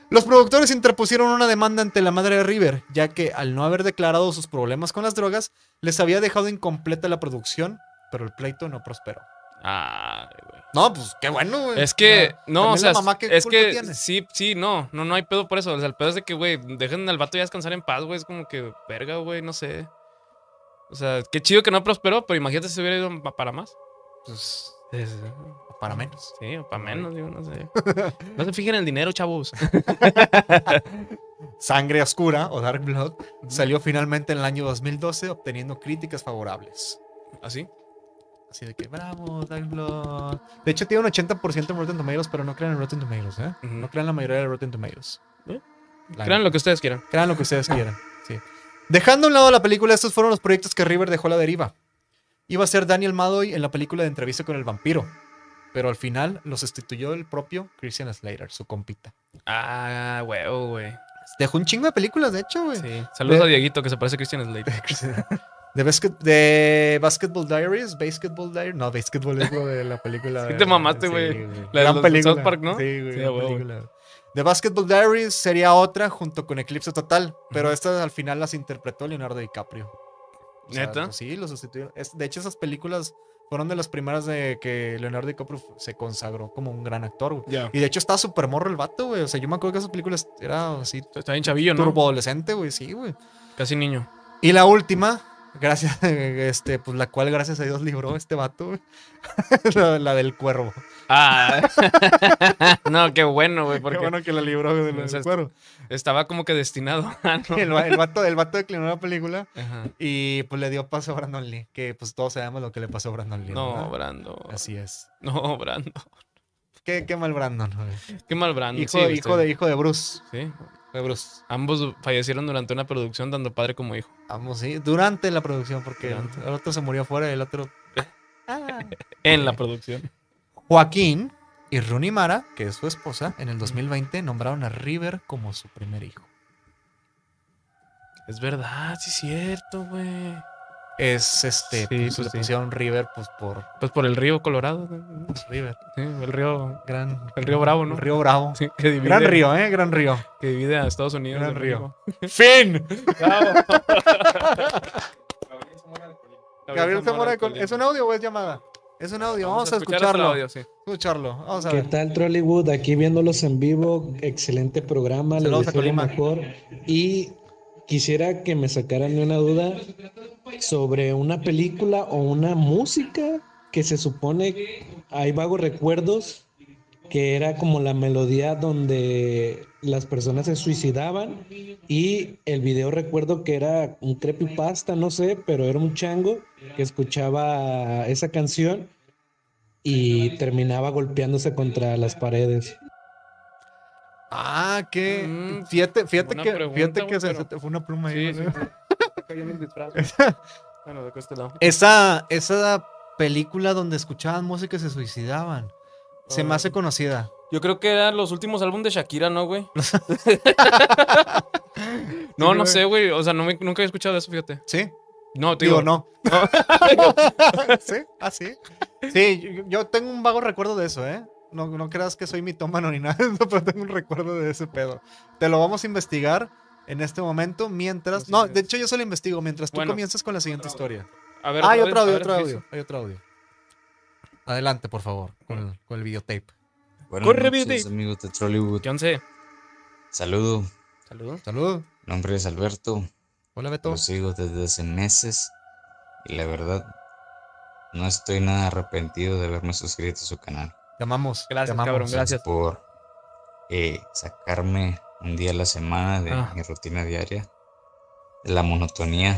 Speaker 3: Los productores interpusieron una demanda ante la madre de River, ya que al no haber declarado sus problemas con las drogas, les había dejado incompleta la producción, pero el pleito no prosperó.
Speaker 4: Ay, güey.
Speaker 3: No, pues qué bueno, güey.
Speaker 4: Ah, Es que, no, o
Speaker 3: también
Speaker 4: sea,
Speaker 3: la mamá, ¿qué
Speaker 4: es
Speaker 3: culpa
Speaker 4: que
Speaker 3: tiene?
Speaker 4: sí, sí, no, no, no hay pedo por eso. O sea, el pedo es de que, güey, dejen al vato ya descansar en paz, güey. Es como que, verga, güey, no sé. O sea, qué chido que no prosperó, pero imagínate si se hubiera ido pa- para más.
Speaker 3: Pues,
Speaker 4: Es-
Speaker 3: para menos.
Speaker 4: Sí, o para menos, digo, no sé. No se fijen en el dinero, chavos.
Speaker 3: Sangre Oscura o Dark Blood salió finalmente en el año 2012 obteniendo críticas favorables.
Speaker 4: ¿Así?
Speaker 3: Así de que, bravo, Dark Blood. De hecho, tiene un 80% en Rotten Tomatoes, pero no crean en Rotten Tomatoes, ¿eh?
Speaker 4: Ujú.
Speaker 3: No crean la mayoría de Rotten Tomatoes.
Speaker 4: ¿Eh?
Speaker 3: La
Speaker 4: Crean lo que ustedes quieran.
Speaker 3: Crean lo que ustedes quieran. Sí. Dejando a un lado la película, estos fueron los proyectos que River dejó a la deriva. Iba a ser Daniel Madoy en la película de entrevista con el vampiro, pero al final lo sustituyó el propio Christian Slater, su compita.
Speaker 4: Ah, güey, güey.
Speaker 3: Dejó un chingo de películas, de hecho, güey.
Speaker 4: Sí. Saludos
Speaker 3: Ve-
Speaker 4: a Dieguito, que se parece a Christian Slade.
Speaker 3: De, basket- de Basketball Diaries, Basketball Diaries. No, Basketball es lo de la película.
Speaker 4: Sí,
Speaker 3: de-
Speaker 4: te mamaste, güey. La de
Speaker 3: Gran
Speaker 4: los de
Speaker 3: película.
Speaker 4: South Park, ¿no?
Speaker 3: Sí, güey.
Speaker 4: Sí,
Speaker 3: gran
Speaker 4: a huevo.
Speaker 3: película. The Basketball Diaries sería otra junto con Eclipse Total, pero
Speaker 4: Ujú.
Speaker 3: estas al final las interpretó Leonardo DiCaprio. O sea,
Speaker 4: ¿Neta?
Speaker 3: pues sí, lo sustituyó. Es- de hecho, esas películas fueron de las primeras de que Leonardo DiCaprio se consagró como un gran actor, güey.
Speaker 4: Ya.
Speaker 3: Y de hecho, está súper morro el vato, güey. O sea, yo me acuerdo que esas películas era así,
Speaker 4: Está bien chavillo, ¿no?
Speaker 3: turbo adolescente, güey. Sí, güey.
Speaker 4: Casi niño.
Speaker 3: Y la última, gracias, este, pues la cual gracias a Dios libró este vato, güey. la, la del cuervo.
Speaker 4: Ah. no, qué bueno, güey, porque
Speaker 3: Qué bueno que la libró de la
Speaker 4: O sea,
Speaker 3: del cuervo.
Speaker 4: estaba como que destinado a no.
Speaker 3: El, va- el vato, el vato declinó la película
Speaker 4: Ajá.
Speaker 3: y pues le dio paso a Brandon Lee, que pues todos sabemos lo que le pasó a Brandon Lee.
Speaker 4: No,
Speaker 3: ¿verdad?
Speaker 4: Brando.
Speaker 3: Así es.
Speaker 4: No, Brando.
Speaker 3: Qué, qué mal Brandon, güey.
Speaker 4: Qué mal Brando.
Speaker 3: Hijo,
Speaker 4: sí, güey,
Speaker 3: hijo, de,
Speaker 4: estoy-
Speaker 3: hijo de Bruce.
Speaker 4: Sí.
Speaker 3: De Bruce.
Speaker 4: Ambos fallecieron durante una producción, tanto padre como hijo.
Speaker 3: Vamos, sí. Durante la producción, porque el,
Speaker 4: Durante.
Speaker 3: el otro se murió fuera y el otro. Ah.
Speaker 4: En la producción.
Speaker 3: Joaquín y Rooney Mara, que es su esposa, en el 2020 nombraron a River como su primer hijo.
Speaker 4: Es verdad, sí es cierto, güey.
Speaker 3: Es
Speaker 4: Sí,
Speaker 3: este, pues,
Speaker 4: pues,
Speaker 3: le
Speaker 4: sí.
Speaker 3: pusieron River, pues por
Speaker 4: Pues por el río Colorado. ¿no?
Speaker 3: pues, River.
Speaker 4: Sí, el río.
Speaker 3: Gran,
Speaker 4: El río Bravo, ¿no?
Speaker 3: el río Bravo.
Speaker 4: sí, que divide,
Speaker 3: Gran río, ¿eh? Gran río.
Speaker 4: Que divide a Estados Unidos.
Speaker 3: Gran
Speaker 4: de
Speaker 3: río.
Speaker 4: México.
Speaker 3: ¡Fin!
Speaker 4: Bravo.
Speaker 3: Gabriel Zamora, con- ¿es un audio o es llamada? Es un audio, vamos, a escucharlo.
Speaker 4: este audio, sí.
Speaker 3: Escucharlo, vamos a
Speaker 6: ¿Qué
Speaker 3: ver.
Speaker 6: tal Trollywood? Aquí viéndolos en vivo, excelente programa, les
Speaker 3: Saludos a
Speaker 6: deseo lo
Speaker 3: Colima.
Speaker 6: mejor y quisiera que me sacaran de una duda sobre una película o una música que se supone hay vagos recuerdos que era como la melodía donde las personas se suicidaban y el video recuerdo que era un creepypasta, no sé, pero era un chango que escuchaba esa canción y terminaba golpeándose contra las paredes.
Speaker 3: Ah, qué.
Speaker 4: Mm,
Speaker 3: fíjate, fíjate
Speaker 4: buena
Speaker 3: que,
Speaker 4: pregunta,
Speaker 3: fíjate que
Speaker 4: güey,
Speaker 3: se,
Speaker 4: pero-
Speaker 3: se te fue una pluma ahí.
Speaker 4: Sí, sí.
Speaker 3: ¿no?
Speaker 4: Cayó en el disfraz. Bueno, de este lado.
Speaker 3: Esa, esa película donde escuchaban música y se suicidaban. Se me hace conocida.
Speaker 4: Yo creo que eran los últimos álbumes de Shakira, ¿no, güey? no, no sé, güey. O sea, no me- nunca he escuchado eso, fíjate.
Speaker 3: ¿Sí?
Speaker 4: No, te
Speaker 3: Digo,
Speaker 4: digo,
Speaker 3: no. ¿Sí? ¿Ah, sí? Sí, yo- yo tengo un vago recuerdo de eso, ¿eh? No, no creas que soy mitómano ni nada, de eso, pero tengo un recuerdo de ese pedo. Te lo vamos a investigar en este momento mientras... No, de hecho yo solo investigo mientras tú
Speaker 4: Bueno.
Speaker 3: comienzas con la siguiente historia.
Speaker 4: A ver,
Speaker 3: Ah, hay
Speaker 4: otra
Speaker 3: otro
Speaker 4: vez, a
Speaker 3: audio, otro
Speaker 4: ver,
Speaker 3: audio. Hay otro audio. Adelante, por favor, con el, con el videotape.
Speaker 7: Buenas
Speaker 4: Corre,
Speaker 7: noches,
Speaker 4: Vidi.
Speaker 7: amigos de Trollywood.
Speaker 4: John C.
Speaker 7: Saludo,
Speaker 4: Saludos.
Speaker 3: Salud.
Speaker 7: mi nombre es Alberto.
Speaker 3: Hola, Beto.
Speaker 4: Pues,
Speaker 7: Los sigo desde hace meses y la verdad no estoy nada arrepentido de haberme suscrito a su canal.
Speaker 3: Te amamos. te
Speaker 4: Gracias,
Speaker 3: amamos.
Speaker 4: cabrón, gracias.
Speaker 7: Por eh, sacarme un día a la semana de
Speaker 4: Ah.
Speaker 7: mi rutina diaria, de la monotonía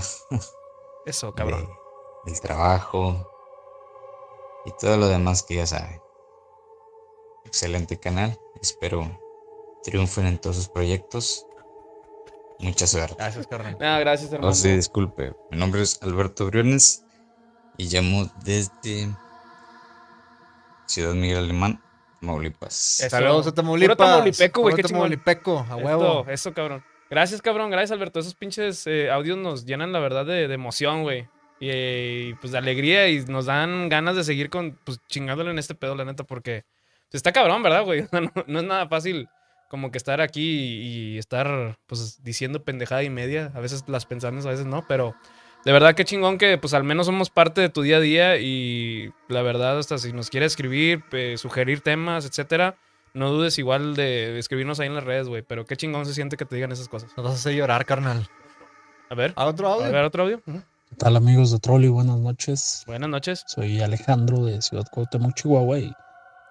Speaker 3: Eso, cabrón.
Speaker 7: de- del trabajo y todo lo demás que ya saben. Excelente canal, espero triunfen en todos sus proyectos Mucha suerte.
Speaker 3: Ah, Gracias, carnal.
Speaker 4: No, gracias, hermano.
Speaker 7: Oh, sí, disculpe. Mi nombre es Alberto Briones y llamo desde Ciudad Miguel Alemán, Tamaulipas.
Speaker 4: Eso.
Speaker 3: Saludos a Tamaulipas.
Speaker 4: Puro tamaulipeco, güey,
Speaker 3: Puro
Speaker 4: qué chingón.
Speaker 3: Tamaulipeco, a huevo.
Speaker 4: Esto, eso, cabrón. Gracias, cabrón. Gracias, Alberto. Esos pinches eh, audios nos llenan, la verdad, de, de emoción, güey. Y, eh, y, pues de alegría y nos dan ganas de seguir con, pues chingándole en este pedo, la neta, porque pues, está cabrón, ¿verdad, güey? O sea, no, no es nada fácil como que estar aquí y, y estar, pues, diciendo pendejada y media. A veces las pensamos, a veces no, pero de verdad qué chingón que, pues, al menos somos parte de tu día a día y la verdad, hasta si nos quiere escribir, eh, sugerir temas, etcétera. No dudes igual de escribirnos ahí en las redes, güey. Pero qué chingón se siente que te digan esas cosas.
Speaker 3: Nos vas a hacer llorar, carnal.
Speaker 4: A ver,
Speaker 3: ¿A otro
Speaker 4: a
Speaker 3: audio?
Speaker 4: ver otro audio. Ujú.
Speaker 8: ¿Qué tal amigos de Trolley? Buenas noches.
Speaker 4: Buenas noches.
Speaker 8: Soy Alejandro de Ciudad Cuauhtémoc, Chihuahua y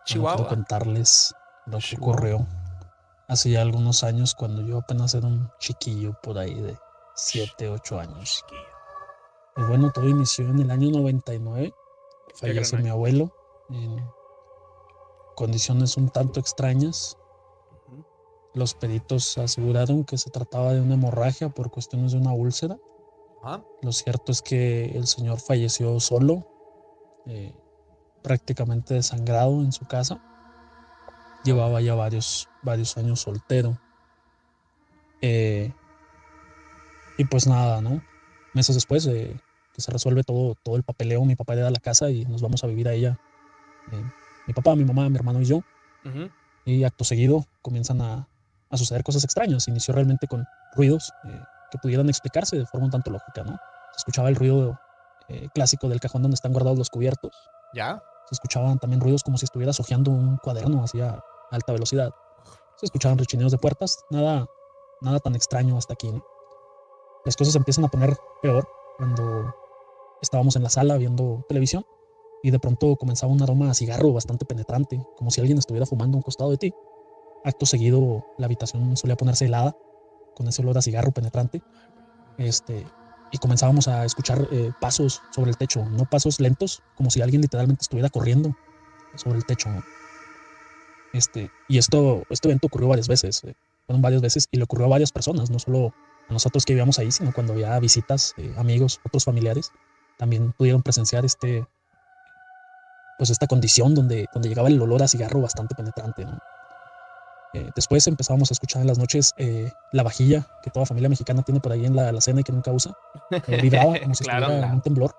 Speaker 3: Chihuahua.
Speaker 8: quiero contarles lo que ocurrió hace ya algunos años cuando yo apenas era un chiquillo por ahí de 7, 8 años. Pues bueno, todo inició en el año 99. Fallece
Speaker 4: gran
Speaker 8: mi abuelo en condiciones un tanto extrañas. Los peritos aseguraron que se trataba de una hemorragia por cuestiones de una úlcera.
Speaker 3: Ajá.
Speaker 8: Lo cierto es que el señor falleció solo, eh, prácticamente desangrado en su casa. Llevaba ya varios, varios años soltero. Eh, y pues nada, ¿no? Meses después eh, que se resuelve todo, todo el papeleo, mi papá hereda la casa y nos vamos a vivir a ella. eh, mi papá, mi mamá, mi hermano y yo.
Speaker 4: Ujú.
Speaker 8: Y acto seguido comienzan a, a suceder cosas extrañas. Inició realmente con ruidos eh, que pudieran explicarse de forma un tanto lógica, ¿no? Se escuchaba el ruido eh, clásico del cajón donde están guardados los cubiertos.
Speaker 3: ¿Ya?
Speaker 8: Se escuchaban también ruidos como si estuvieras hojeando un cuaderno hacia alta velocidad. Se escuchaban rechineos de puertas. Nada, nada tan extraño hasta aquí, ¿no? Las cosas se empiezan a poner peor cuando estábamos en la sala viendo televisión y de pronto comenzaba un aroma a cigarro bastante penetrante, como si alguien estuviera fumando a un costado de ti. Acto seguido, la habitación solía ponerse helada con ese olor a cigarro penetrante. Este, y comenzábamos a escuchar eh, pasos sobre el techo, no pasos lentos, como si alguien literalmente estuviera corriendo sobre el techo. Este, y esto, este evento ocurrió varias veces, eh, fueron varias veces y le ocurrió a varias personas, no solo a nosotros que vivíamos ahí, sino cuando había visitas, eh, amigos, otros familiares, también pudieron presenciar este, pues esta condición donde, donde llegaba el olor a cigarro bastante penetrante. ¿no? Eh, después empezamos a escuchar en las noches eh, la vajilla que toda familia mexicana tiene por ahí en la alacena y que nunca usa. eh, vibraba como si
Speaker 4: Claro,
Speaker 8: estuviera en
Speaker 4: claro.
Speaker 8: un temblor,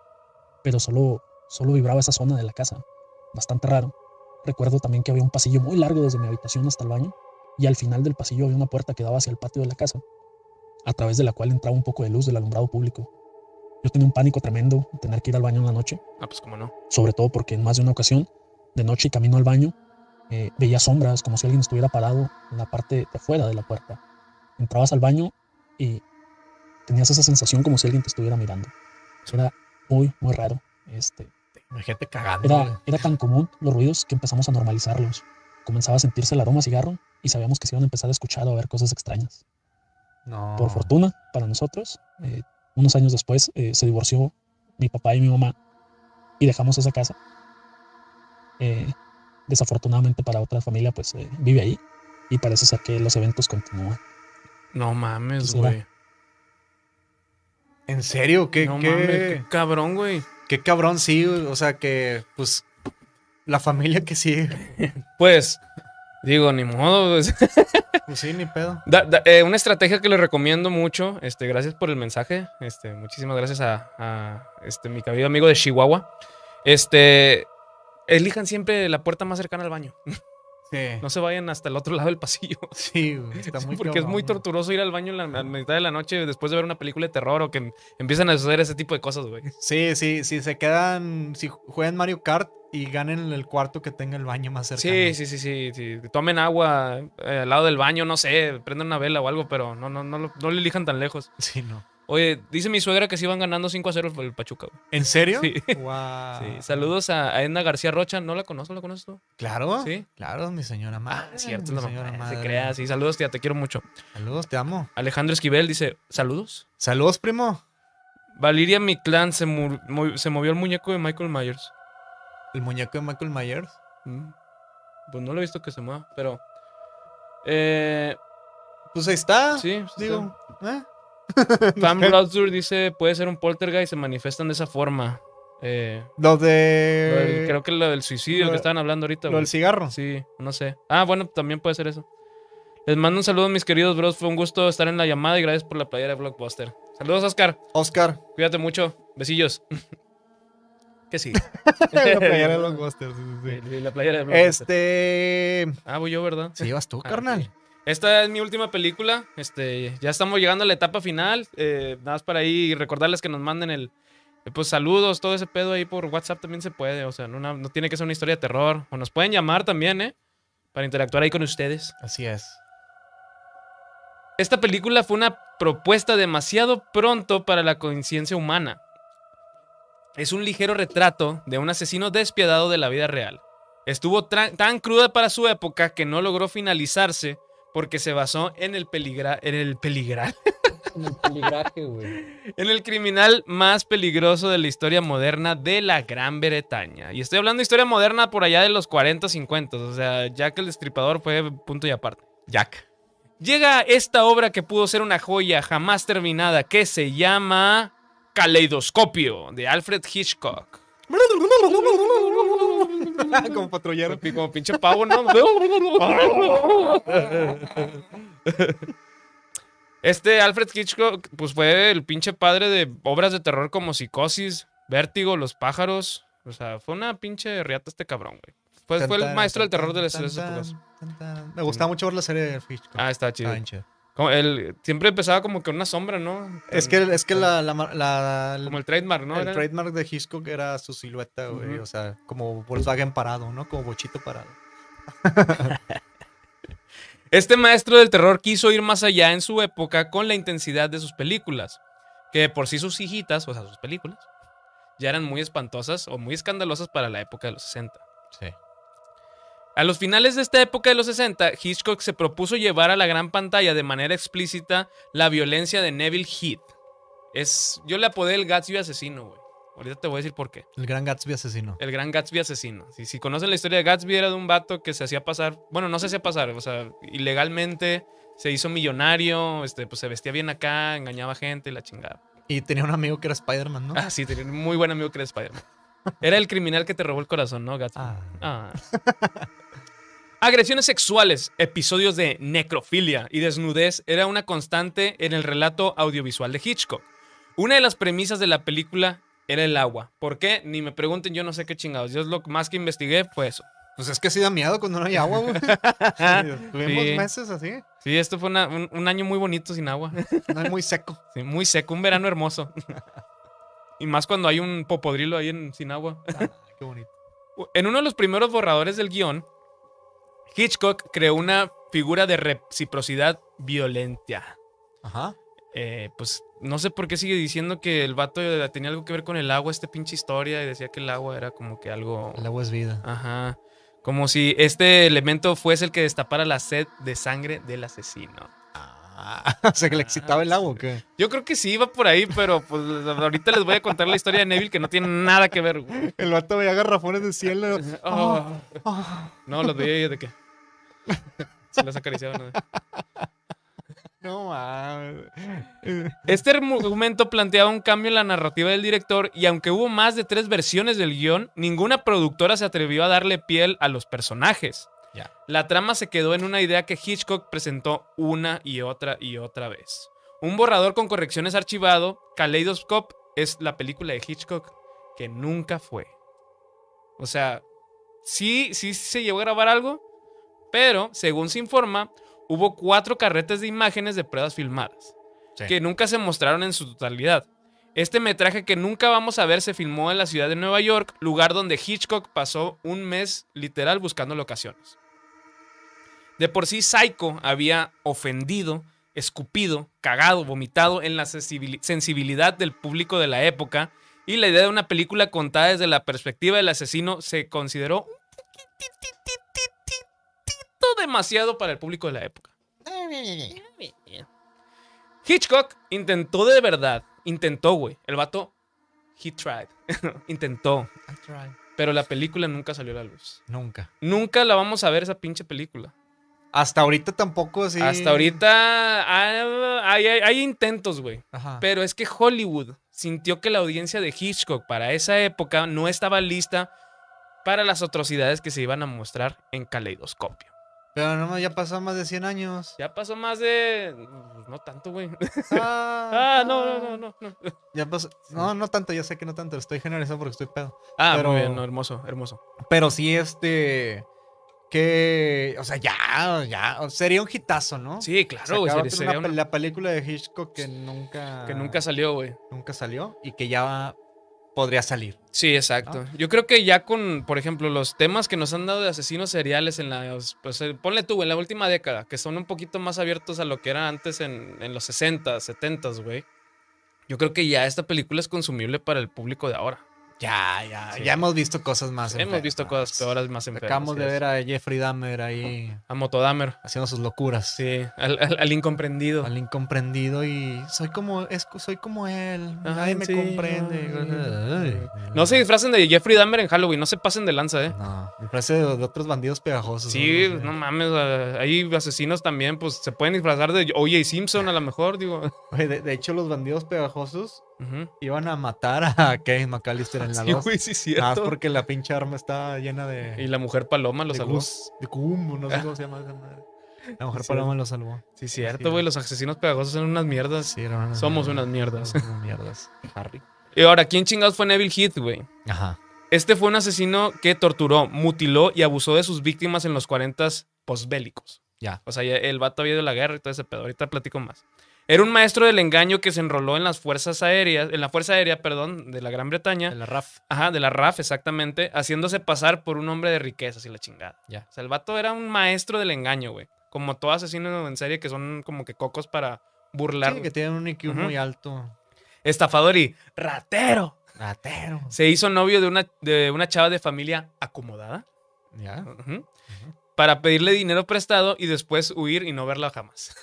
Speaker 8: pero solo, solo vibraba esa zona de la casa. Bastante raro. Recuerdo también que había un pasillo muy largo desde mi habitación hasta el baño y al final del pasillo había una puerta que daba hacia el patio de la casa, a través de la cual entraba un poco de luz del alumbrado público. Yo tenía un pánico tremendo de tener que ir al baño en la noche
Speaker 4: Ah, pues cómo no.
Speaker 8: sobre todo porque en más de una ocasión, de noche y camino al baño, eh, veía sombras como si alguien estuviera parado en la parte de afuera de la puerta. Entrabas al baño y tenías esa sensación como si alguien te estuviera mirando. Era muy, muy raro. Este,
Speaker 3: Imagínate cagando. güey.
Speaker 8: era, era tan común los ruidos que empezamos a normalizarlos. Comenzaba a sentirse el aroma a cigarro y sabíamos que se iban a empezar a escuchar o a ver cosas extrañas.
Speaker 3: No.
Speaker 8: Por fortuna, para nosotros, eh, unos años después eh, se divorció mi papá y mi mamá y dejamos esa casa. Eh, desafortunadamente para otra familia, pues eh, vive ahí y parece ser que los eventos continúan.
Speaker 4: No mames,
Speaker 8: Quisiera.
Speaker 4: güey.
Speaker 3: ¿En serio? ¿Qué,
Speaker 4: No
Speaker 3: qué-
Speaker 4: mames, qué cabrón, güey.
Speaker 3: qué cabrón, sí. güey. O sea, que, pues, la familia que sí.
Speaker 4: Pues, digo, ni modo. pues.
Speaker 3: Pues sí, ni pedo.
Speaker 4: Da- da- eh, una estrategia que les recomiendo mucho. Este, gracias por el mensaje. Este, muchísimas gracias a, a, este, mi querido amigo de Chihuahua. Este, elijan siempre la puerta más cercana al baño.
Speaker 3: Sí.
Speaker 4: No se vayan hasta el otro lado del pasillo.
Speaker 3: Sí, güey, está muy
Speaker 4: Porque es
Speaker 3: cabrón,
Speaker 4: muy
Speaker 3: güey.
Speaker 4: torturoso ir al baño en la, a la mitad de la noche después de ver una película de terror o que em- empiezan a suceder ese tipo de cosas, güey.
Speaker 3: Sí, sí, sí, se quedan, si juegan Mario Kart y ganen el cuarto que tenga el baño más cercano.
Speaker 4: Sí, sí, sí, sí, sí. Tomen agua eh, al lado del baño, no sé, prendan una vela o algo, pero no, no, no, lo, no lo elijan tan lejos.
Speaker 3: Sí, no.
Speaker 4: Oye, dice mi suegra que se iban ganando 5 a 0 el Pachuca. güey.
Speaker 3: ¿En serio?
Speaker 4: Sí.
Speaker 3: Guau.
Speaker 4: Sí, Saludos a, a Edna García Rocha, no la conozco, ¿la conoces tú?
Speaker 3: Claro,
Speaker 4: Sí.
Speaker 3: claro, mi señora
Speaker 4: Ah,
Speaker 3: madre.
Speaker 4: cierto,
Speaker 3: mi
Speaker 4: la
Speaker 3: señora
Speaker 4: mamá, se
Speaker 3: madre.
Speaker 4: crea, sí, saludos, tía, te quiero mucho.
Speaker 3: Saludos, te amo.
Speaker 4: Alejandro Esquivel dice, saludos.
Speaker 3: Saludos, primo.
Speaker 4: Valeria Mictlán se, mu- mu- se movió el muñeco de Michael Myers.
Speaker 3: El muñeco de Michael Myers.
Speaker 4: Mm. Pues no lo he visto que se mueva, pero... Eh,
Speaker 3: Pues ahí está.
Speaker 4: sí, sí,
Speaker 3: Digo,
Speaker 4: está.
Speaker 3: ¿Eh?
Speaker 4: Pam Browser dice, puede ser un poltergeist, se manifiestan de esa forma. Eh,
Speaker 3: Lo
Speaker 4: lo del-
Speaker 3: de.
Speaker 4: creo que lo del suicidio
Speaker 3: Eh, lo-
Speaker 4: que estaban hablando ahorita.
Speaker 3: Lo
Speaker 4: güey.
Speaker 3: del cigarro.
Speaker 4: Sí, no sé. Ah, bueno, también puede ser eso. Les mando un saludo, mis queridos bros. Fue un gusto estar en la llamada y gracias por la playera de Blockbuster. Saludos, Oscar.
Speaker 3: Oscar.
Speaker 4: Cuídate mucho. Besillos. ¿Qué sí?
Speaker 3: La playera de Blockbuster, sí, sí, sí.
Speaker 4: La playera de Blockbuster.
Speaker 3: Este.
Speaker 4: Ah, voy yo, ¿verdad?
Speaker 3: Sí, vas tú,
Speaker 4: Ah,
Speaker 3: carnal.
Speaker 4: ok. Esta es mi última película. Este, ya estamos llegando a la etapa final. Eh, nada más para ahí recordarles que nos manden el. eh, Pues saludos, todo ese pedo ahí por WhatsApp también se puede. O sea, no, una- no tiene que ser una historia de terror. O nos pueden llamar también, ¿eh? Para interactuar ahí con ustedes.
Speaker 3: Así es.
Speaker 4: Esta película fue una propuesta demasiado pronto para la conciencia humana. Es un ligero retrato de un asesino despiadado de la vida real. Estuvo tra- tan cruda para su época que no logró finalizarse porque se basó en el peligra en el peligral,
Speaker 9: En el peligraje, güey.
Speaker 4: en el criminal más peligroso de la historia moderna de la Gran Bretaña. Y estoy hablando de historia moderna por allá de los 40, 50, o sea, Jack el Destripador fue punto y aparte.
Speaker 3: Jack.
Speaker 4: Llega esta obra que pudo ser una joya jamás terminada que se llama Caleidoscopio de Alfred Hitchcock.
Speaker 3: Como patrullero.
Speaker 4: Pi- Como pinche pavo, ¿no? Este Alfred Hitchcock pues fue el pinche padre de obras de terror como Psicosis, Vértigo, Los pájaros. O sea, fue una pinche riata este cabrón, güey. Pues fue el maestro del terror de las de esas épocas.
Speaker 3: Me gustaba mucho ver la serie de Hitchcock.
Speaker 4: Ah, está chido.
Speaker 3: Estaba bien chido.
Speaker 4: Como él- siempre empezaba como que una sombra, ¿no?
Speaker 3: Es que, es que la, la, mar- la-
Speaker 4: Como el trademark, ¿no?
Speaker 3: el
Speaker 4: Era-
Speaker 3: trademark de Hitchcock era su silueta, güey.
Speaker 4: Ujú.
Speaker 3: O sea, como Volkswagen parado, ¿no? Como bochito parado.
Speaker 4: Este maestro del terror quiso ir más allá en su época con la intensidad de sus películas, que de por sí sus hijitas, o sea, sus películas, ya eran muy espantosas o muy escandalosas para la época de los 60.
Speaker 3: Sí.
Speaker 4: A los finales de esta época de los 60, Hitchcock se propuso llevar a la gran pantalla de manera explícita la violencia de Neville Heath. Es, yo le apodé el Gatsby asesino, güey. Ahorita te voy a decir por qué.
Speaker 3: El gran Gatsby asesino.
Speaker 4: El gran Gatsby asesino. Si, si conocen la historia de Gatsby, era de un vato que se hacía pasar. Bueno, no se hacía pasar, o sea, ilegalmente se hizo millonario, este, pues se vestía bien acá, engañaba gente y la chingada.
Speaker 3: Y tenía un amigo que era Spider-Man, ¿no?
Speaker 4: Ah, sí, tenía un muy buen amigo que era Spider-Man. Era el criminal que te robó el corazón, ¿no, Gatsby?
Speaker 3: Ah.
Speaker 4: Ah. Agresiones sexuales, episodios de necrofilia y desnudez era una constante en el relato audiovisual de Hitchcock. Una de las premisas de la película era el agua. ¿Por qué? Ni me pregunten, yo no sé qué chingados. Yo lo más que investigué fue eso.
Speaker 3: Pues es que sí da miedo cuando no hay agua, güey. Tuvimos
Speaker 4: Sí.
Speaker 3: meses así.
Speaker 4: Sí, esto fue una- un, un año muy bonito sin agua.
Speaker 3: No es muy seco.
Speaker 4: Sí, muy seco, un verano hermoso. Y más cuando hay un popodrilo ahí en, sin agua.
Speaker 3: Qué bonito.
Speaker 4: En uno de los primeros borradores del guión, Hitchcock creó una figura de reciprocidad violenta.
Speaker 3: Ajá.
Speaker 4: Eh, pues no sé por qué sigue diciendo que el vato eh, tenía algo que ver con el agua, esta pinche historia, y decía que el agua era como que algo...
Speaker 3: El agua es vida.
Speaker 4: Ajá. Como si este elemento fuese el que destapara la sed de sangre del asesino.
Speaker 3: Ah, o sea, que le excitaba el agua, ¿o qué?
Speaker 4: Yo creo que sí iba por ahí, pero pues ahorita les voy a contar la historia de Neville que no tiene nada que ver. güey.
Speaker 3: El vato veía garrafones de cielo.
Speaker 4: Oh.
Speaker 3: Ah.
Speaker 4: No, los veía y de qué. Se las acariciaban. ¿no?
Speaker 3: No mames.
Speaker 4: Este argumento planteaba un cambio en la narrativa del director y aunque hubo más de tres versiones del guión, ninguna productora se atrevió a darle piel a los personajes.
Speaker 3: Ya.
Speaker 4: La trama se quedó en una idea que Hitchcock presentó una y otra y otra vez. Un borrador con correcciones archivado, Kaleidoscope es la película de Hitchcock que nunca fue. O sea, sí, sí se llegó a grabar algo, pero según se informa, hubo cuatro carretes de imágenes de pruebas filmadas
Speaker 3: Sí.
Speaker 4: que nunca se mostraron en su totalidad. Este metraje que nunca vamos a ver se filmó en la ciudad de Nueva York, lugar donde Hitchcock pasó un mes literal buscando locaciones. De por sí, Psycho había ofendido, escupido, cagado, vomitado en la sensibil- sensibilidad del público de la época y la idea de una película contada desde la perspectiva del asesino se consideró un poquititititito demasiado para el público de la época. Hitchcock intentó de verdad. Intentó, güey. El vato, he tried. intentó. Pero la película nunca salió a la luz.
Speaker 3: Nunca.
Speaker 4: Nunca la vamos a ver esa pinche película.
Speaker 3: Hasta ahorita tampoco, sí.
Speaker 4: Hasta ahorita ah, hay, hay- hay intentos, güey.
Speaker 3: Ajá.
Speaker 4: Pero es que Hollywood sintió que la audiencia de Hitchcock para esa época no estaba lista para las atrocidades que se iban a mostrar en Caleidoscopio.
Speaker 3: Pero no, ya pasó más de 100 años.
Speaker 4: Ya pasó más de... pues, No tanto, güey.
Speaker 3: Ah,
Speaker 4: Ah, no, no, no, no. no.
Speaker 3: Ya pasó- No, no tanto, yo sé que no tanto. Estoy generalizando porque estoy pedo.
Speaker 4: Ah,
Speaker 3: Pero-
Speaker 4: muy bien, no, hermoso, hermoso.
Speaker 3: Pero sí, este. Que. O sea, ya, ya. Sería un hitazo, ¿no?
Speaker 4: Sí,
Speaker 3: Sacar
Speaker 4: claro, güey.
Speaker 3: otra-
Speaker 4: sería- sería
Speaker 3: una-
Speaker 4: una-
Speaker 3: La película de Hitchcock que nunca.
Speaker 4: que nunca salió, güey.
Speaker 3: nunca salió y que ya podría salir.
Speaker 4: Sí, exacto. Yo creo que ya con, por ejemplo, los temas que nos han dado de asesinos seriales en la, pues, eh, ponle tú, en la última década, que son un poquito más abiertos a lo que era antes en, en los 60, 70, güey. Yo creo que ya esta película es consumible para el público de ahora.
Speaker 3: Ya, ya.
Speaker 4: Sí.
Speaker 3: Ya hemos visto cosas más.
Speaker 4: Hemos visto
Speaker 3: enfermas.
Speaker 4: cosas peores más enfermas.
Speaker 3: Acabamos de
Speaker 4: sí,
Speaker 3: ver a Jeffrey Dahmer ahí
Speaker 4: A Motodamer,
Speaker 3: haciendo sus locuras.
Speaker 4: sí, al, al- al incomprendido.
Speaker 3: Al incomprendido y soy como, es, soy como él.
Speaker 4: Ay,
Speaker 3: Nadie me
Speaker 4: sí,
Speaker 3: comprende.
Speaker 4: ay. No se disfracen de Jeffrey Dahmer en Halloween, no se pasen de lanza, ¿eh?
Speaker 3: No, me parece de, de otros bandidos pegajosos.
Speaker 4: Sí,
Speaker 3: no sé.
Speaker 4: no mames, eh, hay asesinos también, pues se pueden disfrazar de O.J. Simpson a lo mejor, digo.
Speaker 3: Oye, de, de hecho, los bandidos pegajosos
Speaker 4: Ujú.
Speaker 3: iban a matar a Kevin McAllister en la Ah,
Speaker 4: Sí,
Speaker 3: 2.
Speaker 4: güey, sí, es
Speaker 3: nada más
Speaker 4: cierto.
Speaker 3: porque la pinche arma está llena de.
Speaker 4: Y la mujer paloma lo
Speaker 3: de
Speaker 4: salvó. Ah.
Speaker 3: gus- de cum, no sé cómo se llama esa madre. La mujer
Speaker 4: Sí,
Speaker 3: paloma lo salvó.
Speaker 4: Sí,
Speaker 3: Sí.
Speaker 4: cierto, güey. Los asesinos pegajosos son unas mierdas.
Speaker 3: Sí, eran unas
Speaker 4: Somos
Speaker 3: mierdas,
Speaker 4: unas mierdas.
Speaker 3: somos unas mierdas. Harry.
Speaker 4: Y ahora, ¿quién chingados fue Neville Heath, güey?
Speaker 3: Ajá.
Speaker 4: Este fue un asesino que torturó, mutiló y abusó de sus víctimas en los 40 posbélicos.
Speaker 3: Ya.
Speaker 4: O sea, ya el vato había ido a la guerra y todo ese pedo. Ahorita platico más. Era un maestro del engaño que se enroló en las fuerzas aéreas, en la Fuerza Aérea, perdón, de la Gran Bretaña.
Speaker 3: De la RAF.
Speaker 4: Ajá, de la RAF, exactamente, haciéndose pasar por un hombre de riquezas y la chingada.
Speaker 3: Ya.
Speaker 4: O sea, el vato era un maestro del engaño, güey. Como todo asesino en serie que son como que cocos para burlar.
Speaker 3: Sí, que tienen un IQ
Speaker 4: Ujú.
Speaker 3: muy alto.
Speaker 4: Estafador y ratero.
Speaker 3: Ratero.
Speaker 4: Se hizo novio de una, de una chava de familia acomodada.
Speaker 3: Ya.
Speaker 4: ujú, Para pedirle dinero prestado y después huir y no verla jamás.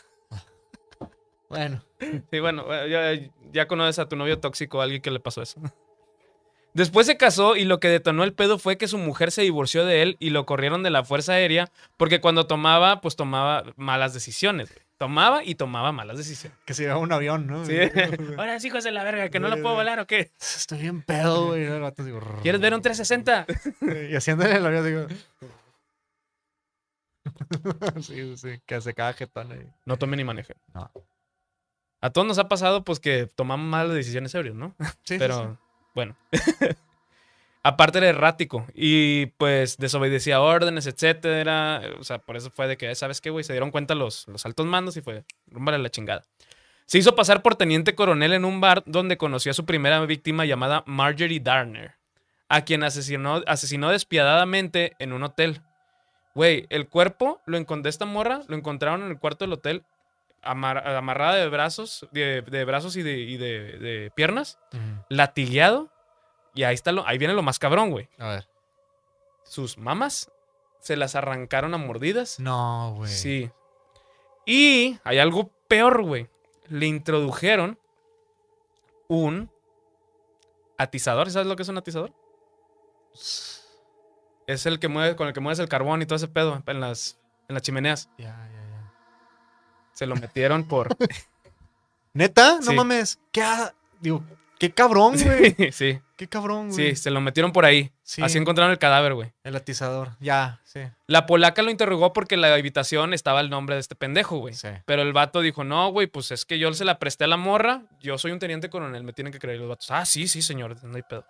Speaker 3: Bueno.
Speaker 4: Sí, bueno, eh, ya, ya conoces a tu novio tóxico, a alguien que le pasó eso. Después se casó y lo que detonó el pedo fue que su mujer se divorció de él y lo corrieron de la Fuerza Aérea porque cuando tomaba, pues tomaba malas decisiones. güey. Tomaba y tomaba malas decisiones.
Speaker 3: Que se lleva un avión, ¿no?
Speaker 4: Sí. Ahora, hijos de la verga, que no lo puedo volar o qué.
Speaker 3: Estoy bien pedo, güey. El vato así,
Speaker 4: ¿Quieres ver un 360?
Speaker 3: Y haciéndole el avión, digo. sí, sí, que se caga jetón ahí.
Speaker 4: No tome ni maneje.
Speaker 3: No.
Speaker 4: A todos nos ha pasado, pues, que tomamos malas decisiones ebrios, ¿no?
Speaker 3: Sí, sí,
Speaker 4: Pero
Speaker 3: sí.
Speaker 4: bueno. Aparte era errático y pues desobedecía órdenes, etcétera. O sea, por eso fue de que, ¿sabes qué, güey? Se dieron cuenta los, los altos mandos y fue, rumba la chingada. Se hizo pasar por teniente coronel en un bar donde conoció a su primera víctima llamada Marjorie Darner, a quien asesinó, asesinó despiadadamente en un hotel. Güey, el cuerpo lo encon- de esta morra lo encontraron en el cuarto del hotel, amar- amarrada de brazos, de, de brazos y de- y de- de piernas
Speaker 3: Ujú.
Speaker 4: latigueado. Y ahí está lo, ahí viene lo más cabrón, güey.
Speaker 3: A ver.
Speaker 4: Sus mamas se las arrancaron a mordidas.
Speaker 3: No, güey.
Speaker 4: Sí. Y hay algo peor, güey. Le introdujeron un atizador. ¿Sabes lo que es un atizador? Es el que mueve, con el que mueves el carbón y todo ese pedo en las, en las chimeneas.
Speaker 3: Ya, ya, ya.
Speaker 4: Se lo metieron por.
Speaker 3: Neta, no
Speaker 4: Sí.
Speaker 3: mames. ¿Qué? ha- Digo, qué cabrón, güey.
Speaker 4: sí,
Speaker 3: Qué cabrón, güey.
Speaker 4: sí, se lo metieron por ahí.
Speaker 3: Sí.
Speaker 4: Así encontraron el cadáver, güey.
Speaker 3: El atizador. Ya, sí.
Speaker 4: La polaca lo interrogó porque en la habitación estaba el nombre de este pendejo, güey.
Speaker 3: Sí.
Speaker 4: Pero el vato dijo, no, güey, pues es que yo se la presté a la morra. Yo soy un teniente coronel, me tienen que creer los vatos. Ah, sí, sí, señor, no hay pedo.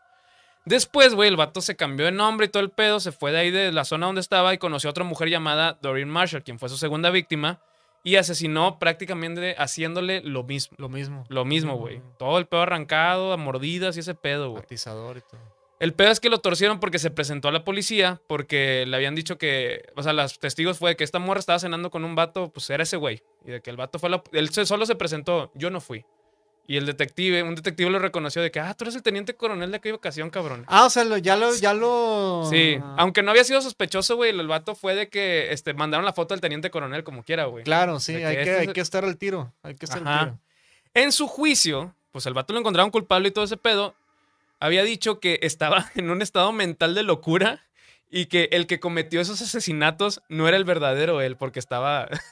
Speaker 4: Después, güey, el vato se cambió de nombre y todo el pedo, se fue de ahí de la zona donde estaba y conoció a otra mujer llamada Doreen Marshall, quien fue su segunda víctima, y asesinó prácticamente haciéndole lo mismo.
Speaker 3: Lo mismo.
Speaker 4: Lo mismo, güey. Todo el pedo arrancado, a mordidas y ese pedo, güey.
Speaker 3: Atizador y todo.
Speaker 4: El pedo es que lo torcieron porque se presentó a la policía, porque le habían dicho que, o sea, los testigos fue de que esta morra estaba cenando con un vato, pues era ese güey. Y de que el vato fue a la... Él se- solo se presentó, yo no fui. Y el detective, un detective lo reconoció de que, ah, tú eres el teniente coronel de aquella ocasión, cabrón.
Speaker 3: Ah, o sea, lo- ya lo, ya lo.
Speaker 4: Sí, aunque no había sido sospechoso, güey, el vato fue de que este, mandaron la foto del teniente coronel como quiera, güey.
Speaker 3: Claro, sí,
Speaker 4: de que
Speaker 3: hay que,
Speaker 4: este
Speaker 3: hay
Speaker 4: es-
Speaker 3: que estar al tiro. Hay que estar
Speaker 4: Ajá.
Speaker 3: al tiro.
Speaker 4: En su juicio, pues el vato lo encontraron culpable y todo ese pedo. Había dicho que estaba en un estado mental de locura y que el que cometió esos asesinatos no era el verdadero él, porque estaba...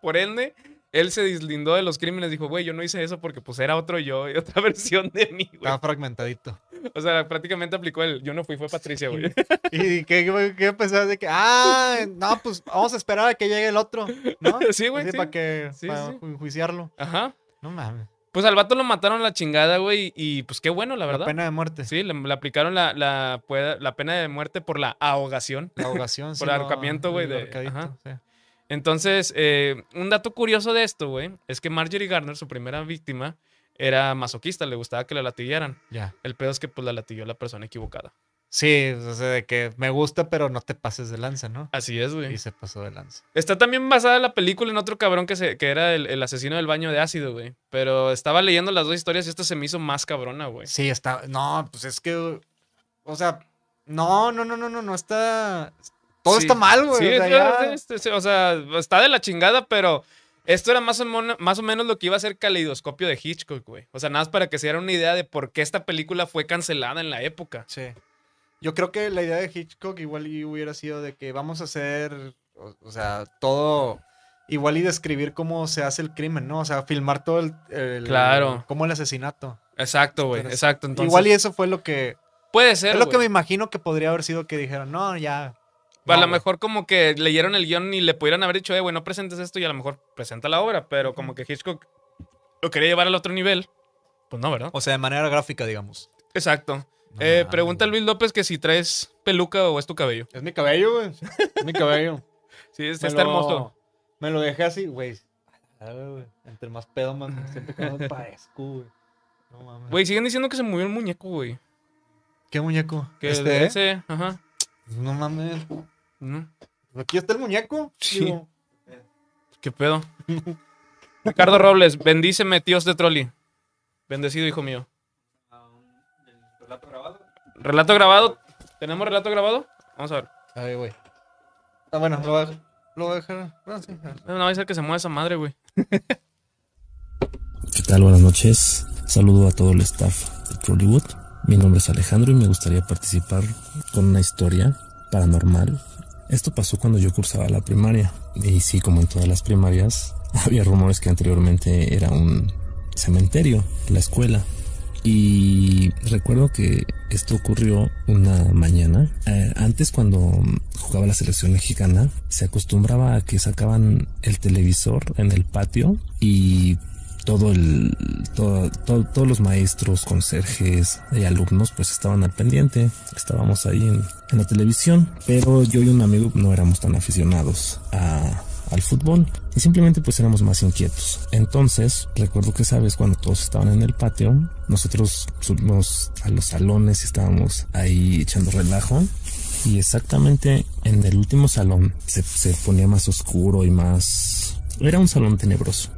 Speaker 4: Por ende, él se deslindó de los crímenes, dijo, güey, yo no hice eso porque pues era otro yo y otra versión de mí, güey.
Speaker 3: Estaba fragmentadito.
Speaker 4: O sea, prácticamente aplicó el, yo no fui, fue Patricia, güey.
Speaker 3: ¿Y qué, qué, qué pensabas de que, ah, no, pues vamos a esperar a que llegue el otro, ¿no?
Speaker 4: Sí, güey,
Speaker 3: Así
Speaker 4: sí.
Speaker 3: Para que,
Speaker 4: Sí,
Speaker 3: para
Speaker 4: sí.
Speaker 3: ju- juiciarlo.
Speaker 4: Ajá.
Speaker 3: No mames.
Speaker 4: Pues al vato lo mataron a la chingada, güey, y pues qué bueno, la
Speaker 3: La
Speaker 4: verdad.
Speaker 3: pena de muerte.
Speaker 4: Sí, le, le aplicaron la, la, pueda- la pena de muerte por la ahogación.
Speaker 3: La ahogación.
Speaker 4: Por
Speaker 3: sí, no,
Speaker 4: ahorcamiento, güey,
Speaker 3: el
Speaker 4: de-
Speaker 3: ahorcadito,
Speaker 4: ajá.
Speaker 3: sí.
Speaker 4: Entonces, eh, un dato curioso de esto, güey, es que Marjorie Garner, su primera víctima, era masoquista, le gustaba que la latillaran.
Speaker 3: Ya.
Speaker 4: El pedo es que pues la latilló la persona equivocada.
Speaker 3: Sí, o sea, de que me gusta, pero no te pases de lanza, ¿no?
Speaker 4: Así es, güey.
Speaker 3: Y se pasó de lanza.
Speaker 4: Está también basada la película en otro cabrón que, se, que era el, el asesino del baño de ácido, güey. Pero estaba leyendo las dos historias y esta se me hizo más cabrona, güey.
Speaker 3: Sí, está. No, pues es que. O sea, no, no, no, no, no, no está. Todo
Speaker 4: Sí.
Speaker 3: está mal, güey.
Speaker 4: Sí,
Speaker 3: o sea,
Speaker 4: es-
Speaker 3: ya-
Speaker 4: es- es- es- o sea, está de la chingada, pero esto era más o, mono- más o menos lo que iba a ser caleidoscopio de Hitchcock, güey. O sea, nada más para que se dieran una idea de por qué esta película fue cancelada en la época.
Speaker 3: Sí. Yo creo que la idea de Hitchcock igual y hubiera sido de que vamos a hacer, o, o sea, todo igual y describir cómo se hace el crimen, ¿no? O sea, filmar todo el, el-
Speaker 4: Claro.
Speaker 3: cómo el asesinato.
Speaker 4: Exacto, güey.
Speaker 3: Pero es-
Speaker 4: Exacto. Entonces,
Speaker 3: igual y eso fue lo que
Speaker 4: puede ser.
Speaker 3: es lo que me
Speaker 4: güey. Pues
Speaker 3: imagino que podría haber sido que dijeron, "No, ya
Speaker 4: a
Speaker 3: no,
Speaker 4: lo
Speaker 3: güey".
Speaker 4: mejor como que leyeron el guión y le pudieran haber dicho, eh, güey, no presentes esto y a lo mejor presenta la obra, pero como que Hitchcock lo quería llevar al otro nivel. Pues no, ¿verdad?
Speaker 3: O sea, de manera gráfica, digamos.
Speaker 4: Exacto.
Speaker 3: No
Speaker 4: Eh,
Speaker 3: mames,
Speaker 4: pregunta a
Speaker 3: güey.
Speaker 4: Luis López que si traes peluca o es tu cabello.
Speaker 3: Es mi cabello, güey. Es mi cabello.
Speaker 4: Sí, este
Speaker 3: Me
Speaker 4: está
Speaker 3: lo-
Speaker 4: hermoso.
Speaker 3: Me lo dejé así, güey. A ver, güey, Entre más pedo, más siempre que más padezco, güey. No mames.
Speaker 4: Güey, siguen diciendo que se murió el muñeco, güey.
Speaker 3: ¿Qué muñeco?
Speaker 4: Que
Speaker 3: ¿Este,
Speaker 4: de
Speaker 3: eh?
Speaker 4: ese, ajá.
Speaker 3: Pues No mames.
Speaker 4: Ujú.
Speaker 3: Aquí está el muñeco.
Speaker 4: Sí.
Speaker 3: Digo,
Speaker 4: ¿Qué pedo? Ricardo Robles, bendíceme, tíos de Trolli. Bendecido, hijo mío. ¿Relato grabado? ¿Tenemos relato grabado? Vamos a ver.
Speaker 3: A ver, güey. Ah, bueno, lo voy a, lo voy a dejar. Bueno, sí. ah. a ver.
Speaker 4: No, no va a ser que se mueva esa madre, güey.
Speaker 10: ¿Qué tal? Buenas noches. Saludo a todo el staff de Trollywood. Mi nombre es Alejandro y me gustaría participar con una historia paranormal. Esto pasó cuando yo cursaba la primaria. Y sí, como en todas las primarias, había rumores que anteriormente era un cementerio, la escuela. Y recuerdo que esto ocurrió una mañana. Eh, antes cuando jugaba la selección mexicana, se acostumbraba a que sacaban el televisor en el patio y todo el, todo- todo- todos los maestros, conserjes y alumnos pues estaban al pendiente. Estábamos ahí en, en la televisión, pero yo y un amigo no éramos tan aficionados a- al fútbol y simplemente pues éramos más inquietos. Entonces, recuerdo que sabes, cuando todos estaban en el patio, nosotros subimos a los salones y estábamos ahí echando relajo. Y exactamente en el último salón se, se ponía más oscuro y más... Era un salón tenebroso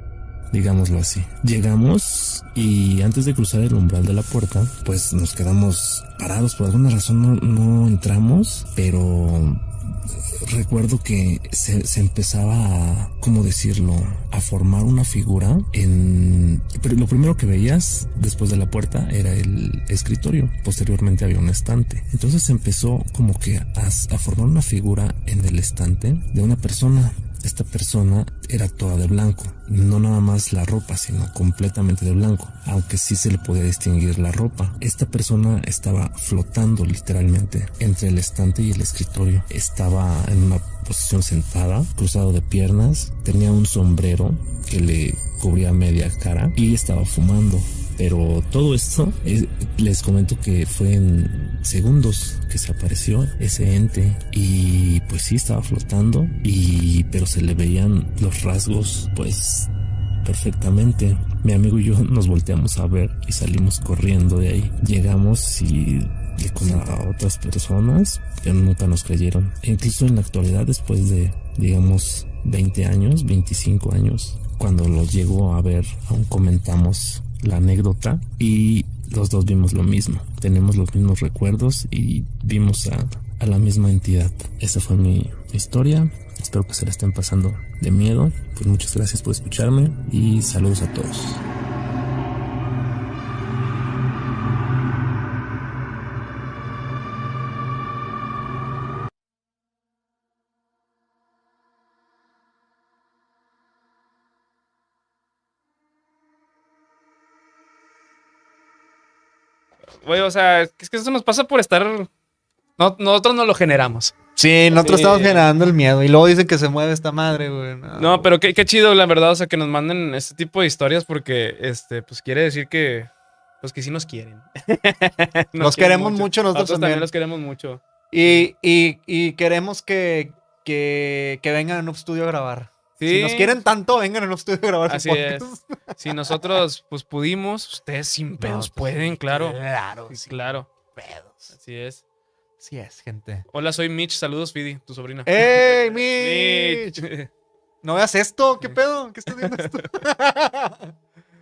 Speaker 10: digámoslo así. Llegamos y antes de cruzar el umbral de la puerta, pues nos quedamos parados. Por alguna razón no, no entramos, pero recuerdo que se, se empezaba a, ¿cómo decirlo?, a formar una figura en... Pero lo primero que veías después de la puerta era el escritorio, posteriormente había un estante. Entonces se empezó como que a, a formar una figura en el estante de una persona. Esta persona era toda de blanco, no nada más la ropa, sino completamente de blanco, aunque sí se le podía distinguir la ropa. Esta persona estaba flotando literalmente entre el estante y el escritorio. Estaba en una posición sentada, cruzado de piernas, tenía un sombrero que le cubría media cara y estaba fumando. Pero todo esto, eh, les comento que fue en segundos que se apareció ese ente y pues sí estaba flotando y pero se le veían los rasgos pues perfectamente. Mi amigo y yo nos volteamos a ver y salimos corriendo de ahí. Llegamos y le comentaba a otras personas, pero nunca nos creyeron. E incluso en la actualidad, después de, digamos, 20 años, 25 años, cuando lo llegó a ver, aún comentamos la anécdota y los dos vimos lo mismo. Tenemos los mismos recuerdos y vimos a, a la misma entidad. Esa fue mi historia. Espero que se la estén pasando de miedo. Pues muchas gracias por escucharme y saludos a todos.
Speaker 4: Güey, o sea, es que eso nos pasa por estar. No, nosotros no lo generamos.
Speaker 3: Sí, nosotros
Speaker 4: Sí.
Speaker 3: estamos generando el miedo. Y luego dicen que se mueve esta madre, güey.
Speaker 4: No, pero qué, qué chido, la verdad, o sea, que nos manden este tipo de historias porque, este, pues quiere decir que, pues que sí nos quieren. quieren
Speaker 3: Los queremos mucho, nosotros también.
Speaker 4: los queremos mucho.
Speaker 3: Y, y, y queremos que, que, que vengan a Noob Studio a grabar. Si nos
Speaker 4: Sí.
Speaker 3: quieren tanto, vengan a Noob Studio a grabar.
Speaker 4: Así
Speaker 3: su podcast.
Speaker 4: es. Si nosotros, pues pudimos, ustedes sin pedos
Speaker 3: pues,
Speaker 4: pueden, claro.
Speaker 3: Claro,
Speaker 4: Sí,
Speaker 3: sin
Speaker 4: Claro,
Speaker 3: pedos.
Speaker 4: así es.
Speaker 3: Así es, gente.
Speaker 4: Hola, soy Mitch. Saludos, Fidi, tu sobrina.
Speaker 3: ¡Ey, Mitch! ¿No veas esto? ¿Qué pedo? ¿Qué estás viendo esto?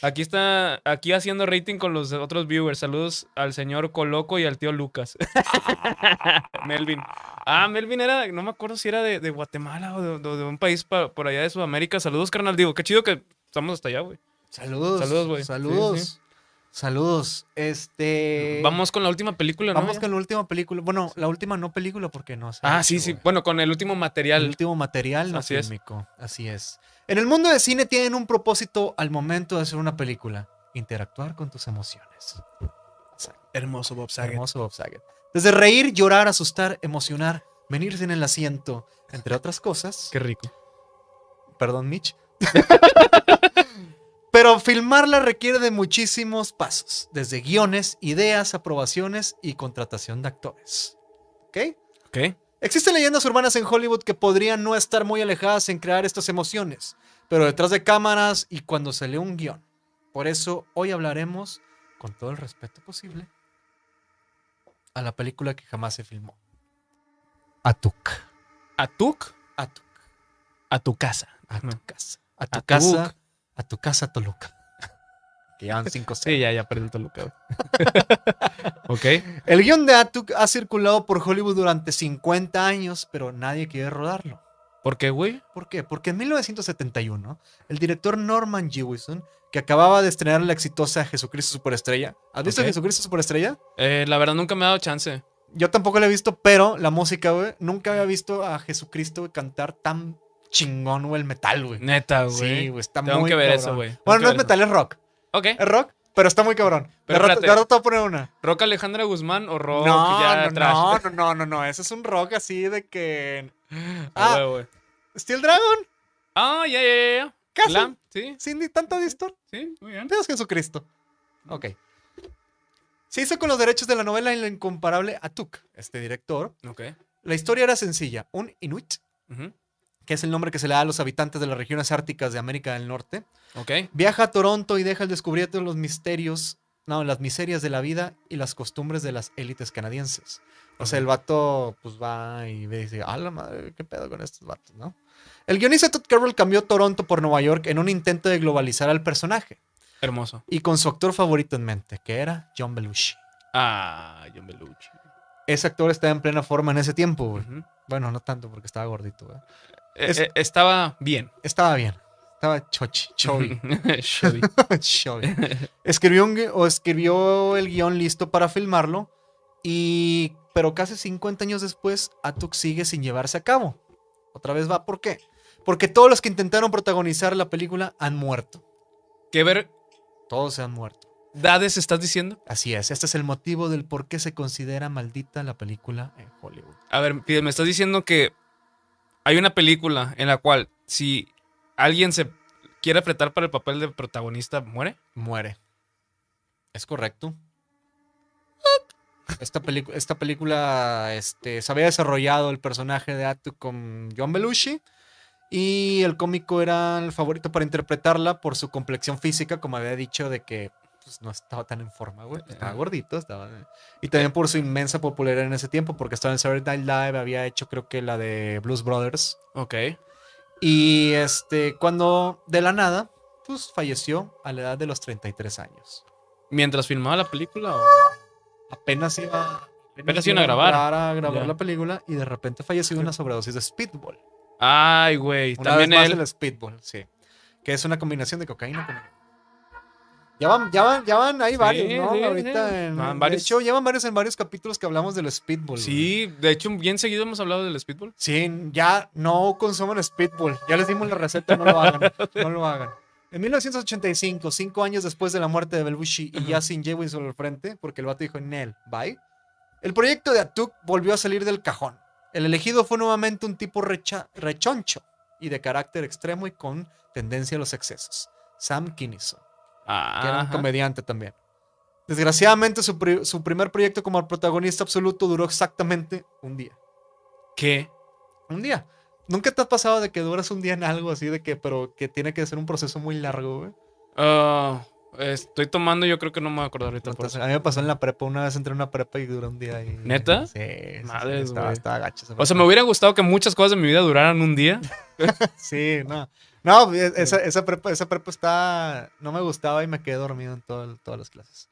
Speaker 4: Aquí está, aquí haciendo rating con los otros viewers. Saludos al señor Coloco y al tío Lucas. Melvin. Ah, Melvin era, no me acuerdo si era de, de Guatemala o de, de- de un país pa- por allá de Sudamérica. Saludos, carnal. Digo, qué chido que estamos hasta allá, güey.
Speaker 3: Saludos.
Speaker 4: Saludos, güey. Sí,
Speaker 3: Saludos.
Speaker 4: sí.
Speaker 3: Saludos. Este.
Speaker 4: Vamos Eh, con la última película, ¿no?
Speaker 3: Vamos
Speaker 4: Ya.
Speaker 3: con la última película. Bueno, la última no película porque no sé.
Speaker 4: Ah, sí, sí. Bueno, con el último
Speaker 3: El
Speaker 4: material.
Speaker 3: último material no
Speaker 4: Así es.
Speaker 3: fílmico. Así es. En el mundo del cine tienen un propósito al momento de hacer una película: interactuar con tus emociones.
Speaker 4: Hermoso Bob
Speaker 3: Hermoso Bob Saget. Desde reír, llorar, asustar, emocionar, venirse en el asiento, entre otras cosas.
Speaker 4: Qué rico.
Speaker 3: Perdón, Mitch. Pero filmarla requiere de muchísimos pasos, desde guiones, ideas, aprobaciones y contratación de actores. ¿Ok?
Speaker 4: Ok.
Speaker 3: Existen leyendas urbanas en Hollywood que podrían no estar muy alejadas en crear estas emociones, pero detrás de cámaras y cuando se lee un guión. Por eso hoy hablaremos, con todo el respeto posible, a la película que jamás se filmó. Atuk.
Speaker 4: A Tuk,
Speaker 3: Atuk.
Speaker 4: a tu casa.
Speaker 3: A tu casa. A tu
Speaker 4: Atuk.
Speaker 3: casa. A tu casa, Toluca. Que llevan cinco
Speaker 4: Sí, ya, ya perdí el Toluca. güey. ok.
Speaker 3: El guión de Atuk ha circulado por Hollywood durante 50 años, pero nadie quiere rodarlo.
Speaker 4: ¿Por qué, güey?
Speaker 3: ¿Por qué? Porque en 1971, el director Norman Jewison, que acababa de estrenar la exitosa Jesucristo Superestrella. ¿Has visto
Speaker 4: Ok.
Speaker 3: Jesucristo Superestrella?
Speaker 4: Eh, la verdad nunca me ha dado chance.
Speaker 3: Yo tampoco la he visto, pero la música, güey. Nunca había visto a Jesucristo güey, cantar tan chingón, güey, el metal, güey.
Speaker 4: Neta, güey.
Speaker 3: Sí, güey, está
Speaker 4: Tengo
Speaker 3: muy
Speaker 4: que ver
Speaker 3: cabrón.
Speaker 4: eso, güey. Tengo
Speaker 3: Bueno,
Speaker 4: que
Speaker 3: no es
Speaker 4: ver eso.
Speaker 3: metal, es rock.
Speaker 4: Ok.
Speaker 3: Es rock, pero está muy cabrón.
Speaker 4: Pero
Speaker 3: de, rato,
Speaker 4: espérate.
Speaker 3: de rato te voy a poner una.
Speaker 4: ¿Rock Alejandra Guzmán o rock
Speaker 3: no,
Speaker 4: ya
Speaker 3: no,
Speaker 4: trash?
Speaker 3: no, no, no, no, no. Ese es un rock así de que.
Speaker 4: Ah,
Speaker 3: Ah,
Speaker 4: güey, güey.
Speaker 3: Steel Dragon,
Speaker 4: Ah, ya, ya, ya, ya.
Speaker 3: casi.
Speaker 4: Glam, Sí,
Speaker 3: Sin ni tanta distor.
Speaker 4: sí, muy bien.
Speaker 3: Dios Jesucristo. Ok. Se hizo con los derechos de la novela y lo incomparable Atuk, este director.
Speaker 4: Ok.
Speaker 3: La historia era sencilla. Un inuit,
Speaker 4: ujú,
Speaker 3: que es el nombre que se le da a los habitantes de las regiones árticas de América del Norte,
Speaker 4: Ok.
Speaker 3: viaja a Toronto y deja al descubierto los misterios, no, las miserias de la vida y las costumbres de las élites canadienses. O sea, el vato pues va y ve y dice, a la madre, qué pedo con estos vatos, ¿no? El guionista Todd Carroll cambió Toronto por Nueva York en un intento de globalizar al personaje
Speaker 4: Hermoso.
Speaker 3: y con su actor favorito en mente, que era John Belushi.
Speaker 4: Ah, John Belushi.
Speaker 3: Ese actor estaba en plena forma en ese tiempo, güey.
Speaker 4: ujú.
Speaker 3: Bueno, no tanto porque estaba gordito, güey.
Speaker 4: Eh,
Speaker 3: Es-
Speaker 4: eh, estaba bien.
Speaker 3: Estaba bien. Estaba chochi, chovi.
Speaker 4: Chubby.
Speaker 3: Showy. Pues, Escribió, un gui- o escribió el guión listo para filmarlo, y, pero casi 50 años después, Atuk sigue sin llevarse a cabo. Otra vez va, ¿por qué? Porque todos los que intentaron protagonizar la película han muerto.
Speaker 4: ¿Qué verdades
Speaker 3: Todos se han muerto.
Speaker 4: estás diciendo?
Speaker 3: Así es, este es el motivo del por qué se considera maldita la película en Hollywood.
Speaker 4: A ver, Fidel, me estás diciendo que hay una película en la cual si alguien se quiere apretar para el papel de protagonista, muere.
Speaker 3: Muere. Es correcto. Esta, pelicu- esta película este, se había desarrollado el personaje de Atu con John Belushi y el cómico era el favorito para interpretarla por su complexión física, como había dicho, de que pues, no estaba tan en forma, güey. Estaba gordito, estaba... Y también por su inmensa popularidad en ese tiempo, porque estaba en Saturday Night Live, había hecho creo que la de Blues Brothers.
Speaker 4: Ok.
Speaker 3: Y este, cuando de la nada, pues falleció a la edad de los 33 años.
Speaker 4: Mientras filmaba la película o...
Speaker 3: Apenas iba,
Speaker 4: Apenas iban a grabar.
Speaker 3: a grabar
Speaker 4: Ya.
Speaker 3: la película y de repente falleció de una sobredosis de speedball.
Speaker 4: Ay, güey.
Speaker 3: Una vez
Speaker 4: También
Speaker 3: más
Speaker 4: él.
Speaker 3: el speedball, sí. Que es una combinación de cocaína con... Ya van, ya van, ya van, hay varios, ¿no?
Speaker 4: sí,
Speaker 3: Ahorita
Speaker 4: sí.
Speaker 3: en-
Speaker 4: Van
Speaker 3: de
Speaker 4: varios.
Speaker 3: hecho, llevan varios en varios capítulos que hablamos del speedball. güey.
Speaker 4: Sí, de hecho, bien seguido hemos hablado del speedball.
Speaker 3: Sí, ya no consuman speedball. Ya les dimos la receta, no lo hagan. No lo hagan. En 1985, cinco años después de la muerte de Belbushi y ya sin Jewis al frente, porque el vato dijo, Nel, bye. El proyecto de Atuk volvió a salir del cajón. El elegido fue nuevamente un tipo recha- rechoncho y de carácter extremo y con tendencia a los excesos. Sam Kinison, que era un
Speaker 4: Ah,
Speaker 3: comediante también. Desgraciadamente, su, pri- su primer proyecto como protagonista absoluto duró exactamente un día.
Speaker 4: ¿Qué?
Speaker 3: Un día. ¿Nunca te ha pasado de que duras un día en algo así de que, pero que tiene que ser un proceso muy largo, güey?
Speaker 4: Ah, estoy tomando, yo creo que no me voy a acordar ahorita. Por
Speaker 3: Entonces,
Speaker 4: eso.
Speaker 3: pues, a mí me pasó en la prepa. Una vez entré en una prepa y duré un día ahí.
Speaker 4: ¿Neta?
Speaker 3: Sí. sí, sí,
Speaker 4: Madres,
Speaker 3: estaba,
Speaker 4: güey.
Speaker 3: estaba gacho ese
Speaker 4: O sea,
Speaker 3: pedo.
Speaker 4: me hubiera gustado que muchas cosas de mi vida duraran un día.
Speaker 3: Sí, no. No, e- esa, esa prepa, esa prepa está... No me gustaba y me quedé dormido en todo el- todas las clases.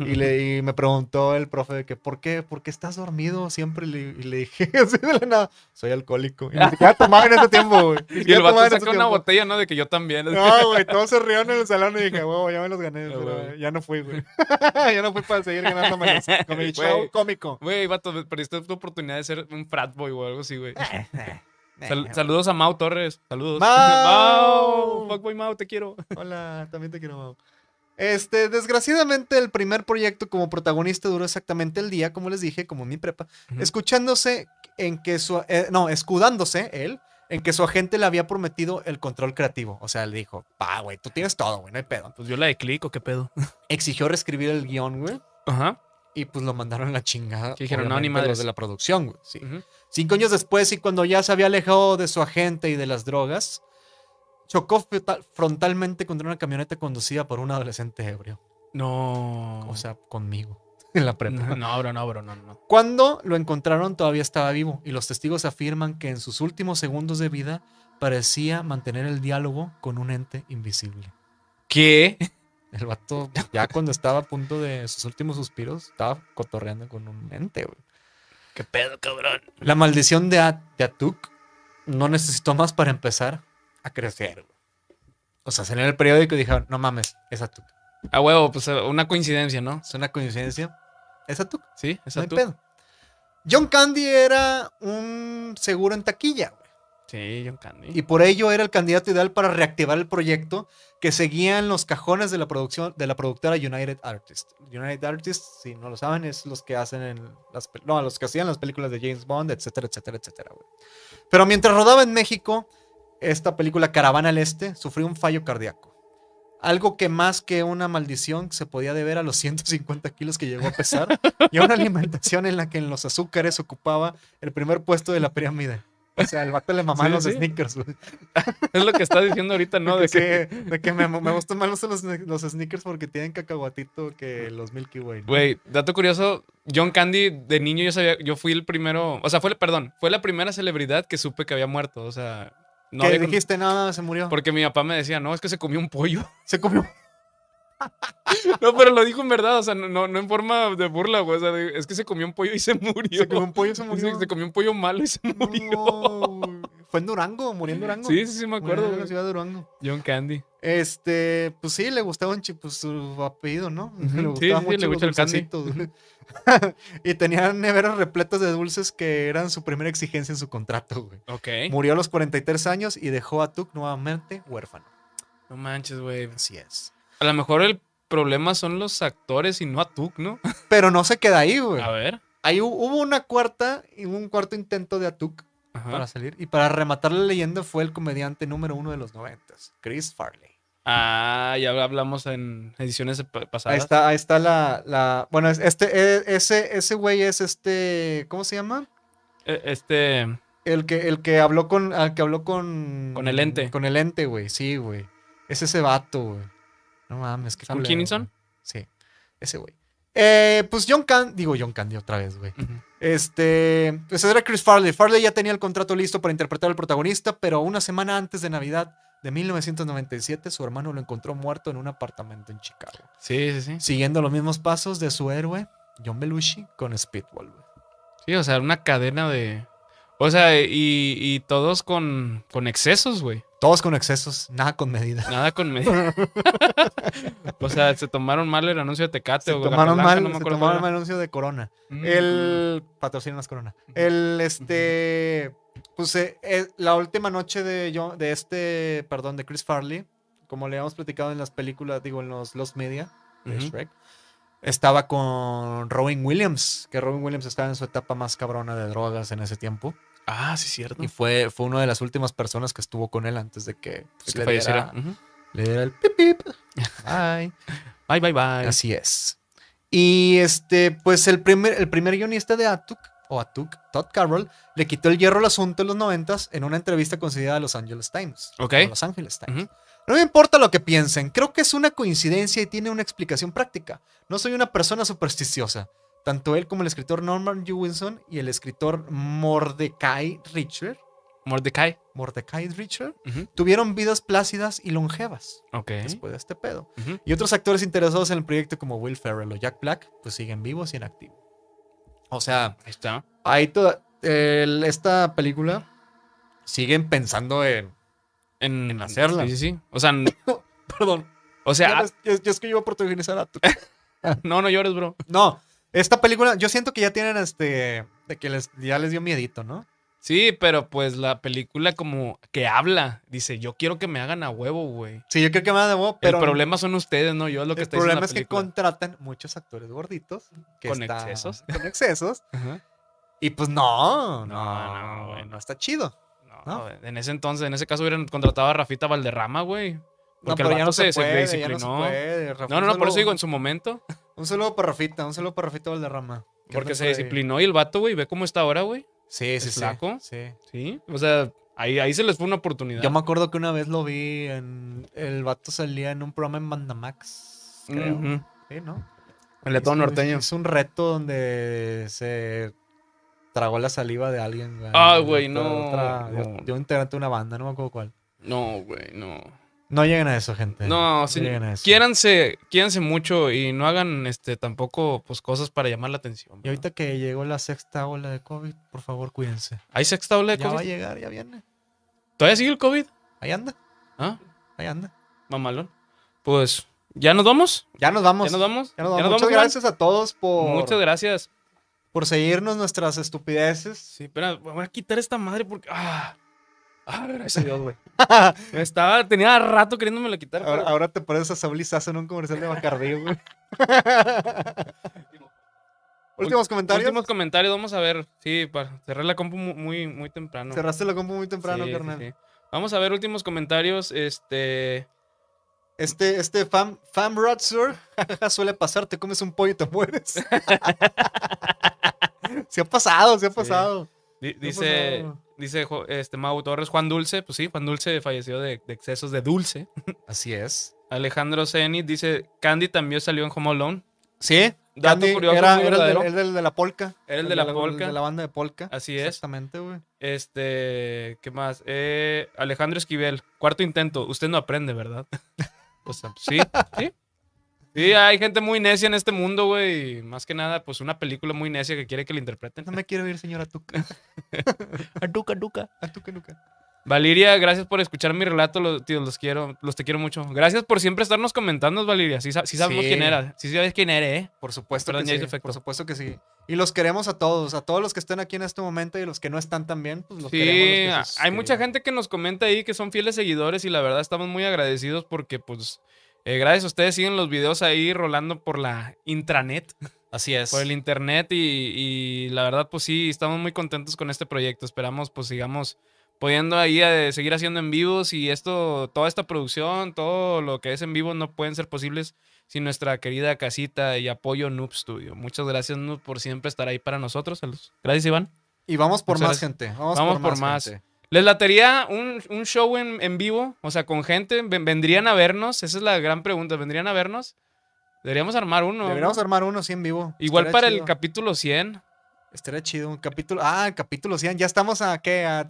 Speaker 3: Y, le, y me preguntó el profe de que, ¿por qué? ¿Por qué estás dormido siempre? Y le, y le dije, así de la nada, soy alcohólico. Y ni siquiera tomaba en ese tiempo, güey. Ni
Speaker 4: y
Speaker 3: siquiera
Speaker 4: el vato
Speaker 3: tomaba en
Speaker 4: saca
Speaker 3: ese
Speaker 4: una
Speaker 3: tiempo.
Speaker 4: botella, ¿no? De que yo también.
Speaker 3: No, güey, todos se rieron en el salón y dije, huevo, ya me los gané,
Speaker 4: Ah,
Speaker 3: pero
Speaker 4: huevo.
Speaker 3: ya no fui, güey. ya no fui para seguir ganándome los, con mi show
Speaker 4: Güey.
Speaker 3: cómico.
Speaker 4: Güey, vato, perdiste tu oportunidad de ser un frat boy o algo así, güey.
Speaker 3: Eh,
Speaker 4: Sal- saludos a Mau Torres. Saludos.
Speaker 3: Mau.
Speaker 4: Mau, Fuckboy Mau, te quiero.
Speaker 3: Hola, también te quiero, Mau. Este, desgraciadamente, el primer proyecto como protagonista duró exactamente el día, como les dije, como mi prepa,
Speaker 4: Ujú.
Speaker 3: escuchándose en que su. eh, no, escudándose él en que su agente le había prometido el control creativo. O sea, le dijo, pa, güey, tú tienes todo, güey, no hay pedo.
Speaker 4: Pues yo la de clic o qué pedo.
Speaker 3: Exigió reescribir el guión, güey.
Speaker 4: Ajá.
Speaker 3: Y pues lo mandaron a la chingada.
Speaker 4: Que dijeron, no,
Speaker 3: obviamente,
Speaker 4: ni madres.
Speaker 3: los de la producción, güey. sí.
Speaker 4: Ujú.
Speaker 3: Cinco años después, y cuando ya se había alejado de su agente y de las drogas, chocó feta- frontalmente contra una camioneta conducida por un adolescente ebrio.
Speaker 4: No.
Speaker 3: O sea, conmigo. En la prepa.
Speaker 4: no, no, bro, no, bro, no, no.
Speaker 3: Cuando lo encontraron, todavía estaba vivo. Y los testigos afirman que en sus últimos segundos de vida parecía mantener el diálogo con un ente invisible.
Speaker 4: ¿Qué?
Speaker 3: El vato, ya cuando estaba a punto de sus últimos suspiros, estaba cotorreando con un ente, güey.
Speaker 4: ¿Qué pedo, cabrón?
Speaker 3: La maldición de, A- de Atuk no necesitó más para empezar a crecer. güey. O sea, salió en el periódico y dijeron, no mames, es Atuk.
Speaker 4: A huevo, pues eh, una coincidencia, ¿no?
Speaker 3: Es una coincidencia. Es Atuk,
Speaker 4: Sí, esa
Speaker 3: no hay
Speaker 4: tú.
Speaker 3: pedo. John Candy era un seguro en taquilla. güey,
Speaker 4: Sí, John Candy.
Speaker 3: Y por ello era el candidato ideal para reactivar el proyecto que seguía en los cajones de la producción de la productora United Artists. United Artists, si no lo saben, es los que hacen en las pel- no, los que hacían las películas de James Bond, etcétera, etcétera, etcétera. güey. Pero mientras rodaba en México, esta película Caravana al Este sufrió un fallo cardíaco. Algo que más que una maldición se podía deber a los 150 kilos que llegó a pesar y a una alimentación en la que en los azúcares ocupaba el primer puesto de la pirámide. O sea, el vato le mamaban
Speaker 4: Sí,
Speaker 3: los
Speaker 4: sí.
Speaker 3: sneakers, güey.
Speaker 4: Es lo que estás diciendo ahorita, ¿no? De
Speaker 3: de,
Speaker 4: que,
Speaker 3: que, de que me, me gustan más los, los, los sneakers porque tienen cacahuatito que los Milky Way. ¿no?
Speaker 4: güey, dato curioso, John Candy de niño yo sabía, yo fui el primero, o sea, fue, el- perdón, fue la primera celebridad que supe que había muerto, o sea, no
Speaker 3: que
Speaker 4: había con-
Speaker 3: dijiste, no, se murió.
Speaker 4: porque mi papá me decía, no, es que se comió un pollo.
Speaker 3: Se comió.
Speaker 4: No, pero lo dijo en verdad, o sea, no, no, no en forma de burla, güey, o sea, de- es que se comió un pollo y se murió.
Speaker 3: Se comió un pollo, se
Speaker 4: Dice que
Speaker 3: murió.
Speaker 4: se comió un pollo malo y se murió.
Speaker 3: No, güey. Fue en Durango, murió en Durango.
Speaker 4: Sí, sí, sí, me
Speaker 3: Murió
Speaker 4: acuerdo.
Speaker 3: En la
Speaker 4: güey.
Speaker 3: ciudad de Durango.
Speaker 4: John Candy.
Speaker 3: Este, pues sí, le gustaba un chi- pues, su apellido, ¿no?
Speaker 4: Ujú,
Speaker 3: Le
Speaker 4: sí,
Speaker 3: gustaba
Speaker 4: sí,
Speaker 3: mucho,
Speaker 4: le
Speaker 3: los
Speaker 4: gusta el candy.
Speaker 3: dulcecitos, güey. y tenían neveras repletas de dulces que eran su primera exigencia en su contrato, güey.
Speaker 4: Ok.
Speaker 3: Murió a los 43 años y dejó a Tuk nuevamente huérfano.
Speaker 4: No manches, güey.
Speaker 3: Así es.
Speaker 4: A lo mejor el problema son los actores y no a Tuk, ¿no?
Speaker 3: Pero no se queda ahí, güey.
Speaker 4: A ver.
Speaker 3: Ahí hu- hubo una cuarta y un cuarto intento de Atuk
Speaker 4: Ajá.
Speaker 3: para salir. Y para rematar la leyenda fue el comediante número uno de los noventas, Chris Farley.
Speaker 4: Ah, ya hablamos en ediciones pa- pasadas.
Speaker 3: Ahí está, ahí está la, la- Bueno, es- este, e- ese, ese güey es este. ¿Cómo se llama?
Speaker 4: E- Este.
Speaker 3: El que, el que habló con. al que habló con.
Speaker 4: Con el ente.
Speaker 3: Con el ente, güey. Sí, güey. Es ese vato, güey. No mames, qué
Speaker 4: ¿Sam
Speaker 3: culero,
Speaker 4: Kinison?
Speaker 3: güey. Sí, ese güey. Eh, pues John Candy. Digo John Candy otra vez, güey.
Speaker 4: Ujú.
Speaker 3: Este, pues era Chris Farley. Farley ya tenía el contrato listo para interpretar al protagonista, pero una semana antes de Navidad de 1997, su hermano lo encontró muerto en un apartamento en Chicago,
Speaker 4: Sí, sí, sí.
Speaker 3: siguiendo los mismos pasos de su héroe, John Belushi, con Speedball. güey.
Speaker 4: Sí, o sea, una cadena de. O sea, y, y todos con, con excesos, güey.
Speaker 3: Todos con excesos, nada con medida.
Speaker 4: Nada con medida. o sea, se tomaron mal el anuncio de Tecate
Speaker 3: Se
Speaker 4: o
Speaker 3: tomaron
Speaker 4: Garrablanca,
Speaker 3: mal,
Speaker 4: no me
Speaker 3: se
Speaker 4: acuerdo
Speaker 3: tomaron mal
Speaker 4: cuál
Speaker 3: el anuncio de Corona.
Speaker 4: era. Mm.
Speaker 3: El patrocina más Corona. El este, pues eh, eh, la última noche de John, de este, perdón, de Chris Farley, como le habíamos platicado en las películas, digo, en los Lost Media de
Speaker 4: Ujú.
Speaker 3: Shrek, estaba con Robin Williams, que Robin Williams estaba en su etapa más cabrona de drogas en ese tiempo.
Speaker 4: Ah, sí, cierto.
Speaker 3: Y fue, fue una de las últimas personas que estuvo con él antes de que, pues,
Speaker 4: Que
Speaker 3: le,
Speaker 4: falleciera.
Speaker 3: diera,
Speaker 4: Ujú.
Speaker 3: le diera el pip pip. Bye.
Speaker 4: Bye, bye, bye.
Speaker 3: Así es. Y este, pues el primer, el primer guionista de Atuk, o Atuk, Todd Carroll, le quitó el hierro al asunto en los noventas en una entrevista concedida a Los Angeles Times.
Speaker 4: Ok.
Speaker 3: a Los Angeles Times.
Speaker 4: Ujú.
Speaker 3: No me importa lo que piensen, creo que es una coincidencia y tiene una explicación práctica. No soy una persona supersticiosa. Tanto él como el escritor Norman Jewison y el escritor Mordecai Richard,
Speaker 4: Mordecai.
Speaker 3: Mordecai Richard,
Speaker 4: Ujú.
Speaker 3: tuvieron vidas plácidas y longevas
Speaker 4: Ok.
Speaker 3: después de este pedo.
Speaker 4: Ujú.
Speaker 3: Y otros actores interesados en el proyecto como Will Ferrell o Jack Black, pues siguen vivos y en activo. O sea,
Speaker 4: Ahí está.
Speaker 3: ahí toda el- esta película siguen pensando en...
Speaker 4: En,
Speaker 3: En hacerla.
Speaker 4: Sí, sí, sí. O sea, n-
Speaker 3: Perdón,
Speaker 4: o sea,
Speaker 3: ya ves- ya- ya es que yo iba a protagonizar a tu...
Speaker 4: no, no llores, bro.
Speaker 3: No, esta película, yo siento que ya tienen este. de que les, ya les dio miedito, ¿no?
Speaker 4: Sí, pero pues la película como que habla, dice, yo quiero que me hagan a huevo, güey.
Speaker 3: Sí, yo creo que más de huevo, pero.
Speaker 4: el problema son ustedes, no yo, es lo que
Speaker 3: el
Speaker 4: está diciendo
Speaker 3: problema
Speaker 4: la
Speaker 3: es que
Speaker 4: película.
Speaker 3: contratan muchos actores gorditos. que
Speaker 4: Con
Speaker 3: están-
Speaker 4: excesos.
Speaker 3: Con excesos.
Speaker 4: Ajá.
Speaker 3: Y pues no,
Speaker 4: No,
Speaker 3: no, no,
Speaker 4: no,
Speaker 3: no,
Speaker 4: güey, no.
Speaker 3: está chido.
Speaker 4: No,
Speaker 3: ¿No?
Speaker 4: güey, en ese entonces, en ese caso hubieran contratado a Rafita Valderrama, güey. Porque
Speaker 3: no,
Speaker 4: el vato se, se
Speaker 3: ya no se
Speaker 4: disciplinó. No,
Speaker 3: puede, Rafa,
Speaker 4: no,
Speaker 3: un
Speaker 4: no, por
Speaker 3: saludo-
Speaker 4: eso digo en su momento.
Speaker 3: Un saludo para Rafita, un saludo para Rafita Valderrama. que
Speaker 4: Porque
Speaker 3: anda
Speaker 4: se
Speaker 3: por ahí.
Speaker 4: disciplinó y el vato, güey, ve cómo está ahora, güey.
Speaker 3: Sí, sí,
Speaker 4: ¿Es
Speaker 3: sí.
Speaker 4: flaco?
Speaker 3: Sí.
Speaker 4: Sí. O sea, ahí, ahí se les fue una oportunidad.
Speaker 3: Yo me acuerdo que una vez lo vi en. El vato salía en un programa en Bandamax. Creo.
Speaker 4: Ujú.
Speaker 3: Sí, ¿no?
Speaker 4: El de todo
Speaker 3: Hizo-
Speaker 4: norteño.
Speaker 3: hizo un reto donde se tragó la saliva de alguien. güey.
Speaker 4: Ay, Ah, güey,
Speaker 3: De
Speaker 4: no,
Speaker 3: otra- de-
Speaker 4: no.
Speaker 3: De un integrante de una banda, no me acuerdo cuál.
Speaker 4: No, güey, no.
Speaker 3: No lleguen a eso, gente.
Speaker 4: No, sí.
Speaker 3: lleguen a eso.
Speaker 4: Quiéranse, quiéranse mucho y no hagan este tampoco pues cosas para llamar la atención.
Speaker 3: Y ahorita que llegó la sexta ola de COVID, por favor, cuídense.
Speaker 4: ¿Hay sexta ola de
Speaker 3: Ya va a
Speaker 4: COVID?
Speaker 3: llegar, ya viene.
Speaker 4: ¿Todavía sigue el COVID?
Speaker 3: Ahí anda,
Speaker 4: ¿Ah?
Speaker 3: ahí anda.
Speaker 4: Mamalón. Pues, ¿ya nos vamos?
Speaker 3: Ya nos vamos.
Speaker 4: ¿Ya nos vamos?
Speaker 3: Ya nos vamos.
Speaker 4: ¿Ya nos
Speaker 3: Muchas
Speaker 4: vamos, Iván?
Speaker 3: gracias a todos por,
Speaker 4: Muchas gracias.
Speaker 3: por seguirnos nuestras estupideces.
Speaker 4: Sí, espera, voy a quitar esta madre porque. ¡Ah! ¡Ah, gracias a Dios, güey! Me Estaba, tenía rato queriéndome la quitar.
Speaker 3: Ahora,
Speaker 4: pero-
Speaker 3: ahora te pareces a Saúl Izazo en un comercial de Bacardí, güey. Últimos comentarios.
Speaker 4: Últimos comentarios, vamos a ver. Sí, para cerrar la compu mu- muy, muy temprano.
Speaker 3: Cerraste la compu muy temprano,
Speaker 4: Sí, sí,
Speaker 3: carnal.
Speaker 4: sí. Vamos a ver últimos comentarios. Este.
Speaker 3: Este, este fam, fam Rotsur, jajaja, suele pasar, te comes un pollo y te mueres. se ha pasado, se ha pasado.
Speaker 4: Di-
Speaker 3: Se ha
Speaker 4: Dice,
Speaker 3: pasado.
Speaker 4: dice Jo- este Mau Torres, Juan Dulce, pues sí, Juan Dulce falleció de, de excesos de dulce.
Speaker 3: Así es.
Speaker 4: Alejandro Zenit dice, Candy también salió en Home Alone.
Speaker 3: Sí,
Speaker 4: Dato
Speaker 3: Candy
Speaker 4: curioso,
Speaker 3: era,
Speaker 4: muy
Speaker 3: era el, del-
Speaker 4: verdadero.
Speaker 3: el del de la polka.
Speaker 4: Era el de la polka.
Speaker 3: El de la banda de polka.
Speaker 4: Así es.
Speaker 3: Exactamente, güey.
Speaker 4: Este, ¿qué más? Eh, Alejandro Esquivel, cuarto intento, usted no aprende, ¿verdad? O sea, sí, sí. Sí, hay gente muy necia en este mundo, güey. y Más que nada, pues una película muy necia que quiere que la interpreten.
Speaker 3: No me quiero ir, señora Tuca.
Speaker 4: Aduca, aduca.
Speaker 3: A Tuca Nuca.
Speaker 4: Valeria, gracias por escuchar mi relato, los, tíos, los quiero, los te quiero mucho. Gracias por siempre estarnos comentando, Valeria. Sí, sa- sí sabemos
Speaker 3: Sí.
Speaker 4: quién era, sí sabes quién eres, ¿eh?
Speaker 3: Por supuesto
Speaker 4: Perdón, ya
Speaker 3: que
Speaker 4: hizo
Speaker 3: sí.
Speaker 4: efecto.
Speaker 3: Por supuesto que sí. Y los queremos a todos, a todos los que estén aquí en este momento y los que no están también, pues los
Speaker 4: sí,
Speaker 3: queremos.
Speaker 4: hay
Speaker 3: los que se
Speaker 4: mucha
Speaker 3: suscriban.
Speaker 4: gente que nos comenta ahí que son fieles seguidores y la verdad estamos muy agradecidos porque, pues, eh, gracias a ustedes siguen los videos ahí rolando por la intranet,
Speaker 3: Así es.
Speaker 4: por el internet y, y la verdad, pues sí, estamos muy contentos con este proyecto. Esperamos, pues, sigamos pudiendo ahí eh, seguir haciendo en vivos y esto, toda esta producción, todo lo que es en vivo no pueden ser posibles sin nuestra querida casita y apoyo Noob Studio. Muchas gracias Noob por siempre estar ahí para nosotros. Saludos. Gracias Iván.
Speaker 3: Y vamos por
Speaker 4: Muchas
Speaker 3: más,
Speaker 4: gracias.
Speaker 3: gente. Vamos,
Speaker 4: Vamos
Speaker 3: por
Speaker 4: por
Speaker 3: más.
Speaker 4: más.
Speaker 3: gente.
Speaker 4: ¿Les latería un, un show en, en vivo? O sea, con gente. Ven- ¿Vendrían a vernos? Esa es la gran pregunta. ¿Vendrían a vernos? Deberíamos armar uno. ¿no?
Speaker 3: Deberíamos armar uno así en vivo.
Speaker 4: Igual
Speaker 3: Estaría
Speaker 4: para el
Speaker 3: chido.
Speaker 4: capítulo 100.
Speaker 3: Estaría chido un capítulo. Ah, el capítulo 100. Ya estamos a qué? A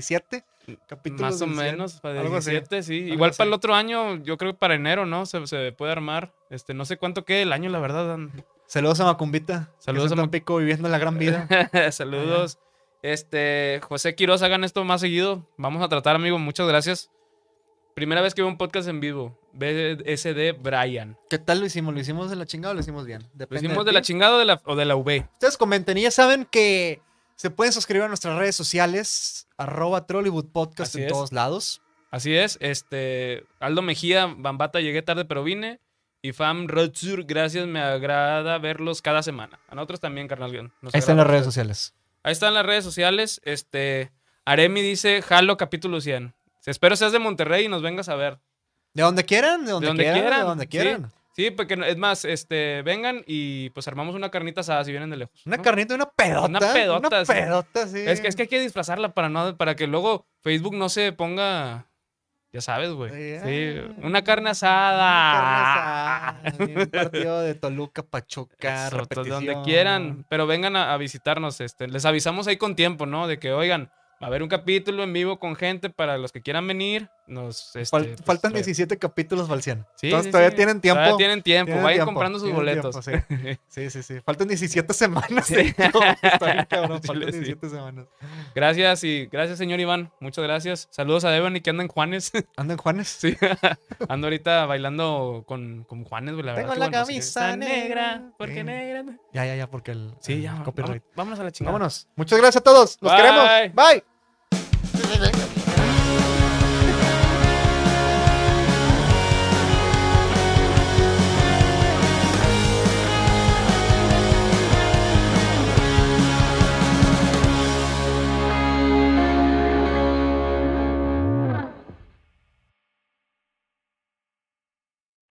Speaker 3: 17 capítulos.
Speaker 4: más o
Speaker 3: del 100.
Speaker 4: menos. Para
Speaker 3: Algo así.
Speaker 4: 17, sí.
Speaker 3: algo
Speaker 4: Igual
Speaker 3: así.
Speaker 4: para el otro año, yo creo que para enero, ¿no? Se, se puede armar. Este, no sé cuánto quede el año, la verdad. Dan.
Speaker 3: Saludos a Macumbita.
Speaker 4: Saludos
Speaker 3: Saludos
Speaker 4: a
Speaker 3: a Mapico viviendo la gran vida.
Speaker 4: Saludos. Este, José Quiroz, hagan esto más seguido. Vamos a tratar, amigo. Muchas gracias. Primera vez que veo un podcast en vivo. BSD Brian.
Speaker 3: ¿Qué tal lo hicimos? ¿Lo hicimos de la chingada o lo hicimos bien?
Speaker 4: ¿Lo
Speaker 3: Depende
Speaker 4: hicimos de la
Speaker 3: ti.
Speaker 4: chingada o de la, o de la V?
Speaker 3: Ustedes comenten y ya saben que se pueden suscribir a nuestras redes sociales. Arroba Trollywood Podcast
Speaker 4: Así
Speaker 3: en
Speaker 4: es.
Speaker 3: todos lados.
Speaker 4: Así es, este Aldo Mejía, Bambata, llegué tarde pero vine. Y Fam Rotsur, gracias, me agrada verlos cada semana. A nosotros también, carnal. nos
Speaker 3: Ahí están
Speaker 4: agrada
Speaker 3: las redes
Speaker 4: mucho.
Speaker 3: sociales.
Speaker 4: Ahí están las redes sociales. Este, Aremi dice, jalo capítulo 100. Espero seas de Monterrey y nos vengas a ver.
Speaker 3: De donde quieran, de donde,
Speaker 4: donde
Speaker 3: quieran,
Speaker 4: quieran,
Speaker 3: de donde
Speaker 4: sí.
Speaker 3: quieran.
Speaker 4: Sí, porque no- es más, este, vengan y pues armamos una carnita asada si vienen de lejos.
Speaker 3: Una
Speaker 4: ¿no?
Speaker 3: carnita, una pedota.
Speaker 4: Una
Speaker 3: Una
Speaker 4: pedota,
Speaker 3: pedota,
Speaker 4: sí.
Speaker 3: sí.
Speaker 4: Es que, es que hay que disfrazarla para, no, para que luego Facebook no se ponga. Ya sabes, güey.
Speaker 3: Sí, ah.
Speaker 4: Sí, una carne
Speaker 3: Una
Speaker 4: asada.
Speaker 3: carne asada, Un partido de Toluca, Pachuca,
Speaker 4: Eso, to-
Speaker 3: repetición.
Speaker 4: donde quieran, pero vengan a, a visitarnos. Este, les avisamos ahí con tiempo, ¿no? De que, oigan, va a haber un capítulo en vivo con gente para los que quieran venir. Nos, este,
Speaker 3: Fal-
Speaker 4: pues,
Speaker 3: faltan
Speaker 4: trae-
Speaker 3: 17 capítulos, Valcian.
Speaker 4: Sí,
Speaker 3: Entonces,
Speaker 4: sí,
Speaker 3: todavía
Speaker 4: sí.
Speaker 3: tienen tiempo.
Speaker 4: Todavía tienen tiempo.
Speaker 3: Tienen
Speaker 4: Vayan
Speaker 3: tiempo,
Speaker 4: comprando sus
Speaker 3: tienen
Speaker 4: boletos.
Speaker 3: tiempo, Sí, sí, sí. Faltan 17 semanas. No, está bien, cabrón.
Speaker 4: Chile,
Speaker 3: Faltan
Speaker 4: sí.
Speaker 3: 17 semanas.
Speaker 4: gracias y gracias, señor Iván. Muchas gracias. Saludos a Devani que anda en Juanes.
Speaker 3: ¿Andan Juanes?
Speaker 4: Sí. Ando ahorita bailando con, con Juanes, güey. La
Speaker 3: Tengo
Speaker 4: verdad,
Speaker 3: la
Speaker 4: que, bueno, no sé qué.
Speaker 3: camisa
Speaker 4: Está
Speaker 3: negra.
Speaker 4: porque
Speaker 3: Sí.
Speaker 4: negra.
Speaker 3: Ya, ya, ya, porque el,
Speaker 4: Sí,
Speaker 3: el
Speaker 4: ya. Vámonos,
Speaker 3: copyright.
Speaker 4: vámonos a la chingada.
Speaker 3: Vámonos. Muchas gracias a todos. Los
Speaker 4: Bye.
Speaker 3: queremos. Bye.